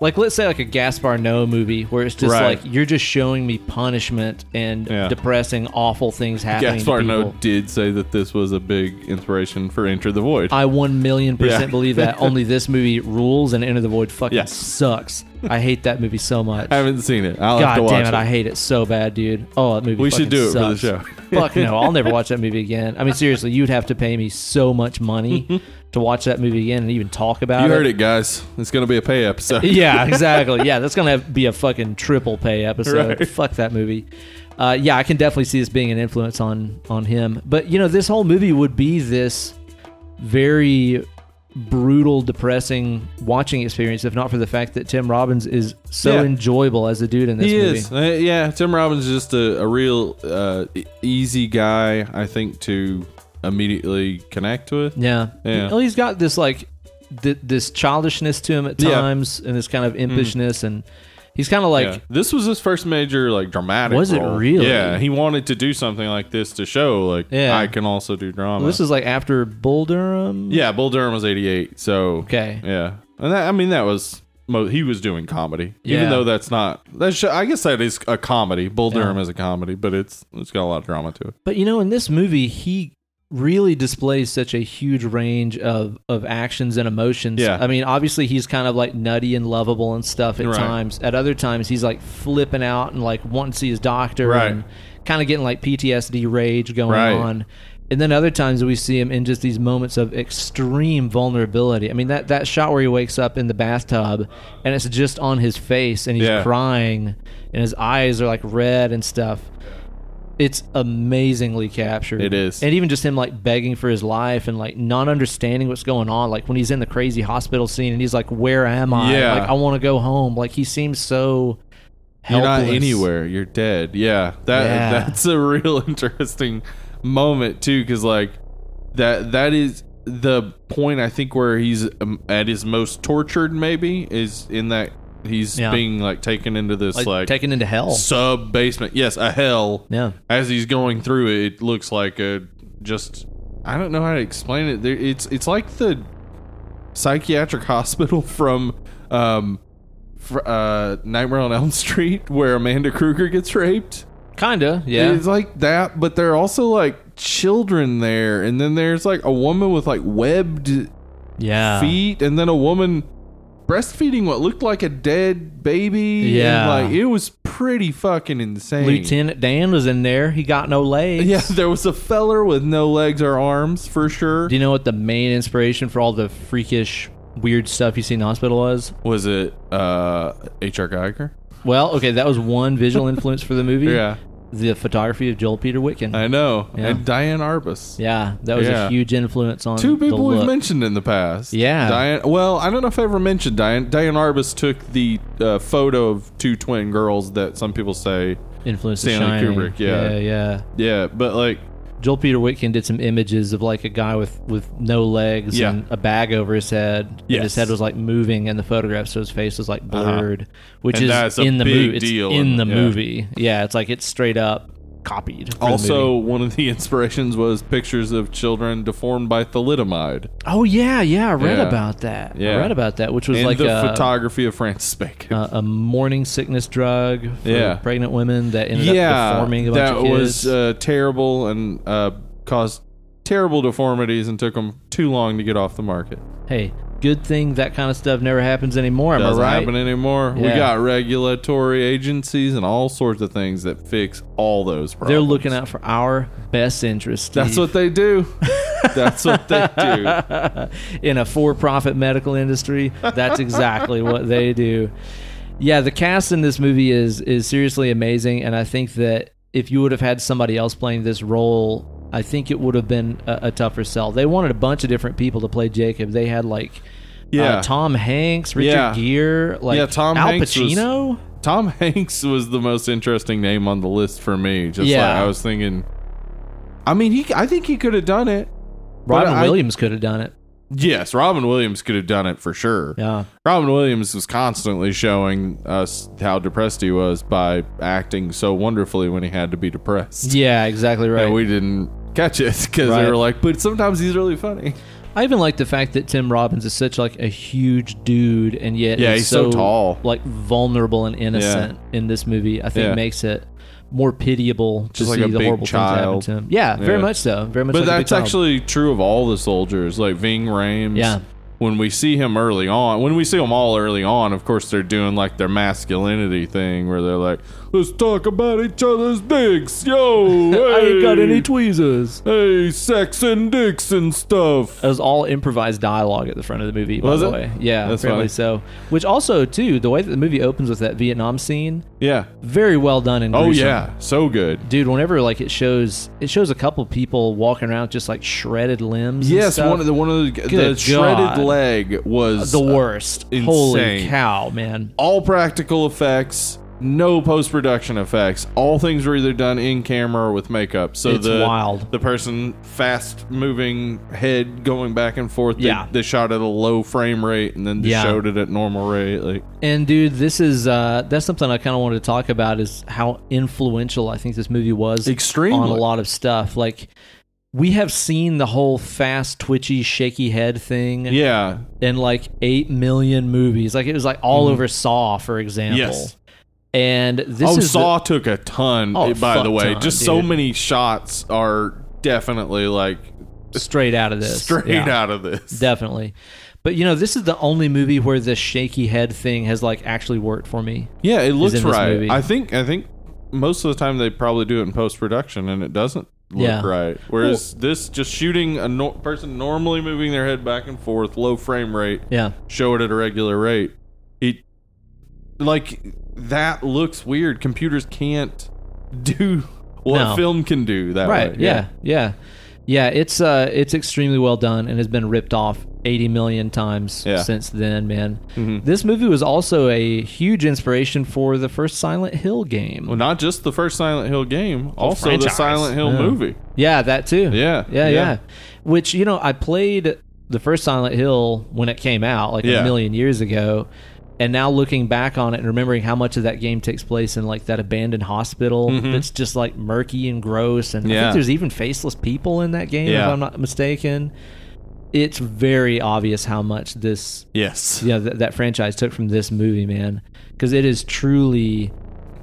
like let's say like a Gaspar Noe movie where it's just like Right. you're just showing me punishment and Yeah. depressing awful things happening Gaspar to people. Noe did say that this was a big inspiration for Enter the Void. I one million percent Yeah. believe that. Only this movie rules, and Enter the Void fucking Yes. sucks. I hate that movie so much. I haven't seen it. I'll have God to watch damn it, I hate it so bad, dude. Oh, that movie. We fucking should do it for the sucks. show. Fuck no, I'll never watch that movie again. I mean, seriously, you'd have to pay me so much money to watch that movie again and even talk about you it. heard it, guys. It's going to be a pay episode. Yeah, exactly. Yeah, that's gonna have, be a fucking triple pay episode. Fuck that movie. Uh, yeah, I can definitely see this being an influence on on him. But you know, this whole movie would be this very brutal, depressing watching experience if not for the fact that Tim Robbins is so Yeah. enjoyable as a dude in this He movie. is. Uh, yeah, Tim Robbins is just a, a real uh, e- easy guy, I think, to immediately connect with. Yeah. Yeah. Well, he's got this like th- this childishness to him at Yeah. Mm. times, and this kind of impishness, and he's kind of like. Yeah. this was his first major like dramatic. Was it role. really? Yeah, he wanted to do something like this to show like Yeah. I can also do drama. well, this is like after Bull Durham. yeah, Bull Durham was eighty eight, so Okay. yeah, and that, I mean that was mo- he was doing comedy, Yeah. even though that's not that's sh- I guess that is a comedy. Bull Yeah. Durham is a comedy, but it's it's got a lot of drama to it. But you know, in this movie, he really displays such a huge range of of actions and emotions. Yeah. I mean, obviously he's kind of like nutty and lovable and stuff at Right. times. At other times he's like flipping out and like wanting to see his doctor Right. and kind of getting like PTSD rage going Right. on. And then other times we see him in just these moments of extreme vulnerability. I mean that that shot where he wakes up in the bathtub and it's just on his face and he's Yeah. crying and his eyes are like red and stuff it's amazingly captured. It is. And even just him like begging for his life and like not understanding what's going on. Like when he's in the crazy hospital scene and he's like, Where am I? Yeah. Like I want to go home. Like he seems so helpless. You're not anywhere. You're dead. Yeah. That Yeah. that's a real interesting moment too cuz like that that is the point I think where he's um, at his most tortured maybe is in that he's Yeah. being like taken into this Like, like, taken into hell. sub basement. Yes, a hell. Yeah. As he's going through it, it looks like a just I don't know how to explain it. There, it's it's like the psychiatric hospital from um fr- uh Nightmare on Elm Street where Amanda Krueger gets raped. Kinda. Yeah. It's like that, but there are also like children there and then there's like a woman with like webbed yeah. feet and then a woman breastfeeding what looked like a dead baby and, Yeah. like it was pretty fucking insane Lieutenant Dan was in there. He got no legs. yeah, there was a feller with no legs or arms for sure. Do you know what the main inspiration for all the freakish weird stuff you see in the hospital was? Was it uh H.R. Geiger? Well, okay, that was one visual influence for the movie. Yeah, The photography of Joel Peter Witkin. I know. Yeah. And Diane Arbus. Yeah, that was a Yeah. huge influence on Two the people we've look. mentioned in the past. Yeah. Diane. Well, I don't know if I ever mentioned Diane. Diane Arbus took the uh, photo of two twin girls that some people say. Influenced The Stanley Shining. Kubrick, yeah. yeah, yeah. Yeah, but like, Joel Peter Whitkin did some images of like a guy with with no legs Yeah. and a bag over his head. and his Yes. Uh-huh. head was like moving in the photograph, so his face was like blurred, which And is that's a in the big movie. It's deal in in- the yeah. movie. Yeah, it's like it's straight up copied. for the movie. Also, one of the inspirations was pictures of children deformed by thalidomide oh yeah, yeah, I read Yeah. about that. Yeah. I read about that, which was and like the a, photography of Francis Bacon. a, a morning sickness drug for Yeah. pregnant women that ended yeah, up deforming a bunch that of kids. was uh, terrible and uh, caused terrible deformities and took them too long to get off the market. hey, good thing that kind of stuff never happens anymore. Am I Doesn't right? happen anymore. We Yeah. got regulatory agencies and all sorts of things that fix all those problems. They're looking out for our best interest. That's what they do. That's what they do. in a for-profit medical industry. That's exactly what they do. Yeah, the cast in this movie is is seriously amazing, and I think that if you would have had somebody else playing this role, I think it would have been a, a tougher sell. They wanted a bunch of different people to play Jacob. They had like Yeah. uh, Tom Hanks, Richard Yeah. Gere, like Yeah, Tom Al Hanks was- Pacino. Tom Hanks was the most interesting name on the list for me. Just Yeah. like I was thinking. I mean, he. I think he could have done it. But Robin I- Williams could have done it. Yes, Robin Williams could have done it for sure. Yeah. Robin Williams was constantly showing us how depressed he was by acting so wonderfully when he had to be depressed. Yeah, exactly right. And we didn't catch it because Right. they were like, but sometimes he's really funny. I even like the fact that Tim Robbins is such like a huge dude, and yet Yeah, is he's so tall. like vulnerable and innocent in this movie. I think Yeah. makes it more pitiable to Just like see a the big horrible child. things happen to him. Yeah, very Yeah. much so. Very much. But like a big that's child. actually true of all the soldiers, like Ving Rhames. Yeah. When we see him early on, when we see them all early on, of course they're doing like their masculinity thing where they're like, "Let's talk about each other's dicks, yo." I Hey, ain't got any tweezers. hey, sex and dicks and stuff. It was all improvised dialogue at the front of the movie. By Was the it? way, yeah, That's apparently funny. so. Which also too, the way that the movie opens with that Vietnam scene, Yeah. very well done and Oh gruesome. yeah, so good. Dude, whenever like it shows, it shows a couple people walking around with just like shredded limbs. and Yes, stuff. one of the one of the, the Good God. shredded leg was the worst. insane. Holy cow, man. all practical effects, no post production effects. All things were either done in camera or with makeup. So It's the wild. the person fast moving head going back and forth. they- Yeah. they, shot at a low frame rate and then they Yeah. showed it at normal rate. Like And dude, this is uh that's something I kind of wanted to talk about is how influential I think this movie was Extremely. on a lot of stuff. Like we have seen the whole fast, twitchy, shaky head thing yeah, in like 8 million movies. Like it was like all over Saw, for example. Mm-hmm. Yes. And this oh is the- Saw took a ton. eh, Oh, by fuck the way, ton, just so dude. many shots are definitely like straight out of this. straight Yeah. out of this. Definitely. But you know, this is the only movie where the shaky head thing has like actually worked for me. Yeah, it looks in this right. movie. I think I think most of the time they probably do it in post production and it doesn't look Yeah. right. Whereas this just shooting a nor- person normally moving their head back and forth, low frame rate, Yeah. show it at a regular rate. It like that looks weird. Computers can't do what No. film can do that right way. yeah. yeah yeah it's uh it's extremely well done and has been ripped off 80 million times Yeah. since then man Mhm. this movie was also a huge inspiration for the first silent hill game Well, not just the first Silent Hill game, also franchise. the Silent Hill Yeah. movie. yeah that too Yeah, yeah yeah, yeah. which you know i played the first silent hill when it came out like a Yeah. million years ago and now looking back on it and remembering how much of that game takes place in like that abandoned hospital that's just like murky and gross and i Mm-hmm. Yeah. think there's even faceless people in that game if Yeah. i'm not mistaken it's very obvious how much this Yes. you know, th- that franchise took from this movie, man, because it is truly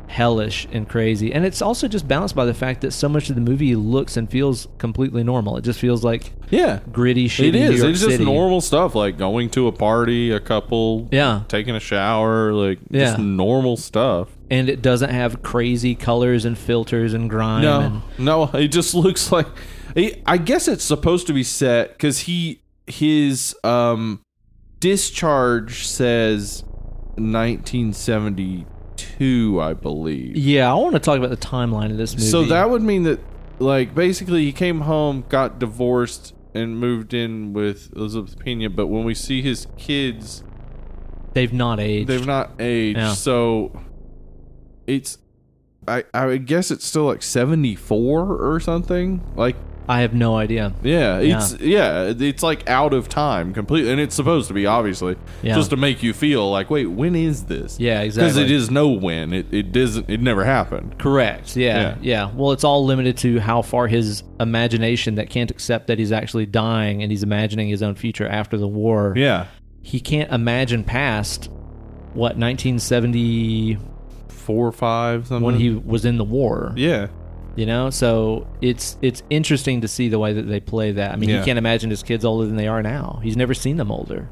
hellish and crazy, and it's also just balanced by the fact that so much of the movie looks and feels completely normal. It just feels like Yeah. gritty, shitty It New is. York It's just City. normal stuff like going to a party, a couple, Yeah, taking a shower, like just Yeah. normal stuff. and it doesn't have crazy colors and filters and grime. and- no, it just looks like. I- I guess it's supposed to be set because he his um discharge says 1972, I believe. yeah, I want to talk about the timeline of this movie. So that would mean that, like, basically he came home, got divorced, and moved in with Elizabeth Pena. But when we see his kids, they've not aged. They've not aged, Yeah. so it's I I would guess it's still like seventy four or something. Like I have no idea. Yeah, it's yeah, it's like out of time completely, and it's supposed to be obviously Yeah. just to make you feel like, wait, when is this? Yeah, because exactly. it is no when. It it doesn't. It never happened. Correct. Yeah, yeah. Well, it's all limited to how far his imagination that can't accept that he's actually dying and he's imagining his own future after the war. Yeah, He can't imagine past what 1970 four or five something. when he was in the war. Mm-hmm. yeah, You know, so it's it's interesting to see the way that they play that. I mean, Yeah. he can't imagine his kids older than they are now. He's never seen them older.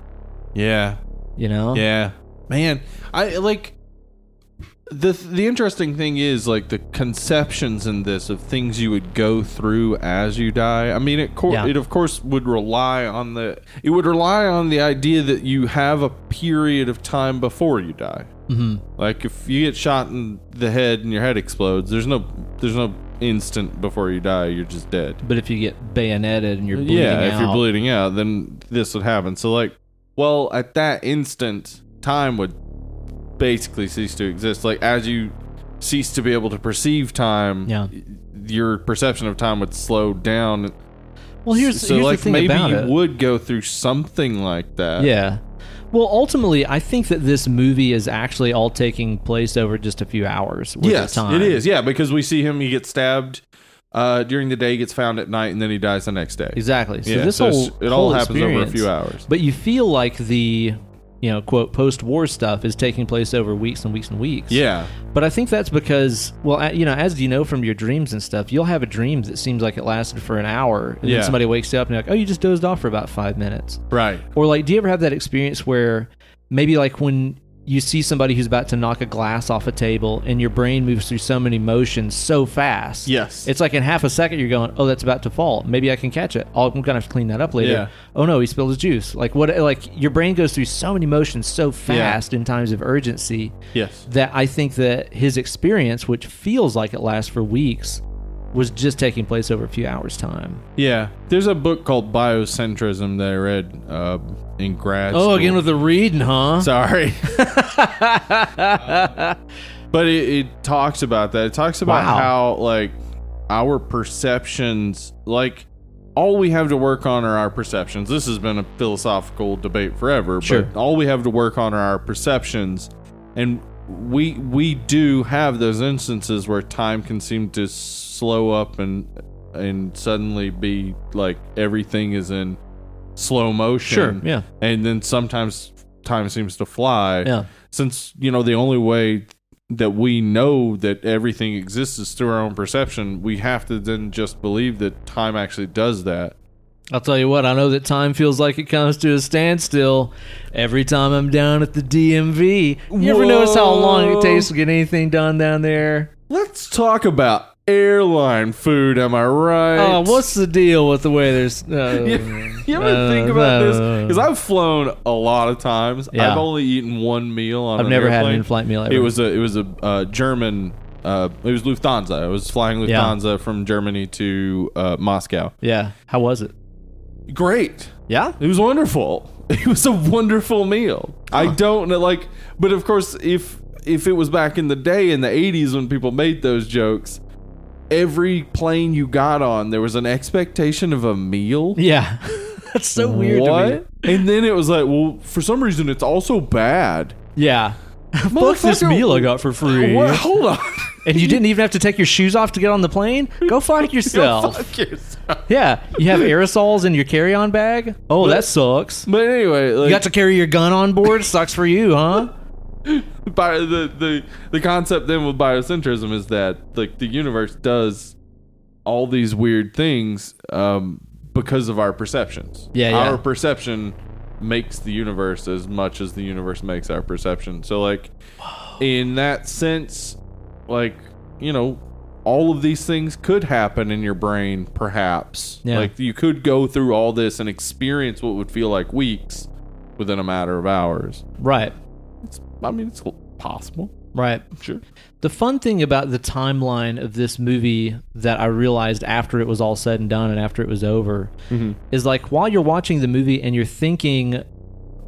yeah, You know. yeah, man. I like the the interesting thing is like the conceptions in this of things you would go through as you die. I mean, it cor- Yeah. it of course would rely on the it would rely on the idea that you have a period of time before you die. hmm Like if you get shot in the head and your head explodes, there's no there's no instant before you die. You're just dead. But if you get bayoneted and you're bleeding yeah, if you're out- bleeding out, then this would happen. So like, well, at that instant, time would basically cease to exist. Like as you cease to be able to perceive time, Yeah. y- your perception of time would slow down. well, here's, so here's like the thing maybe about you it. would go through something like that. Yeah. Well, ultimately, I think that this movie is actually all taking place over just a few hours. Worth yes, of time. it is. Yeah, because we see him. He gets stabbed uh, during the day, gets found at night, and then he dies the next day. Exactly. So yeah, this so whole it's- it all whole happens over a experience- few hours. But you feel like the, you know, quote post-war stuff is taking place over weeks and weeks and weeks. Yeah, But I think that's because, well, a- you know, as you know from your dreams and stuff, you'll have a dream that seems like it lasted for an hour, and Yeah. then somebody wakes you up and you're like, oh, you just dozed off for about five minutes. right. Or like, do you ever have that experience where maybe like when you see somebody who's about to knock a glass off a table and your brain moves through so many motions so fast? Yes. It's like in half a second you're going, oh, that's about to fall. Maybe I can catch it. Oh, I'm gonna have to clean that up later. Yeah. Oh no, he spilled his juice. Like what? Like your brain goes through so many motions so fast in times of urgency yes. that I think that his experience, which feels like it lasts for weeks, was just taking place over a few hours time. Yeah. There's a book called Biocentrism that I read uh, in grad. school. Oh, the reading, huh? sorry. Um, but it, it talks about that. It talks about Wow. how like our perceptions, like all we have to work on are our perceptions. This has been a philosophical debate forever, Sure. but all we have to work on are our perceptions, and we we do have those instances where time can seem to slow up and and suddenly be like everything is in slow motion sure. Yeah. and then sometimes time seems to fly. Yeah. Since you know the only way that we know that everything exists is through our own perception, we have to then just believe that time actually does that. I'll tell you what, I know that time feels like it comes to a standstill every time I'm down at the DMV. You ever Whoa. notice how long it takes to get anything done down there? Let's talk about airline food. Am I right? Oh, what's the deal with the way there's. Uh, You, you ever uh, think about this? uh, Because I've flown a lot of times. Yeah. I've only eaten one meal on. I've an never had an airplane. in flight meal ever. It was a it was a uh, German. Uh, it was Lufthansa. I was flying Yeah. Lufthansa from Germany to uh, Moscow. Yeah. How was it? Great. Yeah. It was wonderful. It was a wonderful meal. I don't know, like, but of course, if if it was back in the day in the '80s when people made those jokes, every plane you got on, there was an expectation of a meal. Yeah. That's so weird. to me. What? And then it was like, well, for some reason, it's also bad. Yeah. Fuck this Motherfucker, meal I got for free. What? Hold on. And you didn't even have to take your shoes off to get on the plane? Go fuck Go yourself. fuck yourself. Yeah. You have aerosols in your carry on bag? Oh, that sucks. But anyway, like, You got to carry your gun on board? Sucks for you, huh? bio, the, the the concept then with biocentrism is that like the universe does all these weird things um, because of our perceptions. Yeah, yeah. our perception makes the universe as much as the universe makes our perception. So like in that sense, like you know. All of these things could happen in your brain, perhaps. Yeah. Like you could go through all this and experience what would feel like weeks within a matter of hours. Right. It's, I mean, it's possible. Right. Sure. The fun thing about the timeline of this movie that I realized after it was all Mm-hmm. said and done and after it was over is like while you're watching the movie and you're thinking,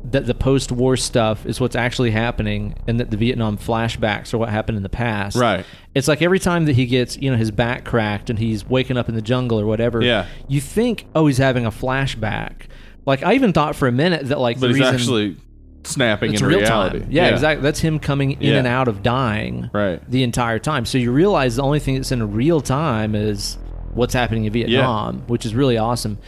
that the post-war stuff is what's actually happening, and that the Vietnam flashbacks are what happened in the past. Right. It's like every time that he gets, you know, his back cracked and he's waking up in the jungle or whatever. Yeah. You think, oh, he's having a flashback. Like I even thought for a minute that like the But he's reason actually snapping it's in real reality. time. Yeah, exactly. That's him coming in Yeah. and out of dying Right. the entire time. So you realize the only thing that's in real time is what's happening in Vietnam, which is really awesome.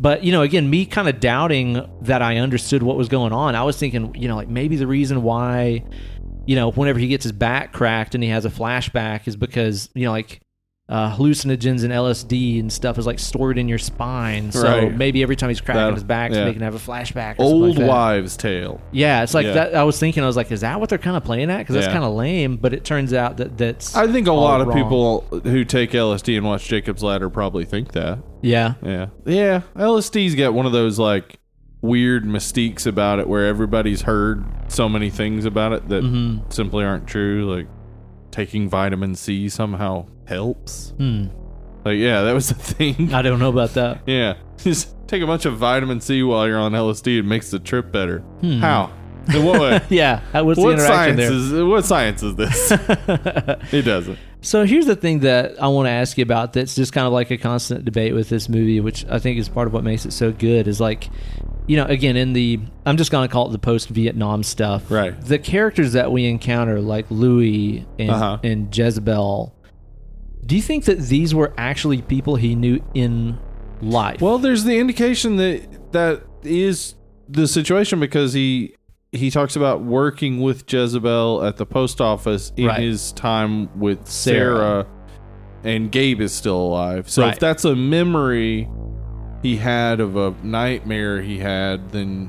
But you know, again, me kind of doubting that I understood what was going on. I was thinking, you know, like maybe the reason why, you know, whenever he gets his back cracked and he has a flashback is because you know, like uh, hallucinogens and LSD and stuff is like stored in your spine. So Right. maybe every time he's cracking That- his back, so yeah. they can have a flashback. Or something like Old that. wives' tale. Yeah, it's like Yeah. that. I was thinking, I was like, is that what they're kind of playing at? Because that's Yeah. kind of lame. But it turns out that that's I think a all lot of wrong. people who take LSD and watch Jacob's Ladder probably think that. Yeah, Yeah. Yeah. LSD's got one of those like weird mystiques about it where everybody's heard so many things about it that hmm simply aren't true. Like taking vitamin C somehow helps. Hmm. Like, yeah, that was the thing. I don't know about that. yeah. Just take a bunch of vitamin C while you're on LSD. It makes the trip better. Hmm. How? In what way? Yeah, uh, what's what the science interaction is what science is this? there? it doesn't. so here's the thing that I want to ask you about. That's just kind of like a constant debate with this movie, which I think is part of what makes it so good. Is like, you know, again in the I'm just gonna call it the post Vietnam stuff. Right. The characters that we encounter, like Louis and, Uh-huh. and Jezebel. Do you think that these were actually people he knew in life? Well, there's the indication that that is the situation because he he talks about working with Jezebel at the post office in Right. his time with Sarah. Sarah, and Gabe is still alive. So Right. if that's a memory he had of a nightmare he had, then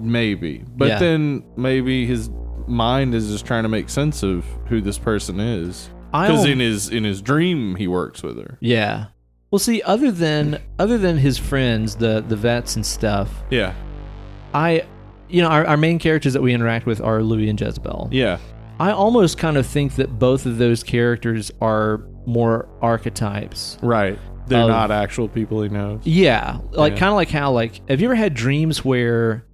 maybe. But Yeah. then maybe his mind is just trying to make sense of who this person is I because don't- in his in his dream he works with her. Yeah. Well, see, other than other than his friends, the the vets and stuff, Yeah, I, you know, our, our main characters that we interact with are Louis and Jezebel. yeah, I almost kind of think that both of those characters are more archetypes. right. They're Of- not actual people he knows. Yeah, like Yeah. kind of like how like have you ever had dreams where,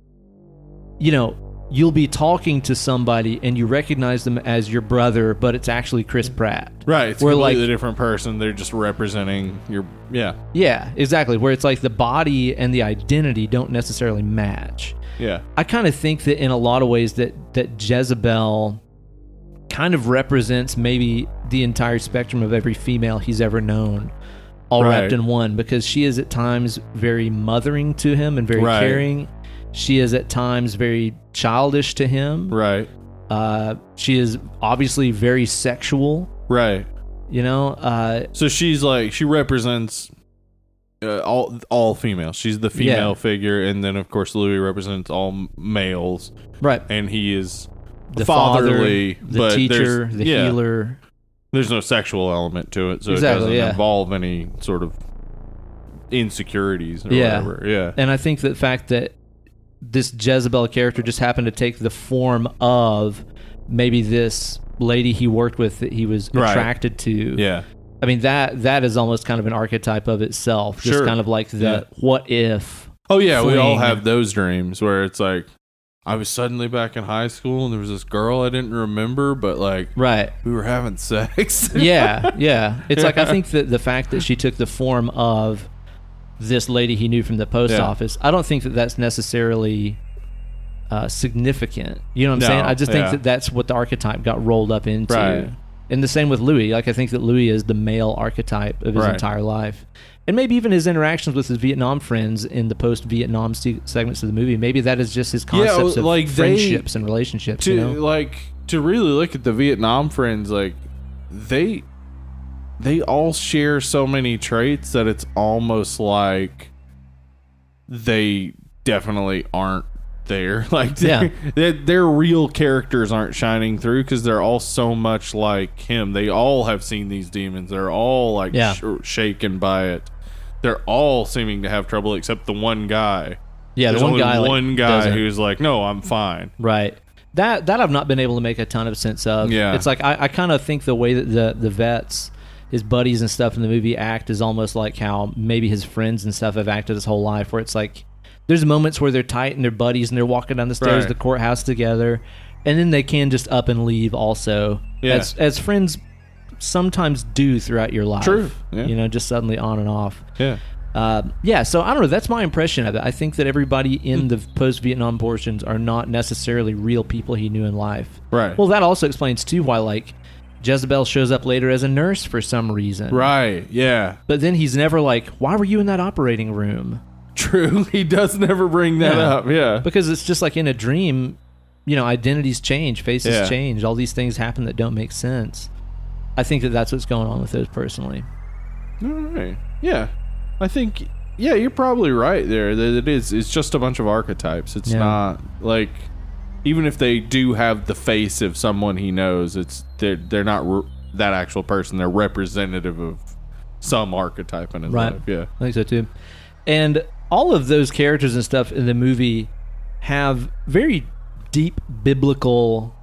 you know. You'll be talking to somebody and you recognize them as your brother, but it's actually Chris Pratt. Right, it's We're a completely like- different person. They're just representing your yeah, Yeah, exactly. Where it's like the body and the identity don't necessarily match. yeah, I kind of think that in a lot of ways that that Jezebel kind of represents maybe the entire spectrum of every female he's ever known all Right. wrapped in one because she is at times very mothering to him and very Right. caring. She is at times very childish to him. right, Uh, she is obviously very sexual, right. you know? Uh, So she's like she represents uh, all all females. She's the female Yeah. figure, and then of course Louis represents all m- males, right. and he is The fatherly, father, the but teacher, there's- the yeah. healer. there's no sexual element to it, so Exactly, it doesn't yeah. involve any sort of insecurities or Yeah. whatever. Yeah, And I think the fact that this Jezebel character just happened to take the form of maybe this lady he worked with that he was Right. attracted to. yeah, I mean that that is almost kind of an archetype of itself. Just Sure. kind of like the Yeah. what if. Oh yeah, we all fling. have those dreams where it's like I was suddenly back in high school and there was this girl I didn't remember, but like Right. we were having sex. Yeah, yeah. It's like I think that the fact that she took the form of this lady he knew from the post Yeah. office, I don't think that that's necessarily uh, significant. You know what I'm No, saying? I just think yeah. that that's what the archetype got rolled up into. Right. And the same with Louis. Like I think that Louis is the male archetype of his Right. entire life, and maybe even his interactions with his Vietnam friends in the post-Vietnam se- segments of the movie. Maybe that is just his concepts of like, they- friendships and relationships. to you know? like to really look at the Vietnam friends, like they they all share so many traits that it's almost like they definitely aren't there. Like Yeah. they're, their- their real characters aren't shining through because they're all so much like him. They all have seen these demons. They're all like Yeah. sh- shaken by it. They're all seeming to have trouble except the one guy. yeah, There's the one only guy, like, one guy doesn't. who's like, "No, I'm fine." Right. That that I've not been able to make a ton of sense of. Yeah. It's like I, I kind of think the way that the the vets, his buddies and stuff in the movie act is almost like how maybe his friends and stuff have acted his whole life, where it's like there's moments where they're tight and they're buddies and they're walking down the stairs Right. of the courthouse together, and then they can just up and leave. Also, Yeah. as as friends sometimes do throughout your life. True. Yeah. You know, just suddenly on and off. Yeah. Uh, yeah, so I don't know. That's my impression of it. I think that everybody in the post Vietnam portions are not necessarily real people he knew in life. Right. Well, that also explains, too, why, like, Jezebel shows up later as a nurse for some reason. Right. Yeah. But then he's never like, why were you in that operating room? True. He does never bring that Yeah. up. Yeah. Because it's just like in a dream, you know, identities change, faces Yeah. change, all these things happen that don't make sense. I think that that's what's going on with those personally. All right. Yeah. I think yeah, you're probably right there that it is it's just a bunch of archetypes. It's Yeah. not like even if they do have the face of someone he knows, it's they're they're not re- that actual person. They're representative of some archetype in his Right. life. Yeah. I think so too. And all of those characters and stuff in the movie have very deep biblical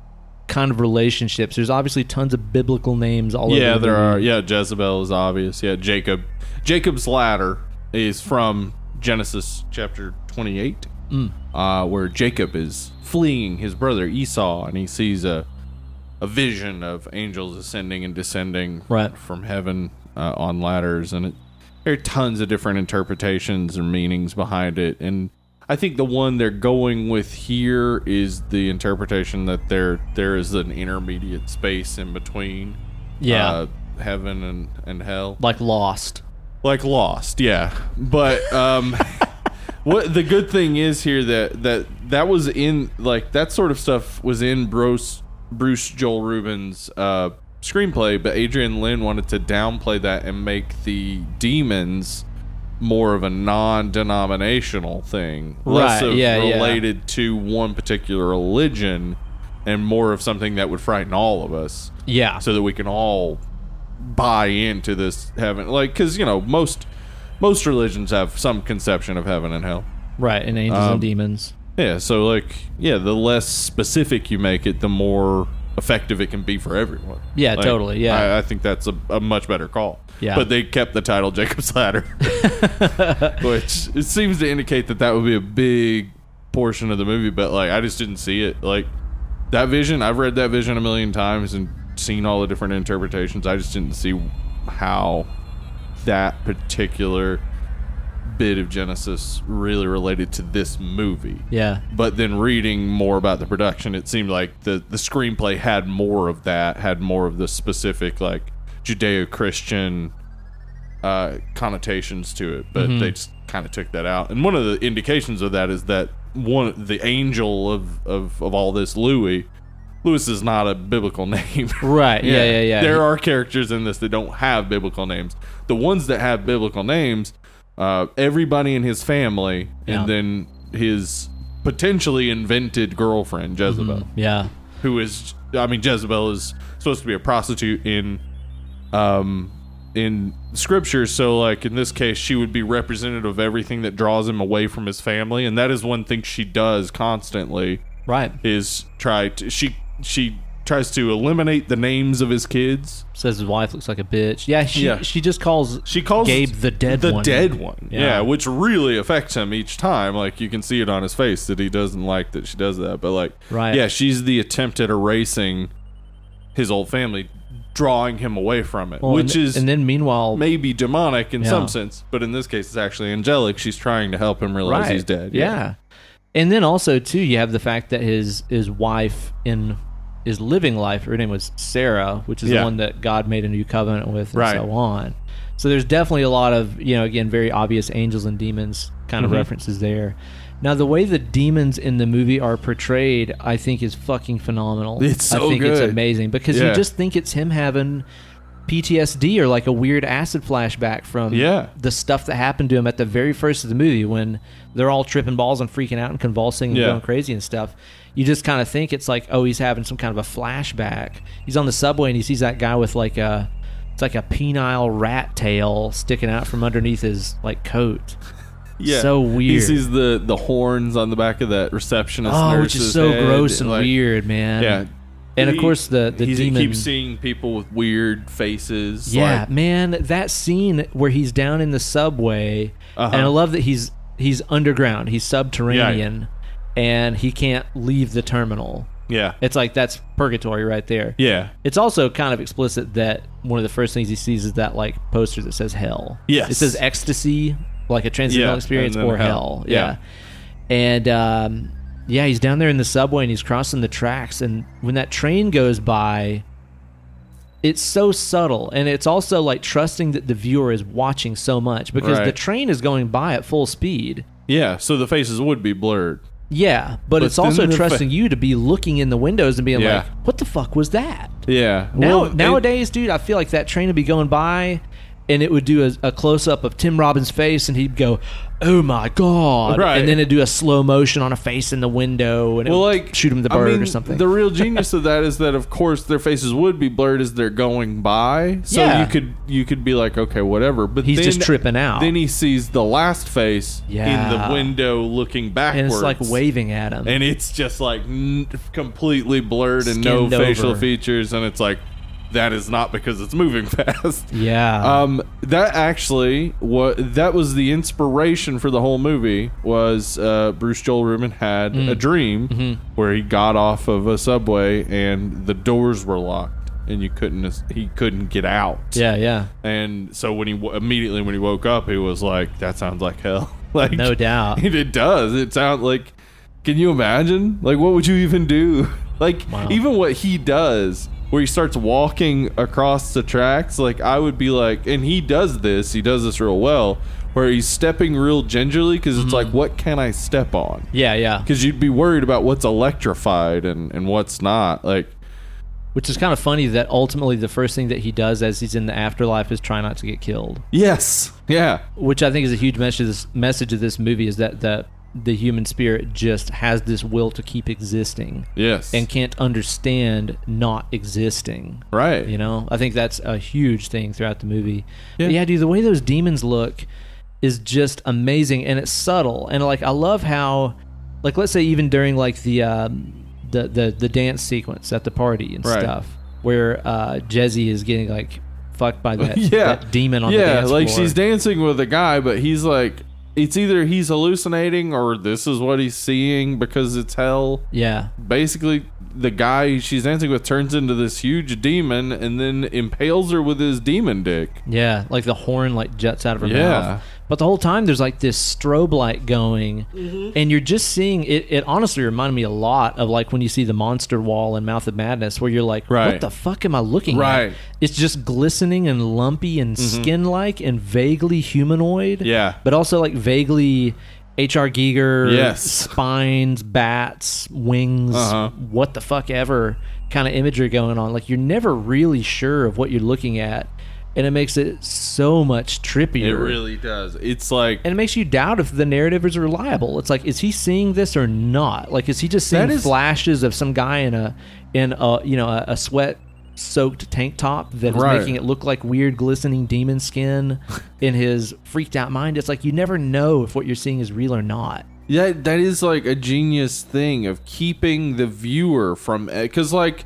kind of relationships. There's obviously tons of biblical names all Yeah, over. the there are. movie. Yeah, Jezebel is obvious. Yeah, Jacob. Jacob's ladder is from Genesis chapter 28, Mm. uh, where Jacob is fleeing his brother Esau, and he sees a a vision of angels ascending and descending Right. from heaven uh, on ladders, and it, there are tons of different interpretations and meanings behind it. And I think the one they're going with here is the interpretation that there there is an intermediate space in between Yeah. uh, heaven and, and hell like Lost. like lost yeah but um what the good thing is here that that that was in like that sort of stuff was in bruce bruce joel rubin's uh screenplay but adrian lynn wanted to downplay that and make the demons more of a non-denominational thing less Right, of yeah, yeah. related to one particular religion and more of something that would frighten all of us Yeah. so that we can all buy into this heaven like because you know most most religions have some conception of heaven and hell right, and angels Um, and demons. yeah so like yeah the less specific you make it the more effective it can be for everyone Yeah, Like, totally, yeah. I, I think that's a, a much better call Yeah. but they kept the title jacob's ladder which it seems to indicate that that would be a big portion of the movie but like i just didn't see it like that vision i've read that vision a million times and seen all the different interpretations i just didn't see how that particular bit of genesis really related to this movie Yeah. but then reading more about the production it seemed like the the screenplay had more of that had more of the specific like judeo-christian uh, connotations to it Mm-hmm. but they just kind of took that out and one of the indications of that is that one the angel of of, of all this louis Lewis is not a biblical name. Right, yeah, yeah, yeah. There are characters in this that don't have biblical names. The ones that have biblical names, uh, everybody in his family, Yeah. and then his potentially invented girlfriend Jezebel, Yeah. who is, I mean, Jezebel is supposed to be a prostitute in, um, in scripture. So, like in this case, she would be representative of everything that draws him away from his family, and that is one thing she does constantly Right. is try to she she tries to eliminate the names of his kids. Says his wife looks like a bitch. Yeah, she Yeah. she just calls She calls Gabe the dead the one. dead one. Yeah. Yeah. which really affects him each time. Like you can see it on his face that he doesn't like that she does that. But like, Right. yeah, she's the attempt at erasing his old family, drawing him away from it, Well, which and, is and then meanwhile maybe demonic in Yeah. some sense, but in this case, it's actually angelic. She's trying to help him realize he's dead. Yeah. And then also too, you have the fact that his his wife in his living life, her name was Sarah, which is the Yeah. one that God made a new covenant with, and Right. so on. So there's definitely a lot of you know again very obvious angels and demons kind of Mm-hmm. references there. Now the way the demons in the movie are portrayed, I think is fucking phenomenal. It's I so think it's good. amazing because you Yeah. just think it's him having PTSD or like a weird acid flashback from Yeah. the stuff that happened to him at the very first of the movie when they're all tripping balls and freaking out and convulsing and Yeah. going crazy and stuff. You just kind of think it's like, oh, he's having some kind of a flashback. He's on the subway and he sees that guy with like a, it's like a penile rat tail sticking out from underneath his like coat. So He weird. sees the the horns on the back of that receptionist. Oh, which nurse's is so head, gross and like- weird, man. Yeah. And of He- course the the he's- demon. He keeps seeing people with weird faces. Yeah, like- man, that scene where he's down in the subway, Uh-huh. and I love that he's he's underground. He's subterranean, and he can't leave the terminal. Yeah. It's like that's purgatory right there. Yeah. It's also kind of explicit that one of the first things he sees is that like poster that says hell. Yes. It says ecstasy, like a transcendental Yeah, experience and then or hell. hell. Yeah. And um, yeah, he's down there in the subway and he's crossing the tracks and when that train goes by it's so subtle and it's also like trusting that the viewer is watching so much because Right. the train is going by at full speed. Yeah. So the faces would be blurred. Yeah, but, it's then also the fa- trusting you to be looking in the windows and being Yeah. like, "What the fuck was that?" Yeah. Now, Well, it- nowadays, dude, I feel like that train would be going by, and it would do a, a close up of Tim Robbins' face, and he'd go, "Oh my god!" Right. And then it'd do a slow motion on a face in the window, and it well, would like shoot him the I bird or mean, something. The real genius of that is that, of course, their faces would be blurred as they're going by. So Yeah. you could you could be like, okay, whatever. But He's then- just tripping out. Then he sees the last face in Yeah. the window looking and backwards, it's like waving at him. and it's just like n- completely blurred and no Skinned facial over. features, and it's like that is not because it's moving fast. yeah, Um, that actually what that was the inspiration for the whole movie was uh, Bruce Joel Rubin had Mm. a dream Mm-hmm. where he got off of a subway and the doors were locked and you couldn't es- he couldn't get out. yeah, yeah, And so when he w- immediately when he woke up, he was like, "That sounds like hell." like no doubt. and it does. It sounds like. Can you imagine? Like, what would you even do? Like, Wow. even what he does, where he starts walking across the tracks, like, I would be like, and he does this, he does this real well, where he's stepping real gingerly because it's Mm-hmm. like, what can I step on? Yeah, yeah, Because you'd be worried about what's electrified and, and what's not. Like, which is kind of funny that ultimately the first thing that he does as he's in the afterlife is try not to get killed. yes. Yeah. which I think is a huge message. This message of this movie is that the the human spirit just has this will to keep existing Yes. and can't understand not existing. right. You know, I think that's a huge thing throughout the movie. But yeah, dude, the way those demons look is just amazing, and it's subtle. And like, I love how, like, let's say even during like the um, the the the dance sequence at the party and Right. stuff, where uh, Jezzy is getting like fucked by that, yeah. that demon on yeah, the dance like floor. she's dancing with a guy, but he's like, it's either he's hallucinating or this is what he's seeing because it's hell. yeah. Basically, the guy she's dancing with turns into this huge demon and then impales her with his demon dick. Yeah, like the horn like juts out of her Yeah. mouth. But the whole time there's like this strobe light going, and you're just seeing it. It honestly reminded me a lot of like when you see the monster wall in Mouth of Madness, where you're like, Right. "What the fuck am I looking Right. Mm-hmm. at?" It's just glistening and lumpy and skin like and vaguely humanoid. Yeah. but also like vaguely. H.R. Giger, Yes. spines, bats, wings, Uh-huh. what the fuck ever kind of imagery going on. Like you're never really sure of what you're looking at, and it makes it so much trippier. It really does. It's like and it makes you doubt if the narrative is reliable. It's like, is he seeing this or not? Like, is he just seeing That is- flashes of some guy in a in a you know a, a sweat soaked tank top that is Right. making it look like weird glistening demon skin in his freaked out mind? It's like you never know if what you're seeing is real or not. that that is like a genius thing of keeping the viewer from because like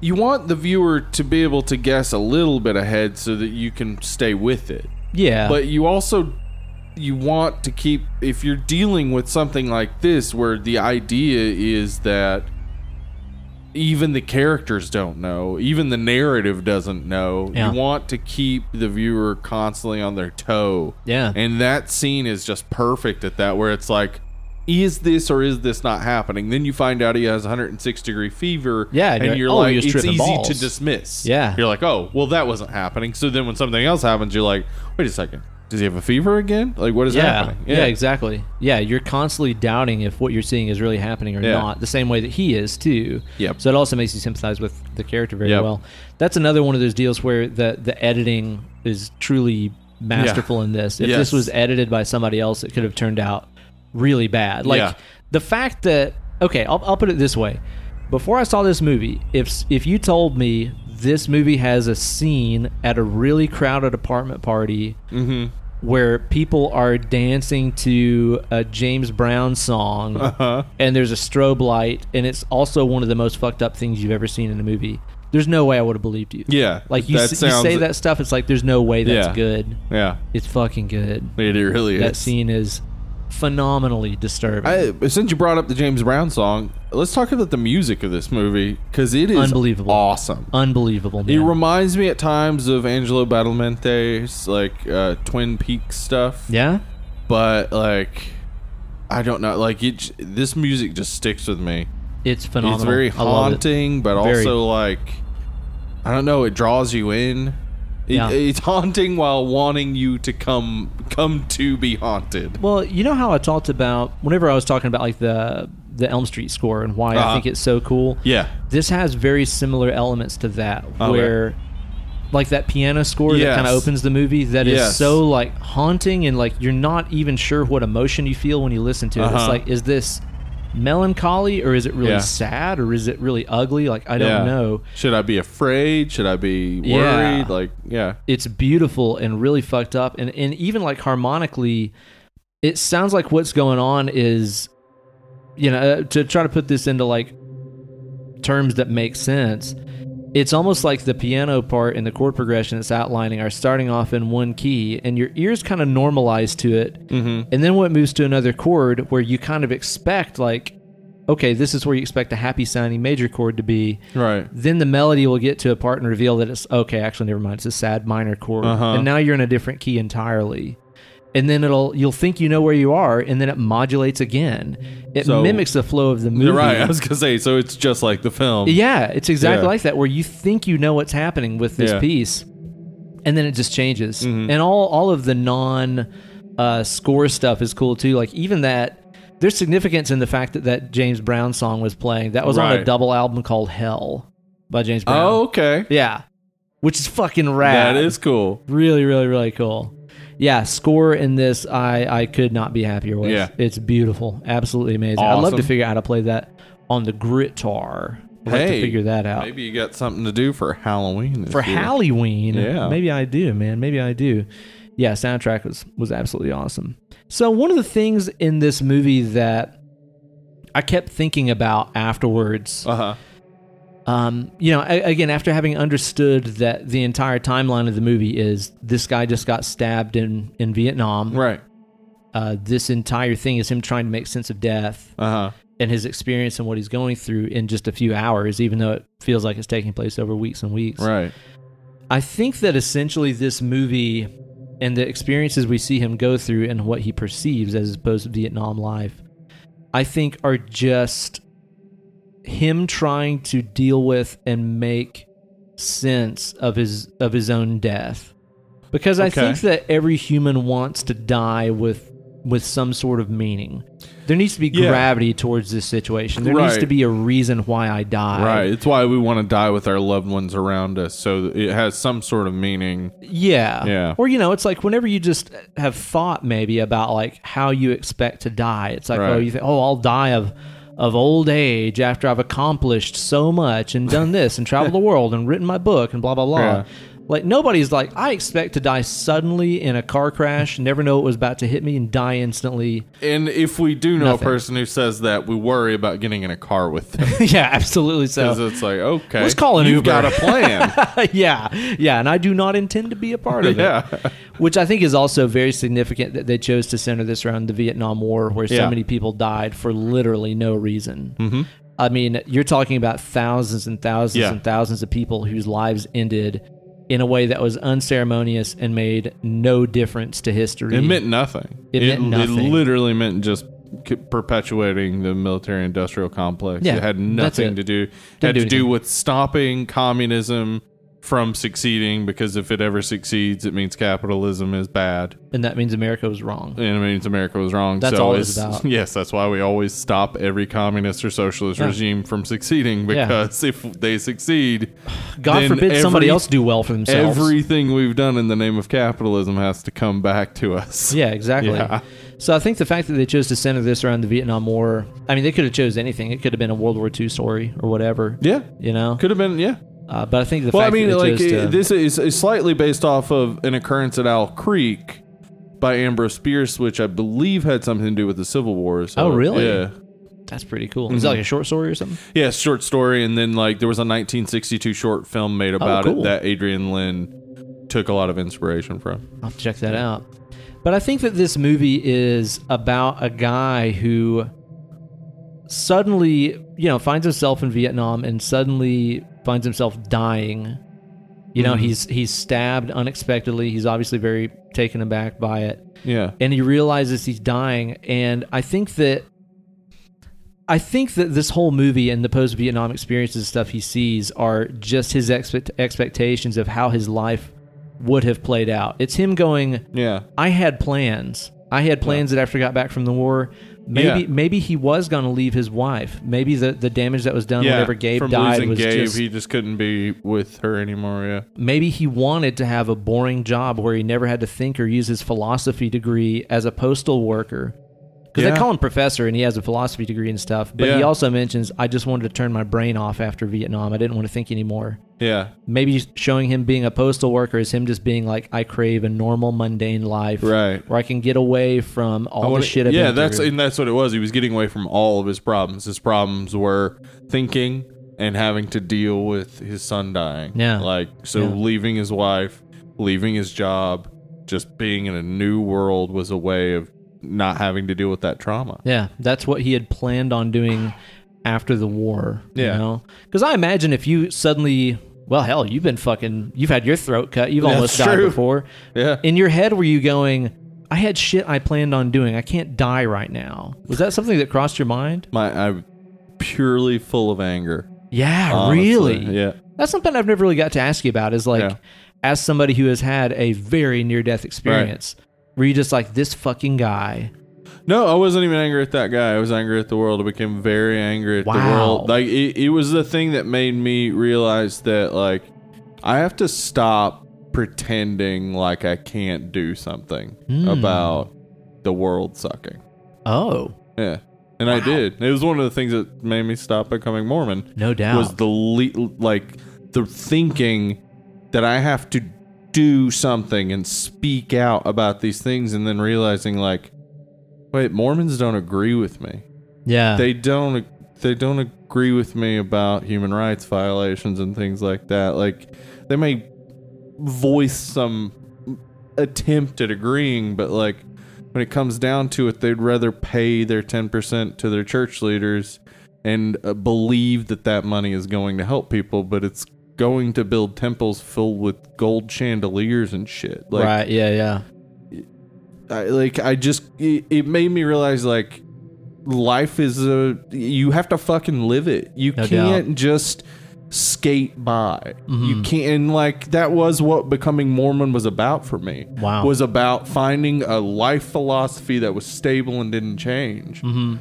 you want the viewer to be able to guess a little bit ahead so that you can stay with it. Yeah, but you also you want to keep if you're dealing with something like this where the idea is that even the characters don't know even the narrative doesn't know Yeah. you want to keep the viewer constantly on their toe Yeah. and that scene is just perfect at that where it's like is this or is this not happening then you find out he has 106 degree fever Yeah, and and you're, you're like, oh, like he was it's tripping easy balls." to dismiss Yeah. you're like oh well that wasn't happening so then when something else happens you're like wait a second does he have a fever again like what is yeah, happening yeah, exactly. Yeah, you're constantly doubting if what you're seeing is really happening or Yeah. not. The same way that he is too. Yep. So it also makes you sympathize with the character very Yep. well. That's another one of those deals where the the editing is truly masterful in this. If Yes. this was edited by somebody else, it could have turned out really bad. Like Yeah. the fact that okay, I'll, I'll put it this way: before I saw this movie, if s- if you told me this movie has a scene at a really crowded apartment party where people are dancing to a James Brown song, Uh-huh. and there's a strobe light, and it's also one of the most fucked up things you've ever seen in a movie. There's no way I would have believed you. Yeah, like you, that s- you sounds- say that stuff, it's like there's no way that's Yeah. good. yeah It's fucking good. it really is That scene is phenomenally disturbing. I, since you brought up the James Brown song, let's talk about the music of this movie because it is Unbelievable. awesome. Unbelievable, man. It reminds me at times of Angelo Badalamente's like uh, Twin Peaks stuff. yeah? but like, I don't know. Like, it, j- this music just sticks with me. It's phenomenal. It's very I love it. haunting, but Very. also like, I don't know. It draws you in. It, Yeah. It's haunting while wanting you to come come to be haunted. Well, you know how I talked about whenever I was talking about like the the Elm Street score and why I Uh-huh. think it's so cool. Yeah, This has very similar elements to that Okay. where like that piano score that Oh, Yes. kind of opens the movie that is Yes. so like haunting and like you're not even sure what emotion you feel when you listen to it. It's Uh-huh. like is this melancholy or is it really Yeah. sad or is it really ugly? Like I don't yeah. know. Should I be afraid? Should I be Yeah. worried? Like, yeah, it's beautiful and really fucked up and, and even like harmonically it sounds like what's going on is you know uh, to try to put this into like terms that make sense it's almost like the piano part and the chord progression it's outlining are starting off in one key and your ears kind of normalize to it mm-hmm. and then when it moves to another chord where you kind of expect like okay this is where you expect the happy sounding major chord to be right. then the melody will get to a part and reveal that it's okay actually never mind it's a sad minor chord Uh-huh. and now you're in a different key entirely and then it'll you'll think you know where you are and then it modulates again it So- mimics the flow of the movie You're right. I was gonna say. So it's just like the film. yeah it's exactly Yeah. like that where you think you know what's happening with this Yeah. Mm-hmm. piece and then it just changes and all all of the non uh, score stuff is cool too like even that there's significance in the fact that that James Brown song was playing that was on a Right. double album called Hell by James Brown Oh, okay. yeah. Which is fucking rad. That is cool. really, really, really cool. Yeah, score in this I I could not be happier with. Yeah. It's beautiful. Absolutely amazing. I'd love to Awesome. figure out how to play that on the guitar. I'd like to Hey, figure that out. Maybe you got something to do for Halloween. This For year. Halloween. Yeah. Maybe I do, man. Maybe I do. Yeah, soundtrack was was absolutely awesome. So one of the things in this movie that I kept thinking about afterwards Uh huh. um, you know, a- again, after having understood that the entire timeline of the movie is this guy just got stabbed in, in Vietnam. Right. Uh, this entire thing is him trying to make sense of death Uh huh. and his experience and what he's going through in just a few hours, even though it feels like it's taking place over weeks and weeks. Right. I think that essentially this movie and the experiences we see him go through and what he perceives as opposed to Vietnam life, I think are just him trying to deal with and make sense of his of his own death. Because I Okay. think that every human wants to die with with some sort of meaning. There needs to be Yeah. gravity towards this situation. There needs Right. to be a reason why I die. Right. It's why we want to die with our loved ones around us, so that it has some sort of meaning. Yeah. Yeah. Or you know, it's like whenever you just have thought maybe about like how you expect to die. It's like, oh, Right. you think, oh, I'll die of of old age after I've accomplished so much and done this and traveled the world and written my book and blah blah blah. Yeah. Like nobody's like, I expect to die suddenly in a car crash, never know it was about to hit me and die instantly. And if we do know Nothing. a person who says that, we worry about getting in a car with them yeah, absolutely so. because it's like, okay, Let's call an Uber. you've got a plan. yeah, yeah, and I do not intend to be a part of Yeah. it. Which I think is also very significant that they chose to center this around the Vietnam War, where so Yeah. many people died for literally no reason. Mm-hmm. I mean, you're talking about thousands and thousands Yeah. and thousands of people whose lives ended in a way that was unceremonious and made no difference to history. it meant nothing. It meant nothing. literally meant just c- perpetuating the military-industrial complex. Yeah, it had that's nothing it. to do. Didn't had do to do anything. with stopping communism from succeeding because if it ever succeeds, it means capitalism is bad. and that means America was wrong. and it means America was wrong. That's so all it's it's- about. Yes, that's why we always stop every communist or socialist Yeah. regime from succeeding Yeah. because if they succeed, God then forbid somebody every- else do well for themselves. Everything we've done in the name of capitalism has to come back to us. Yeah, exactly. Yeah. So I think the fact that they chose to center this around the Vietnam War, I mean, they could have chose anything. It could have been a World War II story or whatever. Yeah. You know, Could have been, yeah. uh, but I think the Well, I fact mean, that uh, they like, chose it- to, this is, is slightly based off of an occurrence at Owl Creek by Ambrose Pierce, which I believe had something to do with the Civil War. So, Oh, really? Yeah. that's pretty cool. Is that like a short story or something? Yeah, short story, and then like there was a 1962 short film made about Oh, cool. it that Adrian Lynn took a lot of inspiration from. I'll have to check that out. But I think that this movie is about a guy who suddenly, you know, finds himself in Vietnam and suddenly finds himself dying. You know, he's he's stabbed unexpectedly. He's obviously very taken aback by it Yeah. and he realizes he's dying and i think that i think that this whole movie and the post-vietnam experiences and stuff he sees are just his expect- expectations of how his life would have played out it's him going Yeah. i had plans i had plans that after i got back from the war maybe Yeah. maybe he was going to leave his wife maybe the, the damage that was done yeah. whenever gabe From died losing was Gabe, just he just couldn't be with her anymore. Yeah. maybe he wanted to have a boring job where he never had to think or use his philosophy degree as a postal worker. Because Yeah. they call him professor and he has a philosophy degree and stuff. But he Yeah. also mentions, I just wanted to turn my brain off after Vietnam. I didn't want to think anymore. Yeah. Maybe showing him being a postal worker is him just being like, I crave a normal, mundane life. Right. Where I can get away from all the wanna- shit I've yeah, been that's through. and that's what it was. He was getting away from all of his problems. His problems were thinking and having to deal with his son dying. Yeah. like so Yeah. leaving his wife, leaving his job, just being in a new world was a way of not having to deal with that trauma. Yeah, that's what he had planned on doing after the war. Yeah. You know? Because I imagine if you suddenly, well, hell, you've been fucking, you've had your throat cut, you've almost died true. before. Yeah, In your head, were you going, I had shit I planned on doing. I can't die right now. Was that something that crossed your mind? my I'm purely full of anger. Yeah, honestly. Oh, really? Yeah, That's something I've never really got to ask you about is like, Yeah. as somebody who has had a very near death experience, were you just like, this fucking guy? No, I wasn't even angry at that guy. I was angry at the world. I became very angry at the Wow. world. Like it, it was the thing that made me realize that like I have to stop pretending like I can't do something Hmm. about the world sucking. Oh, Yeah. And I did. It was one of the things that made me stop becoming Mormon no doubt. was the le- like the thinking that I have to do something and speak out about these things, and then realizing like, wait, Mormons don't agree with me. yeah. They don't. They don't agree with me about human rights violations and things like that. Like, they may voice some attempt at agreeing, but like when it comes down to it, they'd rather pay their 10% to their church leaders and uh, believe that that money is going to help people, but it's going to build temples filled with gold chandeliers and shit. Like, right. Yeah. Yeah. I, like I just it, it made me realize like life is a you have to fucking live it. You No can't just skate by. Mm-hmm. You can't and like that was what becoming Mormon was about for me. Wow. was about finding a life philosophy that was stable and didn't change. Mm-hmm.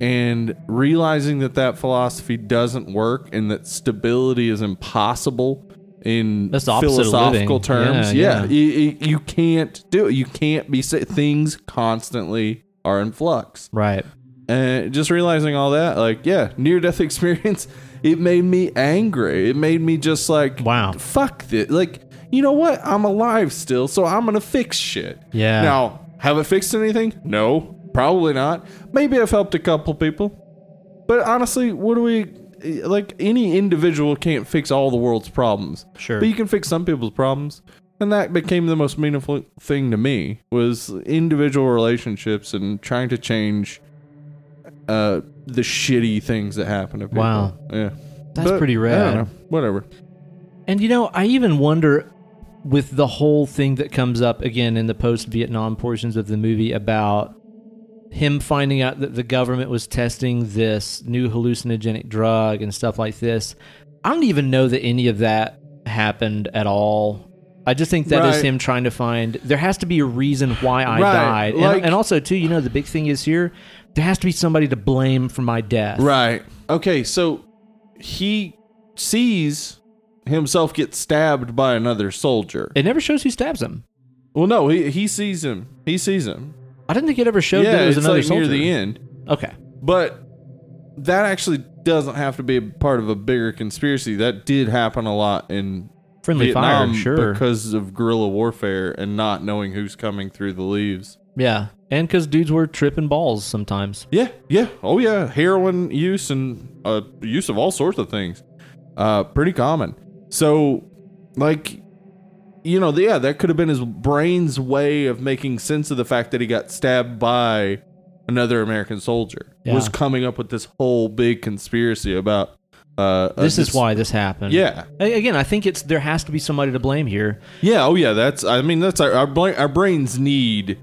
And realizing that that philosophy doesn't work and that stability is impossible in That's the opposite of philosophical living. terms. Yeah, yeah. yeah, you, you- you can't do it. You can't be sa- things constantly are in flux. Right. And just realizing all that, like, yeah, near death experience, it made me angry. It made me just like, Wow. fuck this. Like, you know what? I'm alive still, so I'm gonna fix shit. Yeah. Now, have it fixed anything? No, probably not. Maybe I've helped a couple people, but honestly, what do we? Like any individual can't fix all the world's problems. Sure. But you can fix some people's problems. And that became the most meaningful thing to me was individual relationships and trying to change uh, the shitty things that happen to people. Wow. Yeah. That's pretty I don't rad. know. Whatever. And you know, I even wonder with the whole thing that comes up again in the post Vietnam portions of the movie about him finding out that the government was testing this new hallucinogenic drug and stuff like this. I don't even know that any of that happened at all. I just think that is Right. him trying to find. There has to be a reason why I Right, died, And- like- and also too, you know, the big thing is here. There has to be somebody to blame for my death. Right. Okay, so he sees himself get stabbed by another soldier. It never shows who stabs him. Well, no, he, he sees him. He sees him. I didn't think it ever showed that yeah, it was it's another like soldier. near the end. Okay. But that actually doesn't have to be a part of a bigger conspiracy. That did happen a lot in Friendly Vietnam fire, sure. because of guerrilla warfare and not knowing who's coming through the leaves. yeah. And because dudes were tripping balls sometimes. Yeah, yeah, oh yeah, heroin use and uh, use of all sorts of things, uh, pretty common. So, like, y- you know, yeah, that could have been his brain's way of making sense of the fact that he got stabbed by another American soldier. Yeah. Was coming up with this whole big conspiracy about. Uh, uh, This is why this happened. Yeah. A- Again, I think it's there has to be somebody to blame here. Yeah. Oh, yeah. That's. I mean, that's our our, bla- our brains need.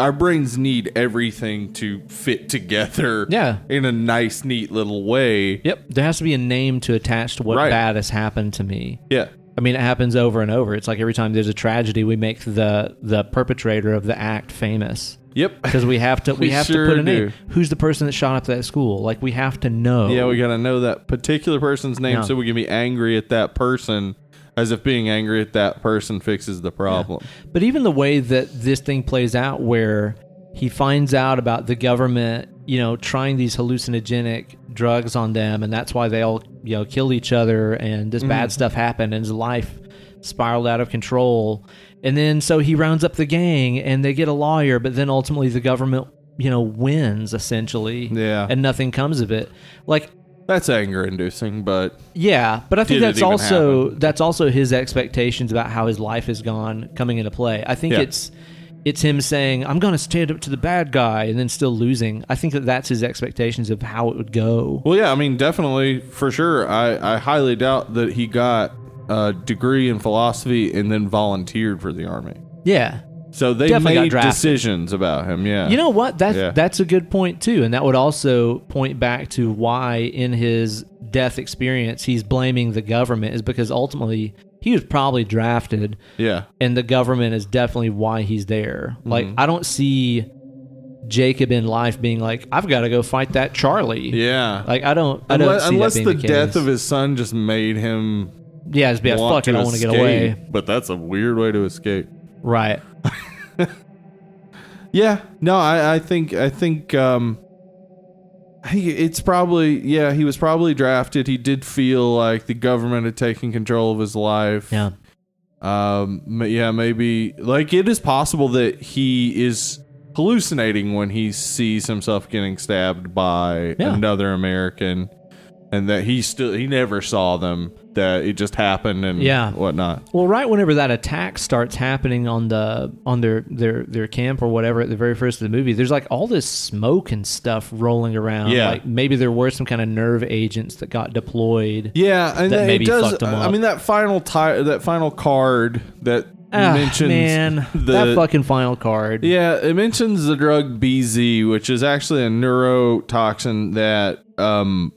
Our brains need everything to fit together. Yeah. In a nice, neat little way. Yep. There has to be a name to attach to what Right. bad has happened to me. Yeah. I mean, it happens over and over. It's like every time there's a tragedy, we make the the perpetrator of the act famous Yep. because we have to we, We have sure to put a do. name. Who's the person that shot up that school? Like we have to know. Yeah, we gotta know that particular person's name Yeah. so we can be angry at that person, as if being angry at that person fixes the problem. But even the way that this thing plays out, where he finds out about the government, you know, trying these hallucinogenic drugs on them, and that's why they all, you know, killed each other, and this bad stuff happened, and his life spiraled out of control. And then so he rounds up the gang, and they get a lawyer, but then ultimately the government, you know, wins essentially, Yeah. and nothing comes of it. Like That's anger inducing, but yeah, but I think Did it that's even also that's also his expectations about how his life has gone coming into play. I think Yeah. it's it's him saying I'm going to stand up to the bad guy and then still losing. I think that that's his expectations of how it would go. well, yeah, I mean, definitely for sure. I, I highly doubt that he got a degree in philosophy and then volunteered for the army. Yeah. So they Definitely got made drafted. decisions about him. Yeah, You know what? That's Yeah. that's a good point too, and that would also point back to why in his death experience he's blaming the government is because ultimately he was probably drafted yeah, and the government is definitely why he's there. Like Mm-hmm. I don't see Jacob in life being like, I've got to go fight that Charlie. yeah. Like I don't, I unless don't see unless that the, being the, death case. of his son just made him yeah, just be like, want fuck it, I want to get escape, away. But that's a weird way to escape. Right. Yeah, no, I, I think I think um, I think it's probably yeah he was probably drafted. He did feel like the government had taken control of his life. Yeah. Um. ma- Yeah. Maybe like it is possible that he is hallucinating when he sees himself getting stabbed by Yeah. another American, and that he still he never saw them. That it just happened and Yeah. whatnot. Well, right whenever that attack starts happening on the on their their their camp or whatever at the very first of the movie, there's like all this smoke and stuff rolling around. Yeah. Like maybe there were some kind of nerve agents that got deployed. Yeah, and That that maybe it does. fucked him I up. mean that final ti- that final card that Ah, mentions man, the that fucking final card. yeah it mentions the drug BZ, which is actually a neurotoxin that um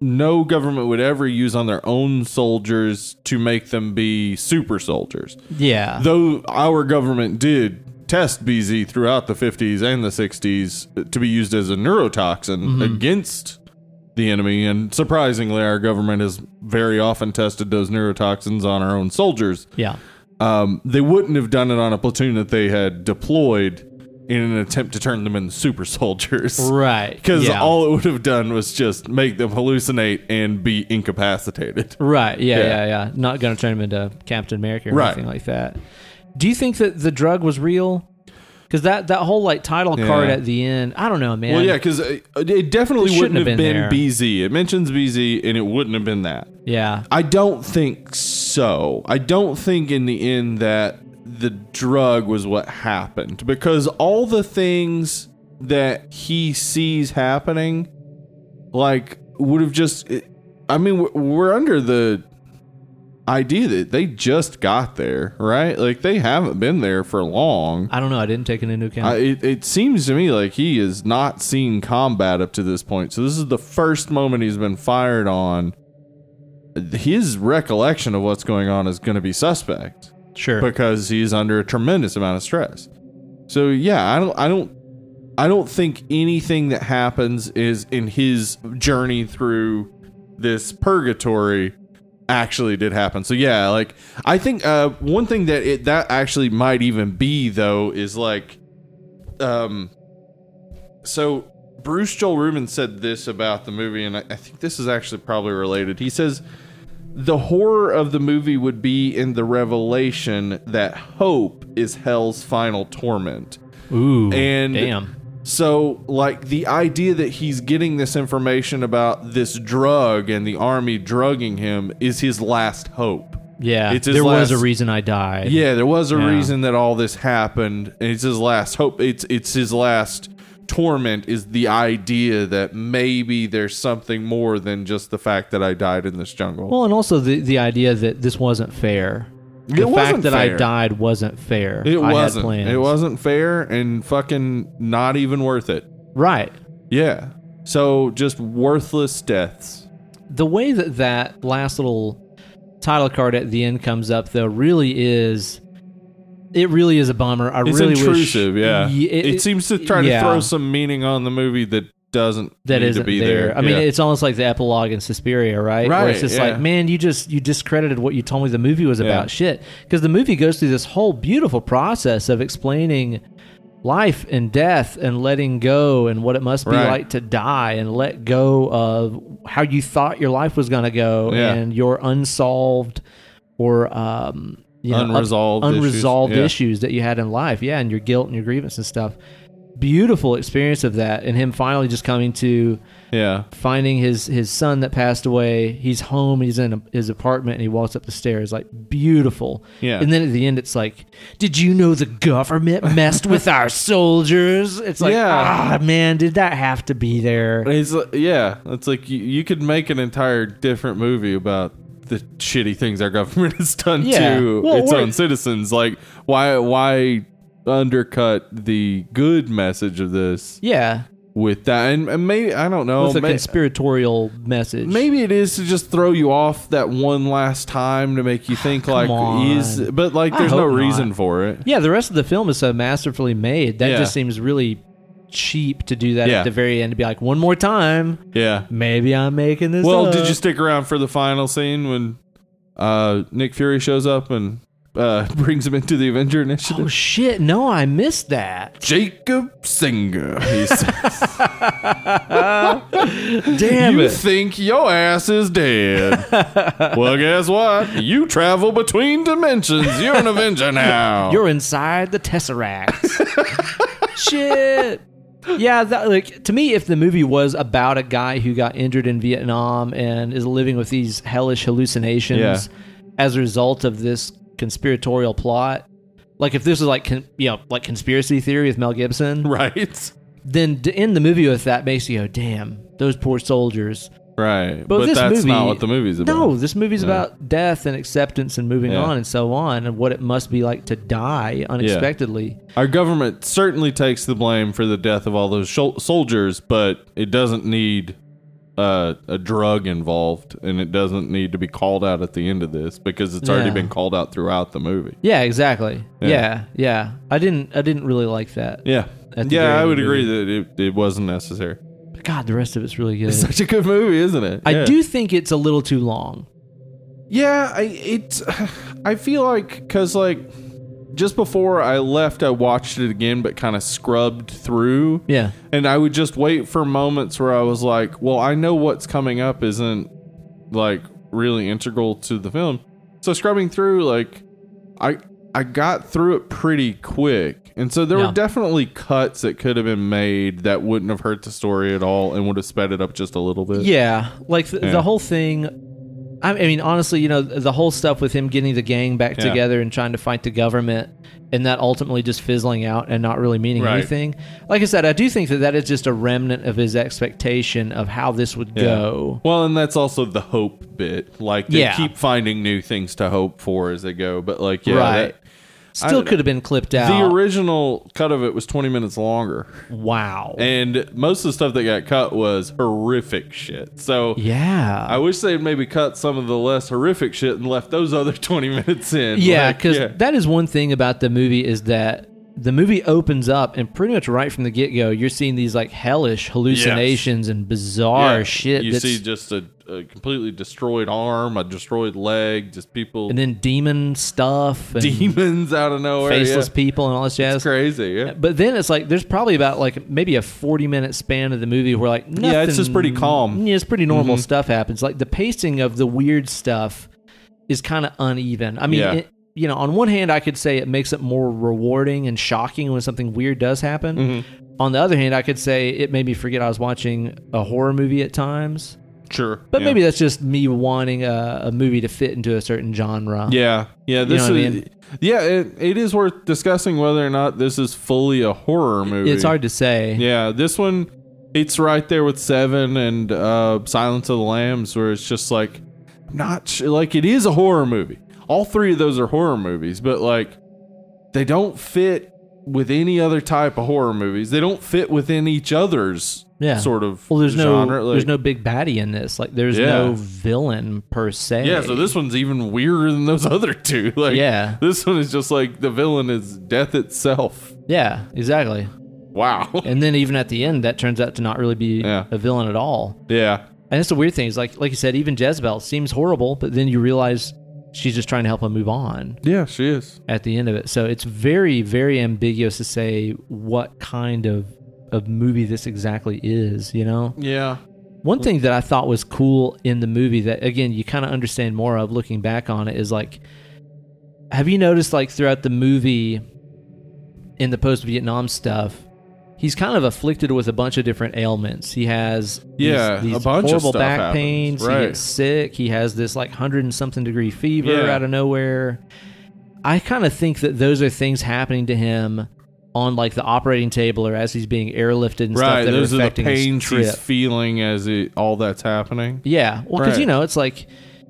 no government would ever use on their own soldiers to make them be super soldiers. Yeah. Though our government did test BZ throughout the 50s and the 60s to be used as a neurotoxin against the enemy, and surprisingly, our government has very often tested those neurotoxins on our own soldiers. yeah. Um, they wouldn't have done it on a platoon that they had deployed in an attempt to turn them into super soldiers. Right. Because yeah. all it would have done was just make them hallucinate and be incapacitated. Right. Yeah. Yeah. Yeah. Yeah. Not going to turn him into Captain America or Right. anything like that. Do you think that the drug was real? Because that that whole like title card Yeah. at the end, I don't know, man. Well, yeah, because it it It definitely shouldn't wouldn't have have been, been there. BZ. It mentions BZ, and it wouldn't have been that. Yeah. I don't think so. I don't think in the end that the drug was what happened because all the things that he sees happening, like, would have just. It, I mean, we're, we're under the idea that they just got there, right? Like, they haven't been there for long. I don't know. I didn't take it into account. I, it, it seems to me like he has not seen combat up to this point. So this is the first moment he's been fired on. His recollection of what's going on is going to be suspect sure. because he's under a tremendous amount of stress. So yeah, I don't, I don't, I don't think anything that happens is in his journey through this purgatory actually did happen. So yeah, like I think uh, one thing that it that actually might even be though is like, um, so Bruce Joel Rubin said this about the movie, and I, I think this is actually probably related. He says the horror of the movie would be in the revelation that hope is hell's final torment. Ooh. And- damn. So, like, the idea that he's getting this information about this drug and the army drugging him is his last hope. Yeah, It's his there was last- a reason I died. Yeah, there was a Yeah. reason that all this happened, and it's his last hope. It's it's his last torment is the idea that maybe there's something more than just the fact that I died in this jungle. Well, and also the the idea that this wasn't fair. It The fact wasn't that I fair. died wasn't fair. it I had wasn't. plans. It wasn't fair and fucking not even worth it. right. Yeah. So just worthless deaths. the way that that last little title card at the end comes up though really is it really is a bummer i It's really intrusive, wish yeah. Ye- It, seems to try yeah. to throw some meaning on the movie that doesn't that need isn't to be there. there. i mean Yeah. it's almost like the epilogue in suspiria right where it's Right, just yeah. like man you just you discredited what you told me the movie was about Yeah. shit because the movie goes through this whole beautiful process of explaining life and death and letting go and what it must be Right. like to die and let go of how you thought your life was going to go Yeah. and your unsolved or um, you know, up- Unresolved issues. unresolved Yeah. issues that you had in life. Yeah, and your guilt and your grievance and stuff. Beautiful experience of that, and him finally just coming to yeah. finding his his son that passed away. He's home. He's in his apartment, and he walks up the stairs. Like beautiful. Yeah. And then at the end, it's like, did you know the government messed with our soldiers? It's like, Yeah. ah, man, did that have to be there? It's like- yeah, it's like you, you could make an entire different movie about the shitty things our government has done Yeah. to Well, its or- own citizens. Like why why undercut the good message of this Yeah, with with that? And, and maybe I don't know. a may- conspiratorial message. oh, maybe it is to just throw you off that one last time to make you think like on. is but like I there's no hope not. reason for it. Yeah, the rest of the film is so masterfully made that Yeah. just seems really cheap to do that Yeah. at the very end to be like, one more time, Yeah. maybe I'm making this. Well, up." did you stick around for the final scene when uh, Nick Fury shows up and uh, brings him into the Avenger Initiative? Oh shit! No, I missed that. Jacob Singer. He says, Damn You it! think your ass is dead. well, guess what? You travel between dimensions. You're an Avenger now. You're inside the Tesseract. shit. Yeah, that, like to me, if the movie was about a guy who got injured in Vietnam and is living with these hellish hallucinations Yeah. as a result of this conspiratorial plot, like if this was like con- you know like conspiracy theory with Mel Gibson, right. then to end the movie with that makes you go, damn, those poor soldiers. Right. But, But, this that's movie, not what the movie's about. No, this movie's Yeah. about death and acceptance and moving Yeah. on and so on and what it must be like to die unexpectedly. Our government certainly takes the blame for the death of all those shol- soldiers, but it doesn't need uh, a drug involved, and it doesn't need to be called out at the end of this because it's already Yeah. been called out throughout the movie. Yeah, exactly. Yeah. Yeah. yeah, I didn't I didn't really like that. Yeah, At the very yeah, I end would of the agree that it, it wasn't necessary. But God, the rest of it's really good. It's such a good movie, isn't it? I Yeah. do think it's a little too long. Yeah, I it's I feel like cuz like just before I left I watched it again but kind of scrubbed through. Yeah. And I would just wait for moments where I was like, well, I know what's coming up isn't like really integral to the film. So scrubbing through like I I got through it pretty quick. And so there Yeah. were definitely cuts that could have been made that wouldn't have hurt the story at all and would have sped it up just a little bit. Yeah, like th- Yeah. the whole thing. I I mean, honestly, you know, the whole stuff with him getting the gang back Yeah. together and trying to fight the government, and that ultimately just fizzling out and not really meaning Right. anything. Like I said, I do think that that is just a remnant of his expectation of how this would Yeah. go. Well, and that's also the hope bit. Like they Yeah. keep finding new things to hope for as they go. But like, yeah, right. Still I- could have been clipped that- out. the original cut of it was 20 minutes longer, wow. and most of the stuff that got cut was horrific shit. So yeah. I wish they'd maybe cut some of the less horrific shit and left those other 20 minutes in. Yeah, Like, because that is one thing about the movie is that the movie opens up and pretty much right from the get go, you're seeing these like hellish hallucinations and bizarre Yeah. shit. You that's, see just a, a completely destroyed arm, a destroyed leg, just people, and then demon stuff and demons out of nowhere. faceless yeah. people and all this jazz. It's crazy. Yeah. But then it's like there's probably about like maybe a 40 minute span of the movie where like nothing, Yeah, it's just pretty calm. Mm-hmm. Yeah, it's pretty normal stuff happens. Like the pacing of the weird stuff is kind of uneven. I mean, Yeah. it, you know, on one hand I could say it makes it more rewarding and shocking when something weird does happen. Mm-hmm. On the other hand, I could say it made me forget I was watching a horror movie at times. Sure. But yeah. maybe that's just me wanting a, a movie to fit into a certain genre. Yeah. Yeah. know This what I is. mean? Yeah. It, it is worth discussing whether or not this is fully a horror movie. It's hard to say. Yeah. This one, it's right there with Seven and uh, Silence of the Lambs, where it's just like, not sh- like it is a horror movie. All three of those are horror movies, but like, they don't fit with any other type of horror movies. They don't fit within each other's Yeah. sort of Well, there's no genre. like- there's no big baddie in this. Like there's Yeah. no villain per se. Yeah, so this one's even weirder than those other two. Like, Yeah. this one is just like the villain is death itself. Yeah, exactly. Wow. And then even at the end, that turns out to not really be Yeah. a villain at all. yeah, And that's the weird thing is like like you said, even Jezebel seems horrible, but then you realize she's just trying to help him move on yeah, she is. at the end of it. So it's very very ambiguous to say what kind of of movie this exactly is. You know. Yeah, One thing that I thought was cool in the movie that again you kind of understand more of looking back on it is like have you noticed like throughout the movie in the post Vietnam stuff he's kind of afflicted with a bunch of different ailments. He has these- Yeah, these a bunch of horrible stuff back happens, pains, he right. gets sick, he has this like 100 and something degree fever Yeah. out of nowhere. I kind of think that those are things happening to him on like the operating table or as he's being airlifted and right. stuff that Those are are the affecting his pains she's trip. feeling as it, all that's happening. Yeah. Well, because, Right. you know, it's like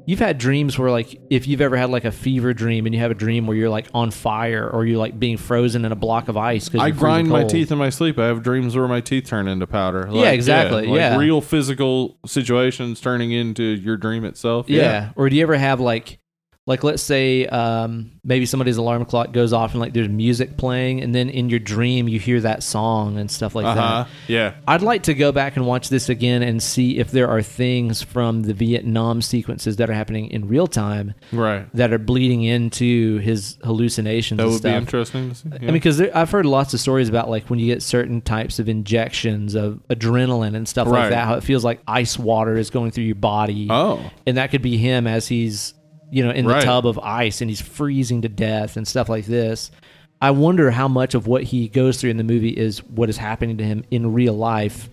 you've had dreams where, like, if you've ever had like a fever dream and you have a dream where you're like on fire or you're like being frozen in a block of ice because I grind my teeth in my sleep. I have dreams where my teeth turn into powder. Like, exactly, like yeah. real physical situations turning into your dream itself. Yeah. Or do you ever have like, like let's say um, maybe somebody's alarm clock goes off and like there's music playing and then in your dream you hear that song and stuff like Uh huh. that. Yeah. I'd like to go back and watch this again and see if there are things from the Vietnam sequences that are happening in real time Right. that are bleeding into his hallucinations. That and would be stuff. interesting to see. I mean, because I've heard lots of stories about like when you get certain types of injections of adrenaline and stuff Right. like that, how it feels like ice water is going through your body. oh, And that could be him as he's, you know, in the Right. tub of ice and he's freezing to death and stuff like this. I wonder how much of what he goes through in the movie is what is happening to him in real life.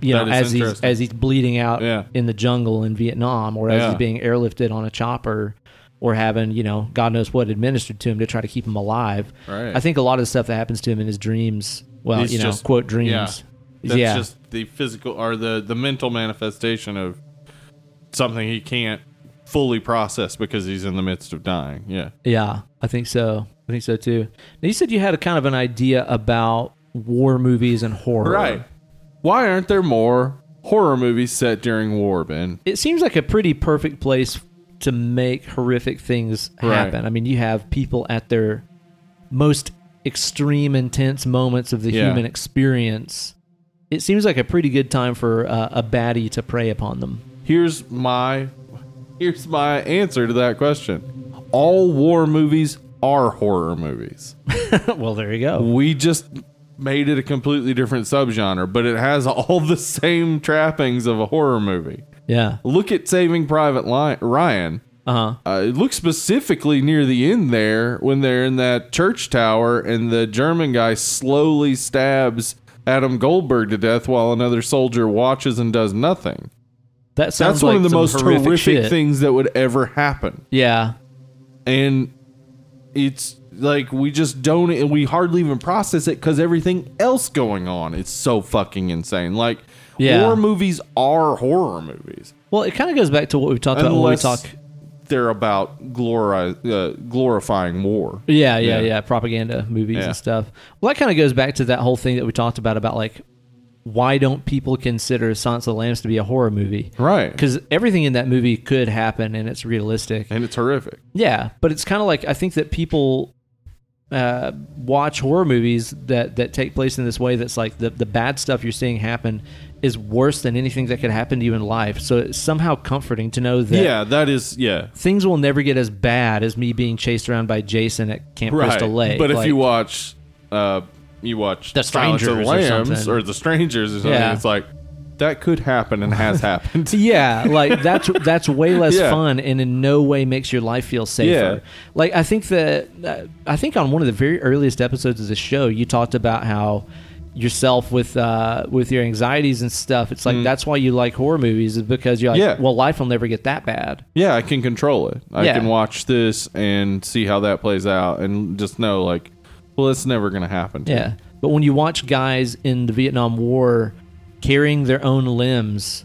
You That know, is as he's interesting. as he's bleeding out Yeah. in the jungle in Vietnam, or as Yeah. he's being airlifted on a chopper, or having you know God knows what administered to him to try to keep him alive. Right. I think a lot of the stuff that happens to him in his dreams, well, It's you know, just- quote dreams. yeah. That's yeah. just the physical or the the mental manifestation of something he can't fully process because he's in the midst of dying. Yeah. Yeah, I think so. I think so too. Now you said you had a kind of an idea about war movies and horror. Right. Why aren't there more horror movies set during war, Ben? It seems like a pretty perfect place to make horrific things Right. happen. I mean, you have people at their most extreme, intense moments of the Yeah. human experience. It seems like a pretty good time for uh, a baddie to prey upon them. Here's my here's my answer to that question. All war movies are horror movies. well, there you go. We just made it a completely different subgenre, but it has all the same trappings of a horror movie. Yeah. Look at Saving Private Li- Ryan. Uh huh. Uh, it looks specifically near the end there when they're in that church tower and the German guy slowly stabs Adam Goldberg to death while another soldier watches and does nothing. That sounds That's one like of the some most horrific, horrific, shit. things that would ever happen. Yeah. And it's like we just don't, and we hardly even process it because everything else going on is so fucking insane. Like, Yeah. horror movies are horror movies. Well, it kind of goes back to what we've talked about when we Unless talk they're about glori- uh, glorifying war. Yeah, yeah, Yeah. yeah. Propaganda movies Yeah. and stuff. Well, that kind of goes back to that whole thing that we talked about about like why don't people consider Silence of the Lambs to be a horror movie? Right. Because everything in that movie could happen and it's realistic. and it's horrific. Yeah, but it's kind of like I think that people uh, watch horror movies that that take place in this way. That's like the the bad stuff you're seeing happen is worse than anything that could happen to you in life. So it's somehow comforting to know that Yeah, that is yeah. things will never get as bad as me being chased around by Jason at Camp Crystal Lake. But if Like, you watch, uh, you watch The Silence of the Strangers or Lambs something. or, the Strangers or something. Yeah. It's like that could happen and has happened. yeah, like that's that's way less Yeah. fun, and in no way makes your life feel safer. Yeah. Like I think that uh, I think on one of the very earliest episodes of the show, you talked about how yourself with uh, with your anxieties and stuff. It's like that's why you like horror movies is because you're like, Mm. Yeah. well, life will never get that bad. Yeah, I can control it. I Yeah. can watch this and see how that plays out and just know like well it's never gonna happen to me. Yeah. But when you watch guys in the Vietnam War carrying their own limbs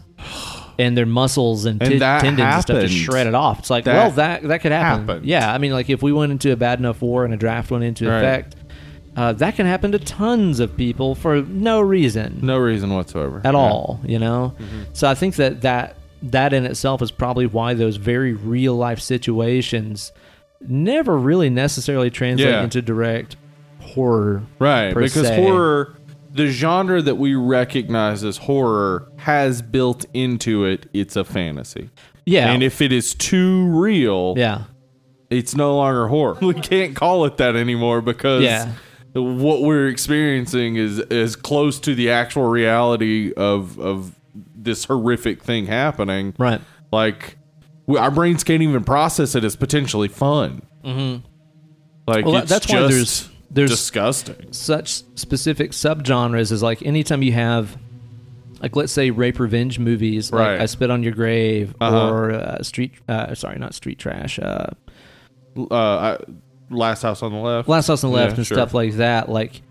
and their muscles and, And ti- that tendons and stuff happened. just shredded off, it's like, That well, that that could happen. happened. Yeah, I mean, like if we went into a bad enough war and a draft went into Right. effect, uh, that can happen to tons of people for no reason No reason whatsoever. at Yeah. Mm-hmm. all you know so i think that that that in itself is probably why those very real life situations never really necessarily translate Yeah. into direct horror Right, per because se. horror, the genre that we recognize as horror, has built into it it's a fantasy. yeah And if it is too real, yeah it's no longer horror. We can't call it that anymore because Yeah. what we're experiencing is as close to the actual reality of of this horrific thing happening. right Like we, our brains can't even process it as potentially fun. Mm-hmm. Like Well, that- it's that's why just there's- there's- disgusting. such specific subgenres is like anytime you have like let's say rape revenge movies like Right. i spit on your grave Uh-huh. or uh, street uh, sorry not street trash uh, uh, I, Last House on the Left. Last House on the Left Yeah, and sure. stuff like that, like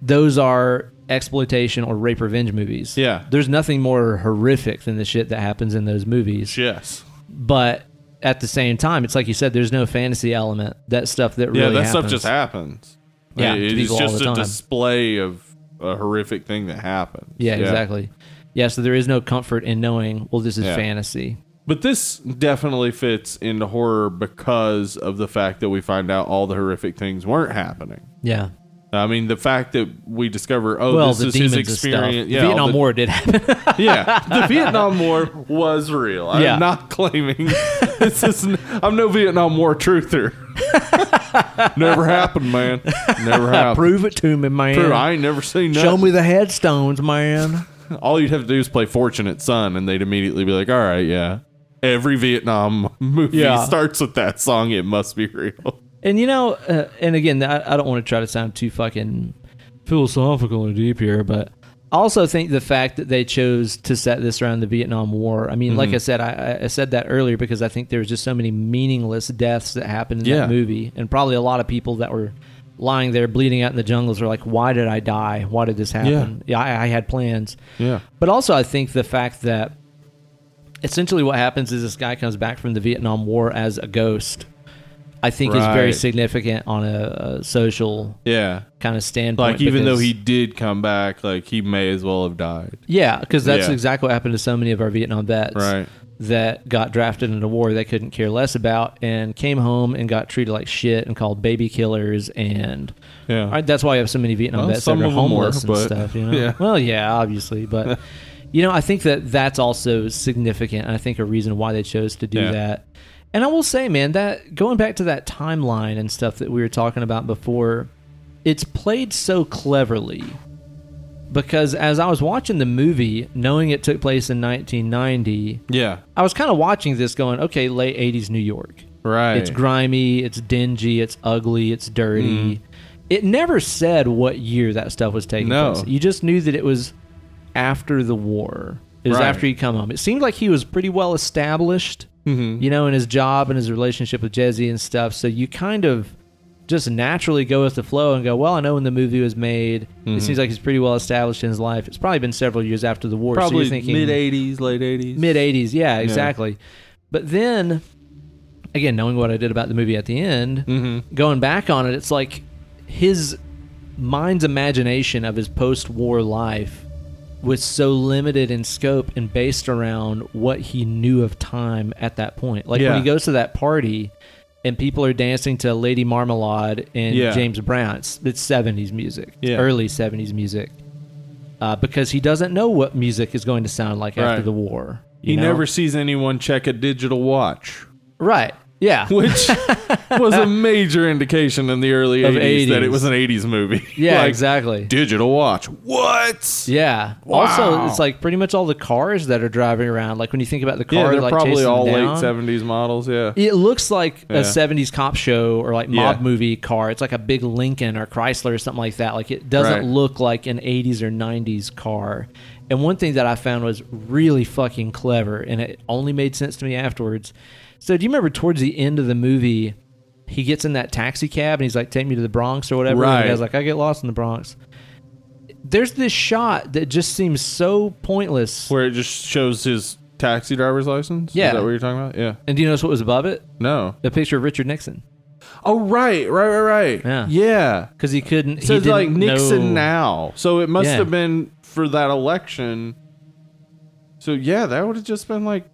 those are exploitation or rape revenge movies. Yeah. There's nothing more horrific than the shit that happens in those movies. Yes. But at the same time, it's like you said, there's no fantasy element. That stuff that Yeah, really that stuff happens. just happens. Yeah, It- to it's people all just the a time. display of a horrific thing that happened. Yeah, exactly. Yeah, so there is no comfort in knowing, well, this is Yeah. fantasy. But this definitely fits into horror because of the fact that we find out all the horrific things weren't happening. Yeah. I mean, the fact that we discover, oh, Well, this the is his demons and stuff. experience. the all Vietnam War did happen. yeah, the Vietnam War was real. I'm Yeah. not claiming this is. I'm no Vietnam War truther. Never happened, man. Never happened. Prove it to me, man. True, I ain't never seen nothing. Show me the headstones, man. All you'd have to do is play Fortunate Son, and they'd immediately be like, "All right, yeah." Every Vietnam movie Yeah. starts with that song. It must be real. And you know, uh, and again, I, I don't want to try to sound too fucking philosophical or deep here, but I also think the fact that they chose to set this around the Vietnam War. I mean, like I said, I, I- I said that earlier because I think there was just so many meaningless deaths that happened in Yeah. that movie, and probably a lot of people that were lying there bleeding out in the jungles were like, "Why did I die? Why did this happen? Yeah, I, I had plans." Yeah. But also, I think the fact that essentially what happens is this guy comes back from the Vietnam War as a ghost. I think is very Right. significant on a, a social Yeah. kind of standpoint. Like even though because- he did come back, like he may as well have died. yeah, because that's Yeah. exactly what happened to so many of our Vietnam vets Right. that got drafted into war they couldn't care less about and came home and got treated like shit and called baby killers and Yeah. Right, that's why we have so many Vietnam Well, vets some that are of them were, homeless but- and stuff. You know? yeah. Well, yeah, obviously, but you know, I think that that's also significant. and I think a reason why they chose to do Yeah. that. And I will say, man, that going back to that timeline and stuff that we were talking about before, it's played so cleverly because as I was watching the movie, knowing it took place in 1990, Yeah. I was kind of watching this, going, okay, late 80s New York. Right. It's grimy, it's dingy, it's ugly, it's Mm. dirty. It never said what year that stuff was taking No. place. You just knew that it was after the war. It was Right. after he'd come home. It seemed like he was pretty well established, Mm-hmm. you know, in his job and his relationship with Jesse and stuff. So you kind of just naturally go with the flow and go, well, I know when the movie was made. Mm-hmm. It seems like he's pretty well established in his life. It's probably been several years after the war. so Probably you're thinking, mid '80s, late '80s. mid 80s yeah exactly but then again knowing what i did about the movie at the end Mm-hmm. going back on it it's like his mind's imagination of his post-war life was so limited in scope and based around what he knew of time at that point like Yeah. when he goes to that party and people are dancing to lady marmalade and Yeah. james brown it's, it's 70s music Yeah. early 70s music uh, because he doesn't know what music is going to sound like after Right. the war. you He know? never sees anyone check a digital watch. right. Yeah. which was a major indication in the early Of 80s, that it 80s. was an 80s movie. Yeah, Like, exactly. Digital watch. What? Yeah. Also, Wow. it's like pretty much all the cars that are driving around. Like when you think about the car, Yeah, they're like probably chasing all them down, late 70s models. Yeah. It looks like Yeah. a '70s cop show or like mob Yeah. movie car. It's like a big Lincoln or Chrysler or something like that. Like it doesn't Right. look like an '80s or '90s car. And one thing that I found was really fucking clever, and it only made sense to me afterwards. So, do you remember towards the end of the movie, he gets in that taxi cab and he's like, "Take me to the Bronx" or whatever. And Right. the guy's like, "I get lost in the Bronx." There's this shot that just seems so pointless. Where it just shows his taxi driver's license? Yeah. Is that what you're talking about? Yeah. And do you notice what was above it? No. The picture of Richard Nixon, Oh, right. Right, right, right. Yeah. Yeah. because he couldn't. So he it's like didn't know- Nixon now. So it must Yeah. have been for that election. So yeah, that would have just been like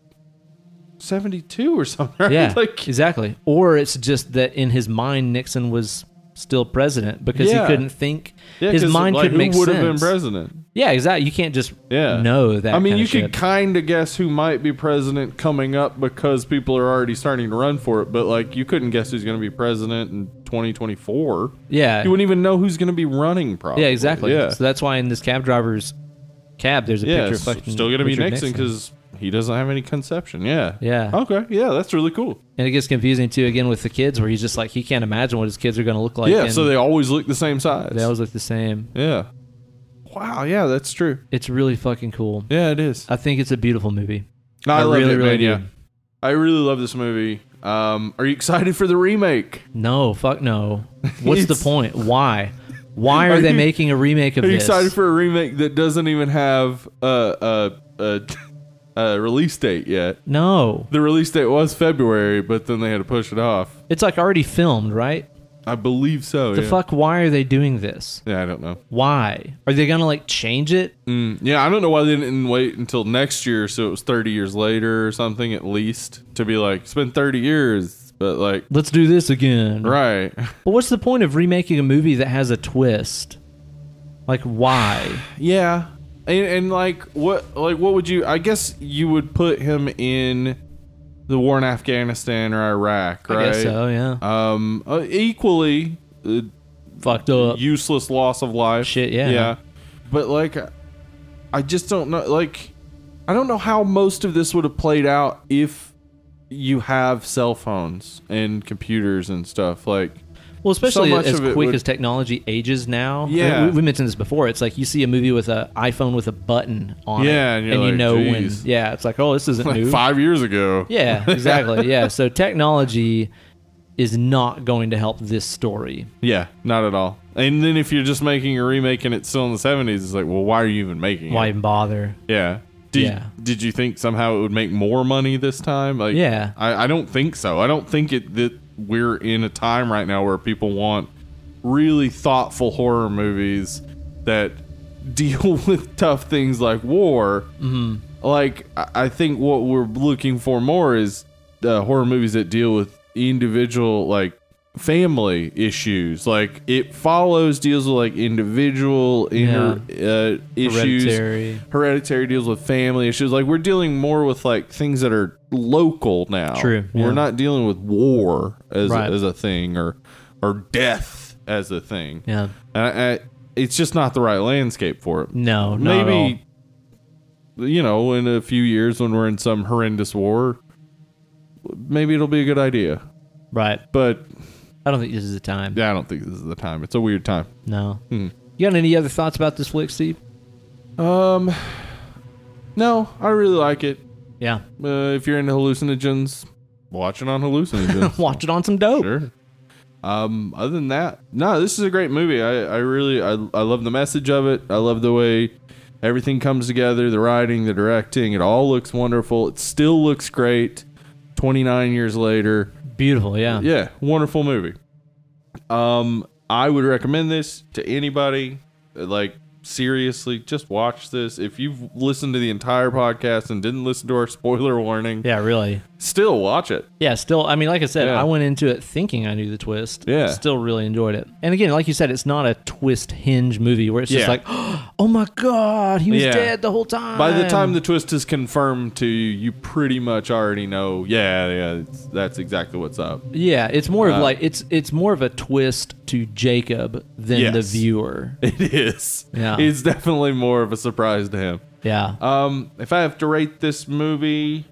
72 or something. Right? Yeah, Like, exactly. Or it's just that in his mind, Nixon was still president because Yeah. he couldn't think. yeah, his 'cause, mind like, could make Who would have been sense. president? yeah, exactly. You can't just Yeah. know that. I mean, kind you of could shit. kind of guess who might be president coming up because people are already starting to run for it, but like you couldn't guess who's going to be president in 2024. yeah, You wouldn't even know who's going to be running, probably. Uh, yeah, exactly. Yeah, So that's why in this cab driver's cab, there's a yeah picture it's of fucking still going to be Richard Nixon because he doesn't have any conception. Yeah. Yeah. Okay. Yeah, that's really cool. and it gets confusing too again with the kids, where he's just like he can't imagine what his kids are going to look like. yeah, and so they always look the same size. they always look the same. yeah. Wow. Yeah, that's true. It's really fucking cool. Yeah, it is. I think it's a beautiful movie. No, I, I love really, it, really man, do. Yeah. I really love this movie. Um, are you excited for the remake? No, fuck no. What's the It's- point? Why? Why are, Are they you- making a remake of Are you this? excited for a remake that doesn't even have a a, a, a release date yet? no. The release date was February, but then they had to push it off. It's like already filmed, right? I believe so. The Oh, yeah. fuck? Why are they doing this? Yeah, I don't know. Why are they gonna like change it? Mm, yeah, I don't know why they didn't wait until next year, so it was thirty years later or something at least to be like it's been thirty years, but like Let's do this again. right. But what's the point of remaking a movie that has a twist? Like why? Yeah, and, and like what like what would you? I guess you would put him in the war in Afghanistan or Iraq, I right? guess so. Yeah. Um, uh, equally uh, Fucked up. useless loss of life. Uh, Shit, yeah. Yeah. But like, I just don't know. Like, I don't know how most of this would have played out if you have cell phones and computers and stuff. Like, Well, especially much as of it quick would- as technology ages now. Yeah. we, we mentioned this before. It's like you see a movie with an iPhone with a button on it, Yeah, and you're you like, know "Geez." when. Yeah, it's like, oh, this isn't like new. five years ago. Yeah, exactly. yeah, so technology is not going to help this story. Yeah, not at all. And then if you're just making a remake and it's still in the 70s, it's like, well, why are you even making Why it? even bother? Yeah. Did, Yeah. did you think somehow it would make more money this time? Like, Yeah. I, I don't think so. I don't think it that we're in a time right now where people want really thoughtful horror movies that deal with tough things like war. Mm-hmm. Like, I I think what we're looking for more is uh, horror movies that deal with individual, like, family issues. Like, it follows deals with, like, individual inter- uh, issues Hereditary. hereditary deals with family issues like we're dealing more with like things that are local now True, yeah. we're not dealing with war as, Right. as a thing or or death as a thing Yeah. And I, I, it's just not the right landscape for it No, not at all. maybe you know in a few years when we're in some horrendous war maybe it'll be a good idea Right. but I don't think this is the time. yeah, Hmm. i don't think this is the time it's a weird time No. You got any other thoughts about this flick, Steve? um no i really like it Yeah. Uh, if you're into hallucinogens, watch it on hallucinogens. Watch it on some dope. Sure. Um, other than that, no, this is a great movie. I, I really I, I love the message of it. I love the way everything comes together, the writing, the directing, it all looks wonderful. It still looks great 29 years later. Beautiful. Yeah. Yeah, wonderful movie. Um, I would recommend this to anybody. Like seriously, just watch this. If you've listened to the entire podcast and didn't listen to our spoiler warning, Yeah, really. Still watch it. Yeah, still, I mean, like I said, Yeah. I went into it thinking I knew the twist. Yeah. Still really enjoyed it. And again, like you said, it's not a twist hinge movie where it's just Yeah. like, oh my God, he was Yeah. dead the whole time. By the time Um, the twist is confirmed to you, you pretty much already know. Yeah, yeah, it's, that's exactly what's up. Yeah, it's more of Uh, like, it's it's more of a twist to Jacob than the Yes. viewer. It is. Yeah. it's definitely more of a surprise to him. Yeah. Um, if I have to rate this movie,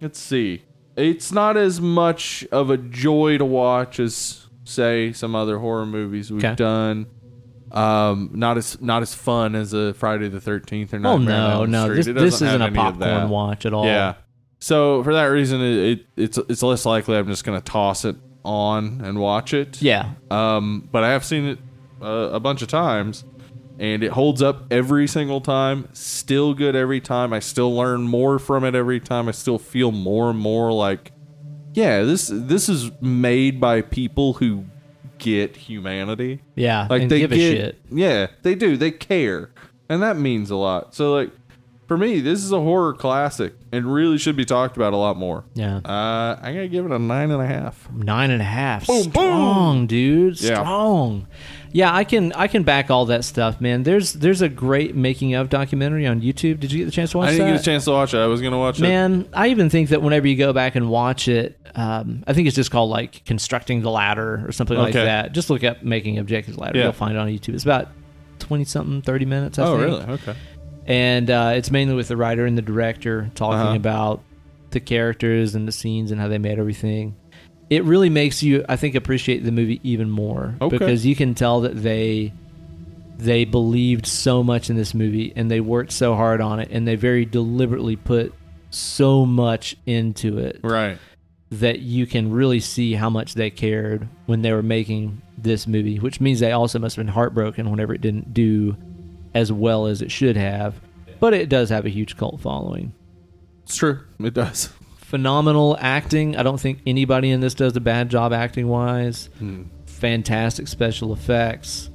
let's see. It's not as much of a joy to watch as say some other horror movies we've Okay. done. Um, not as not as fun as a Friday the Thirteenth or oh, Nightmare on no, Elm no. Street. This, It this doesn't have isn't a any of popcorn that. watch at all. Yeah. So for that reason, it, it it's it's less likely I'm just gonna toss it on and watch it. Yeah. Um, but I have seen it uh, a bunch of times, and it holds up every single time. Still good every time. I still learn more from it every time. I still feel more and more like, yeah, this this is made by people who get humanity. Yeah. Like and they give get, a shit. Yeah, they do. They care, and that means a lot. So like, for me, this is a horror classic, and really should be talked about a lot more. Yeah. Uh, I'm gonna give it a nine and a half. nine and a half. Boom, boom. strong, dude. Yeah. Strong. Yeah, I can I can back all that stuff, man. There's there's a great making of documentary on YouTube. Did you get the chance to watch I didn't that? get a chance to watch it. I was gonna watch it. Man, I even think that whenever you go back and watch it, um, I think it's just called like constructing the ladder or something like Okay. that. Just look up making of Jacob's ladder. Yeah. You'll find it on YouTube. It's about twenty something, thirty minutes. I Oh, think. really? Okay. and uh, it's mainly with the writer and the director talking Uh-huh. about the characters and the scenes and how they made everything. It really makes you, I think, appreciate the movie even more Okay. because you can tell that they they believed so much in this movie and they worked so hard on it and they very deliberately put so much into it Right. that you can really see how much they cared when they were making this movie, which means they also must have been heartbroken whenever it didn't do as well as it should have. But it does have a huge cult following. It's true. It does. Phenomenal acting. I don't think anybody in this does a bad job acting wise. Hmm. Fantastic special effects.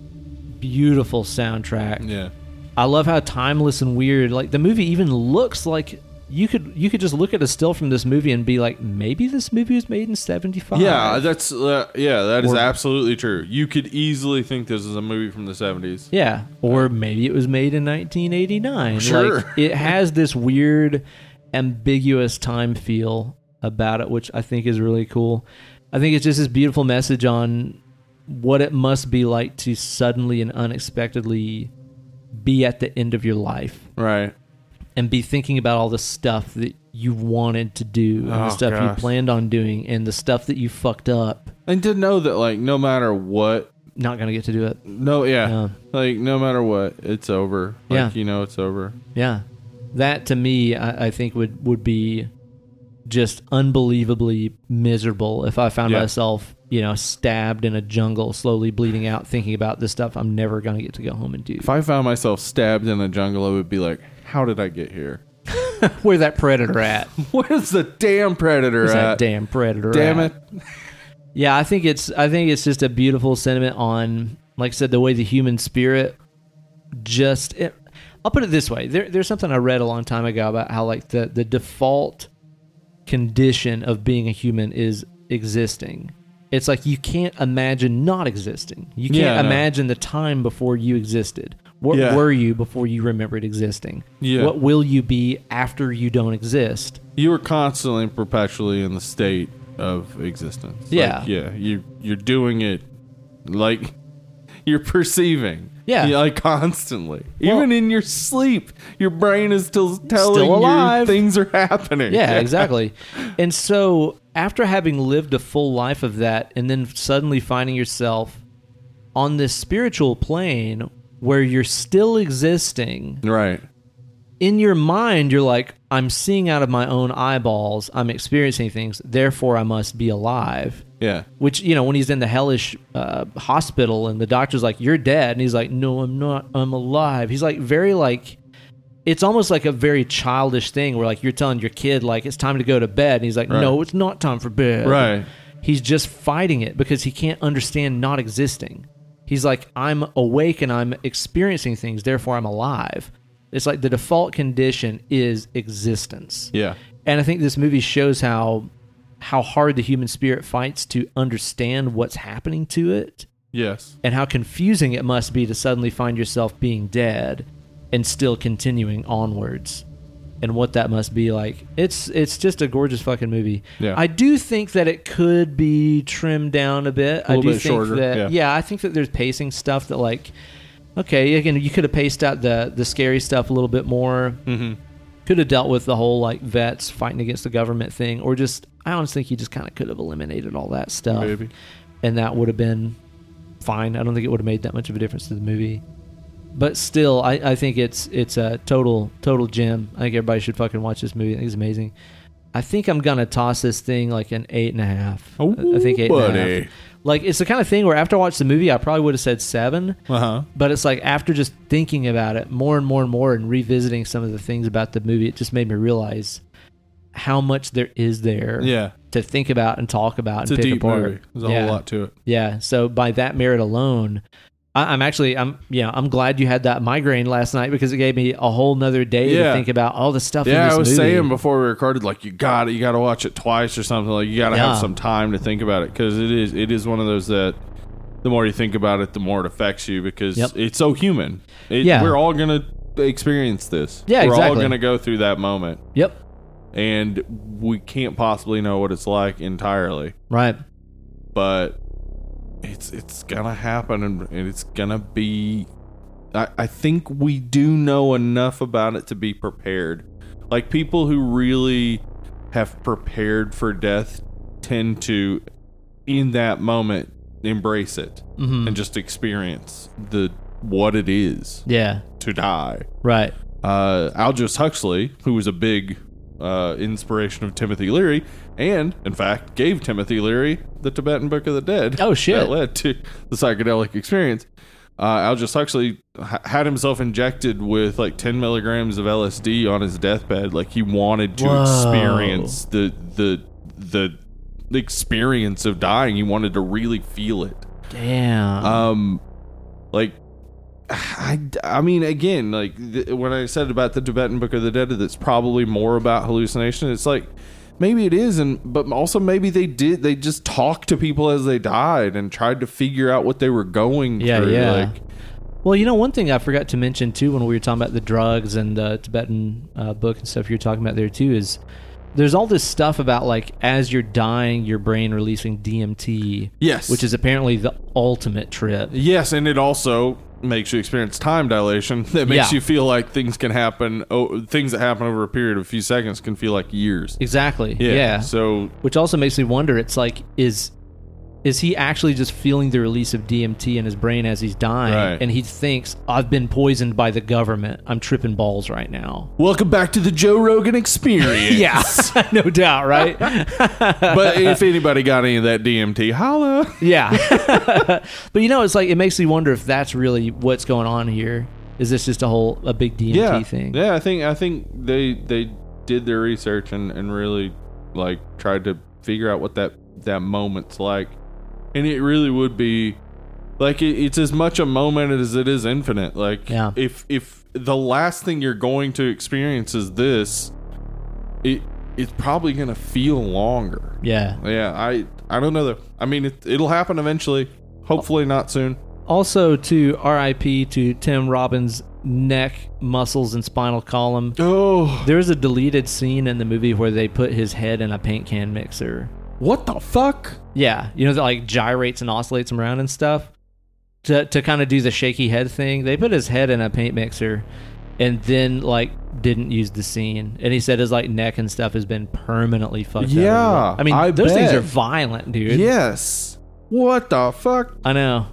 Beautiful soundtrack. Yeah. I love how timeless and weird. Like the movie even looks like you could you could just look at a still from this movie and be like, maybe this movie was made in seventy five. Yeah, that's uh, yeah, that is Or- absolutely true. You could easily think this is a movie from the 70s. Yeah, or maybe it was made in 1989. Sure. Like, it has this weird, ambiguous time feel about it, which I think is really cool. I think it's just this beautiful message on what it must be like to suddenly and unexpectedly be at the end of your life Right. and be thinking about all the stuff that you wanted to do and Oh, the stuff gosh. you planned on doing and the stuff that you fucked up. And to know that like no matter what, Not going to get to do it. no yeah, Yeah. like no matter what, it's over. Like Yeah. you know it's over. Yeah, that to me, I, I think would would be just unbelievably miserable if I found Yeah. myself, you know, stabbed in a jungle, slowly bleeding out, thinking about this stuff I'm never gonna get to go home and do. If I found myself stabbed in a jungle, I would be like, how did I get here? Where that predator at? Where's the damn predator Where's at? that damn predator? Damn at? it. Yeah, I think it's I think it's just a beautiful sentiment on, like I said, the way the human spirit just. It, I'll put it this way: there, there's something I read a long time ago about how like the the default condition of being a human is existing. It's like you can't imagine not existing. You can't Yeah, I know. imagine the time before you existed. What Yeah. were you before you remembered existing? Yeah. What will you be after you don't exist? you were constantly and perpetually in the state of existence. Like, Yeah. yeah. You you're doing it like you're perceiving. Yeah. like constantly. Well- Even in your sleep, your brain is still telling alive. you things are happening. Yeah, exactly. And so, after having lived a full life of that, and then suddenly finding yourself on this spiritual plane where you're still existing, Right. in your mind, you're like, I'm seeing out of my own eyeballs, I'm experiencing things, therefore I must be alive. Yeah. Which, you know, when he's in the hellish uh, hospital and the doctor's like, You're dead. And he's like, No, I'm not. I'm alive. He's like, very like, it's almost like a very childish thing where like you're telling your kid like it's time to go to bed and he's like Right. no it's not time for bed Right. he's just fighting it because he can't understand not existing he's like i'm awake and i'm experiencing things therefore i'm alive It's like the default condition is existence. Yeah. And I think this movie shows how how hard the human spirit fights to understand what's happening to it Yes. and how confusing it must be to suddenly find yourself being dead and still continuing onwards and what that must be like it's it's just a gorgeous fucking movie Yeah. i do think that it could be trimmed down a bit i little do bit think shorter, that yeah. i think that there's pacing stuff that like okay again you could have paced out the the scary stuff a little bit more Mm-hmm. could have dealt with the whole like vets fighting against the government thing or just i honestly think you just kind of could have eliminated all that stuff Maybe. and that would have been fine. I don't think it would have made that much of a difference to the movie. But still, I, I think it's it's a total total gem. I think everybody should fucking watch this movie. I think it's amazing. I think I'm gonna toss this thing like an eight and a half. Oh, I I think eight and a half. buddy. Like it's the kind of thing where after I watched the movie, I probably would have said seven. Uh huh. But it's like after just thinking about it more and more and more and revisiting some of the things about the movie, it just made me realize how much there is there Yeah. to think about and talk about It's a and pick deep apart. movie. There's a Yeah. whole lot to it. Yeah. So by that merit alone, I, I'm actually I'm yeah I'm glad you had that migraine last night because it gave me a whole nother day Yeah. to think about all the stuff. in Yeah, this I was movie. saying before we recorded, like you got to you got to watch it twice or something. Like you got to have Yeah. some time to think about it because it is it is one of those that the more you think about it, the more it affects you because Yep. it's so human. It, Yeah. we're all gonna experience this. Yeah, we're all exactly. gonna go through that moment, Yep. and we can't possibly know what it's like entirely. Right. But it's it's gonna happen, and, and it's gonna be. I, I think we do know enough about it to be prepared. Like people who really have prepared for death tend to, in that moment, embrace it hmm and just experience the what it is Yeah. to die. Right. Uh, Aldous Huxley, who was a big uh, inspiration of Timothy Leary, and in fact gave Timothy Leary the Tibetan Book of the Dead. Oh, shit. That led to the psychedelic experience. Uh, Aldous Huxley h- had himself injected with like 10 milligrams of LSD on his deathbed. Like he wanted to Whoa. experience the the the the experience of dying. He wanted to really feel it. Damn. Um, like, I, I mean, again, like th- when I said about the Tibetan Book of the Dead, that's probably more about hallucination. It's like maybe it is, and but also maybe they did they just talked to people as they died and tried to figure out what they were going Yeah, through. yeah. Like, well, you know, one thing I forgot to mention too when we were talking about the drugs and the Tibetan uh, book and stuff you're talking about there too is there's all this stuff about like as you're dying, your brain releasing DMT, yes, which is apparently the ultimate trip. yes, and it also makes you experience time dilation that makes Yeah. you feel like things can happen. Oh, things that happen over a period of a few seconds can feel like years. Exactly. yeah. So which also makes me wonder it's like is is he actually just feeling the release of DMT in his brain as he's dying Right. and he thinks I've been poisoned by the government I'm tripping balls right now welcome back to the Joe Rogan experience. no doubt right but if anybody got any of that DMT, holla. yeah but you know it's like it makes me wonder if that's really what's going on here is this just a whole a big DMT Yeah, thing yeah. I think I think they they did their research and and really like tried to figure out what that that moment's like, and it really would be like it, it's as much a moment as it is infinite. Like Yeah. if if the last thing you're going to experience is this, it it's probably gonna feel longer. yeah Yeah, I I don't know though. I mean, it, it'll happen eventually. Hopefully not soon. also to RIP to Tim Robbins neck muscles and spinal column Oh, There's a deleted scene in the movie where they put his head in a paint can mixer. What the fuck? Yeah, you know that like gyrates and oscillates him around and stuff. To to kind of do the shaky head thing, they put his head in a paint mixer, and then like didn't use the scene. And he said his like neck and stuff has been permanently fucked up. Yeah, I mean I those things bet. are violent, dude. Yes. What the fuck? I know.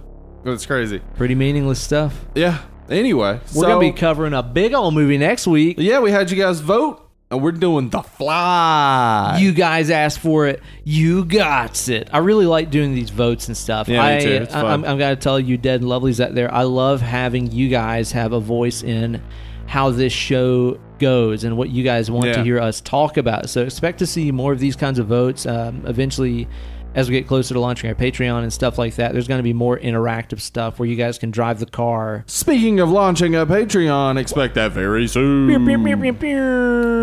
That's crazy. Pretty meaningless stuff. Yeah. Anyway, We're so- gonna be covering a big old movie next week. yeah, we had you guys vote, and we're doing the fly. You guys asked for it. You got it. I really like doing these votes and stuff. Yeah, me I, too. It's I, fun. am I'm gonna tell you, dead and lovelies out there, I love having you guys have a voice in how this show goes and what you guys want Yeah. to hear us talk about. So expect to see more of these kinds of votes. Um, eventually, as we get closer to launching our Patreon and stuff like that, there's going to be more interactive stuff where you guys can drive the car. Speaking of launching a Patreon, expect that very soon.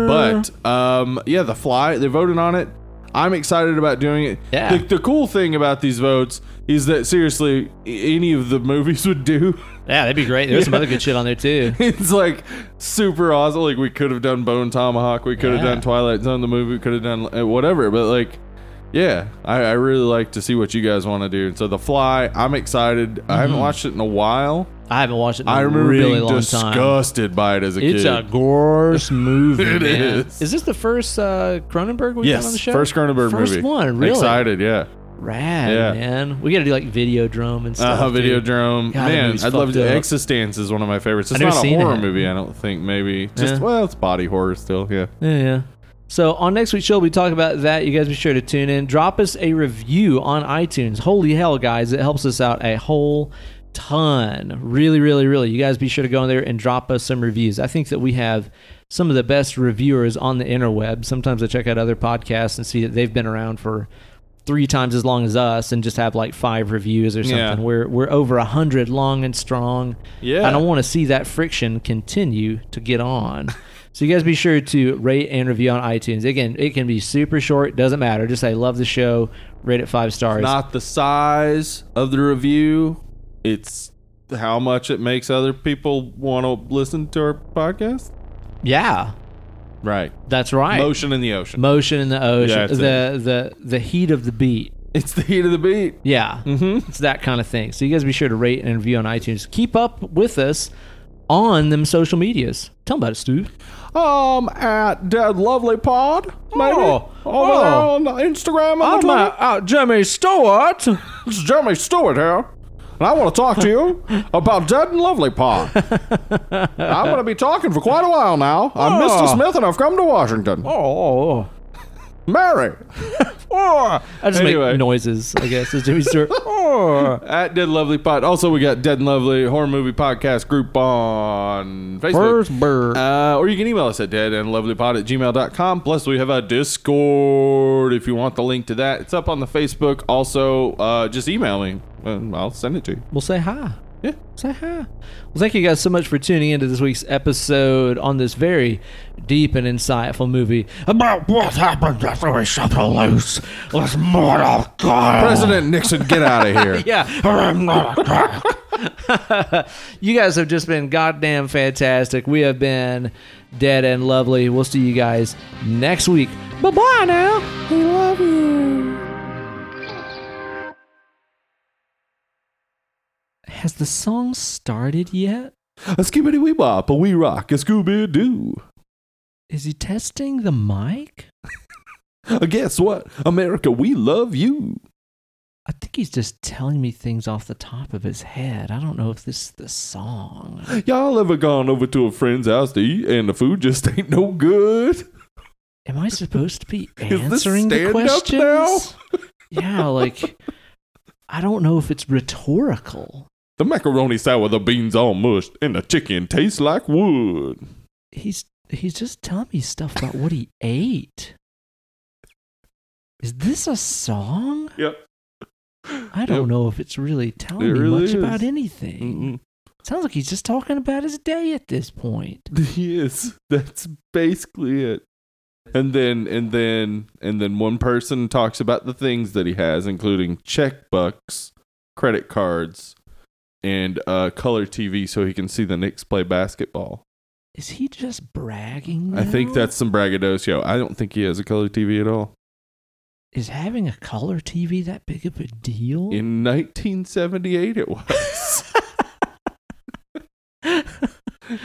But um, yeah, the fly they voted on it. I'm excited about doing it. Yeah. The, the cool thing about these votes is that seriously, i- any of the movies would do. yeah, that'd be great. There's some other good shit on there too. It's like super awesome. Like we could have done Bone Tomahawk, we could have Yeah. done Twilight Zone, the movie, we could have done uh, whatever. But like, yeah, I, I really like to see what you guys want to do. And so the fly, I'm excited. I haven't watched it in a while. I haven't watched it in a I remember Mm-hmm. really being long time. disgusted by it as a It's kid. a gross movie. It man. is. Is this the first uh, Cronenberg we've done on the show? First Cronenberg First movie. one, really. Excited, yeah. Rad, Yeah. man. We got to do like video drum and stuff. Uh, dude. Videodrome. God, that Man, movie's I'd love fucked to. up. Existence is one of my favorites. It's never not a seen horror it. movie, I don't think, maybe. Just, Yeah. well, it's body horror still, yeah. Yeah, yeah. So on next week's show, we talk about that. You guys be sure to tune in. Drop us a review on iTunes. Holy hell, guys! It helps us out a whole ton. Really, really, really. You guys be sure to go in there and drop us some reviews. I think that we have some of the best reviewers on the interweb. Sometimes I check out other podcasts and see that they've been around for three times as long as us and just have like five reviews or something. Yeah. We're we're over a hundred long and strong. Yeah. I don't want to see that friction continue to get on. so you guys be sure to rate and review on iTunes. Again, it can be super short, doesn't matter. Just say love the show, rate it five stars. Not the size of the review, it's how much it makes other people want to listen to our podcast. yeah, Right. that's right. Motion in the ocean. Motion in the ocean, Yeah, that's the the the heat of the beat. it's the heat of the beat. Yeah, Mm-hmm. it's that kind of thing. So you guys be sure to rate and review on iTunes. Keep up with us on them social medias. Tell them about it, Stu. Um, at Dead Lovely Pod, maybe. Oh, Over oh. there on the Instagram. And the Twitter. Jimmy Stewart. This is Jeremy Stewart here, and I want to talk to you about Dead and Lovely Pod. I'm going to be talking for quite a while now. I'm Mr. Smith, and I've come to Washington. Oh. Mary. I just Anyway. make noises, I guess, as Jimmy Stewart. Oh. At Dead Lovely Pod. Also, we got Dead and Lovely Horror Movie Podcast group on Facebook. bird. Uh, or you can email us at deadandlovelypod at gmail.com. Plus, we have a Discord if you want the link to that. It's up on the Facebook. Also, uh, just email me, and I'll send it to you. we'll say hi. Yeah. Say hi. Well, thank you guys so much for tuning into this week's episode on this very deep and insightful movie Um, about what happened after we shut her loose. This mortal god. President Nixon, get out of here. Yeah. you guys have just been goddamn fantastic. We have been dead and lovely. We'll see you guys next week. Bye bye now. We love you. Has the song started yet? A skibbity wee bop, a wee rock, a Scooby Doo. Is he testing the mic? Uh, Guess what? America, we love you. I think he's just telling me things off the top of his head. I don't know if this is the song. Y'all ever gone over to a friend's house to eat and the food just ain't no good? Am I supposed to be this answering the stand up questions? now? yeah, like I don't know if it's rhetorical. The macaroni sour, the beans all mushed, and the chicken tastes like wood. He's he's just telling me stuff about what he ate. Is this a song? Yep. I don't Yep. know if it's really telling It me really much about is. anything. Mm-mm. Sounds like he's just talking about his day at this point. Yes, that's basically it. And then, and then, and then one person talks about the things that he has, including checkbooks, credit cards, and uh, color TV so he can see the Knicks play basketball. Is he just bragging? I think now? that's some braggadocio. I don't think he has a color TV at all. is having a color TV that big of a deal? In 1978, it was.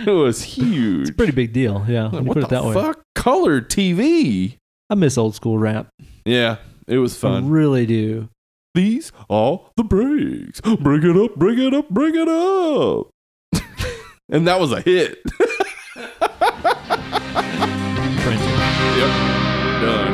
it was huge. it's a pretty big deal, yeah. Like, when you what put it the that way. fuck? Color TV? I miss old school rap. Yeah, it was I fun. really do. These are the breaks. Bring it up, bring it up, bring it up. and that was a hit. Prince. Yep. Done.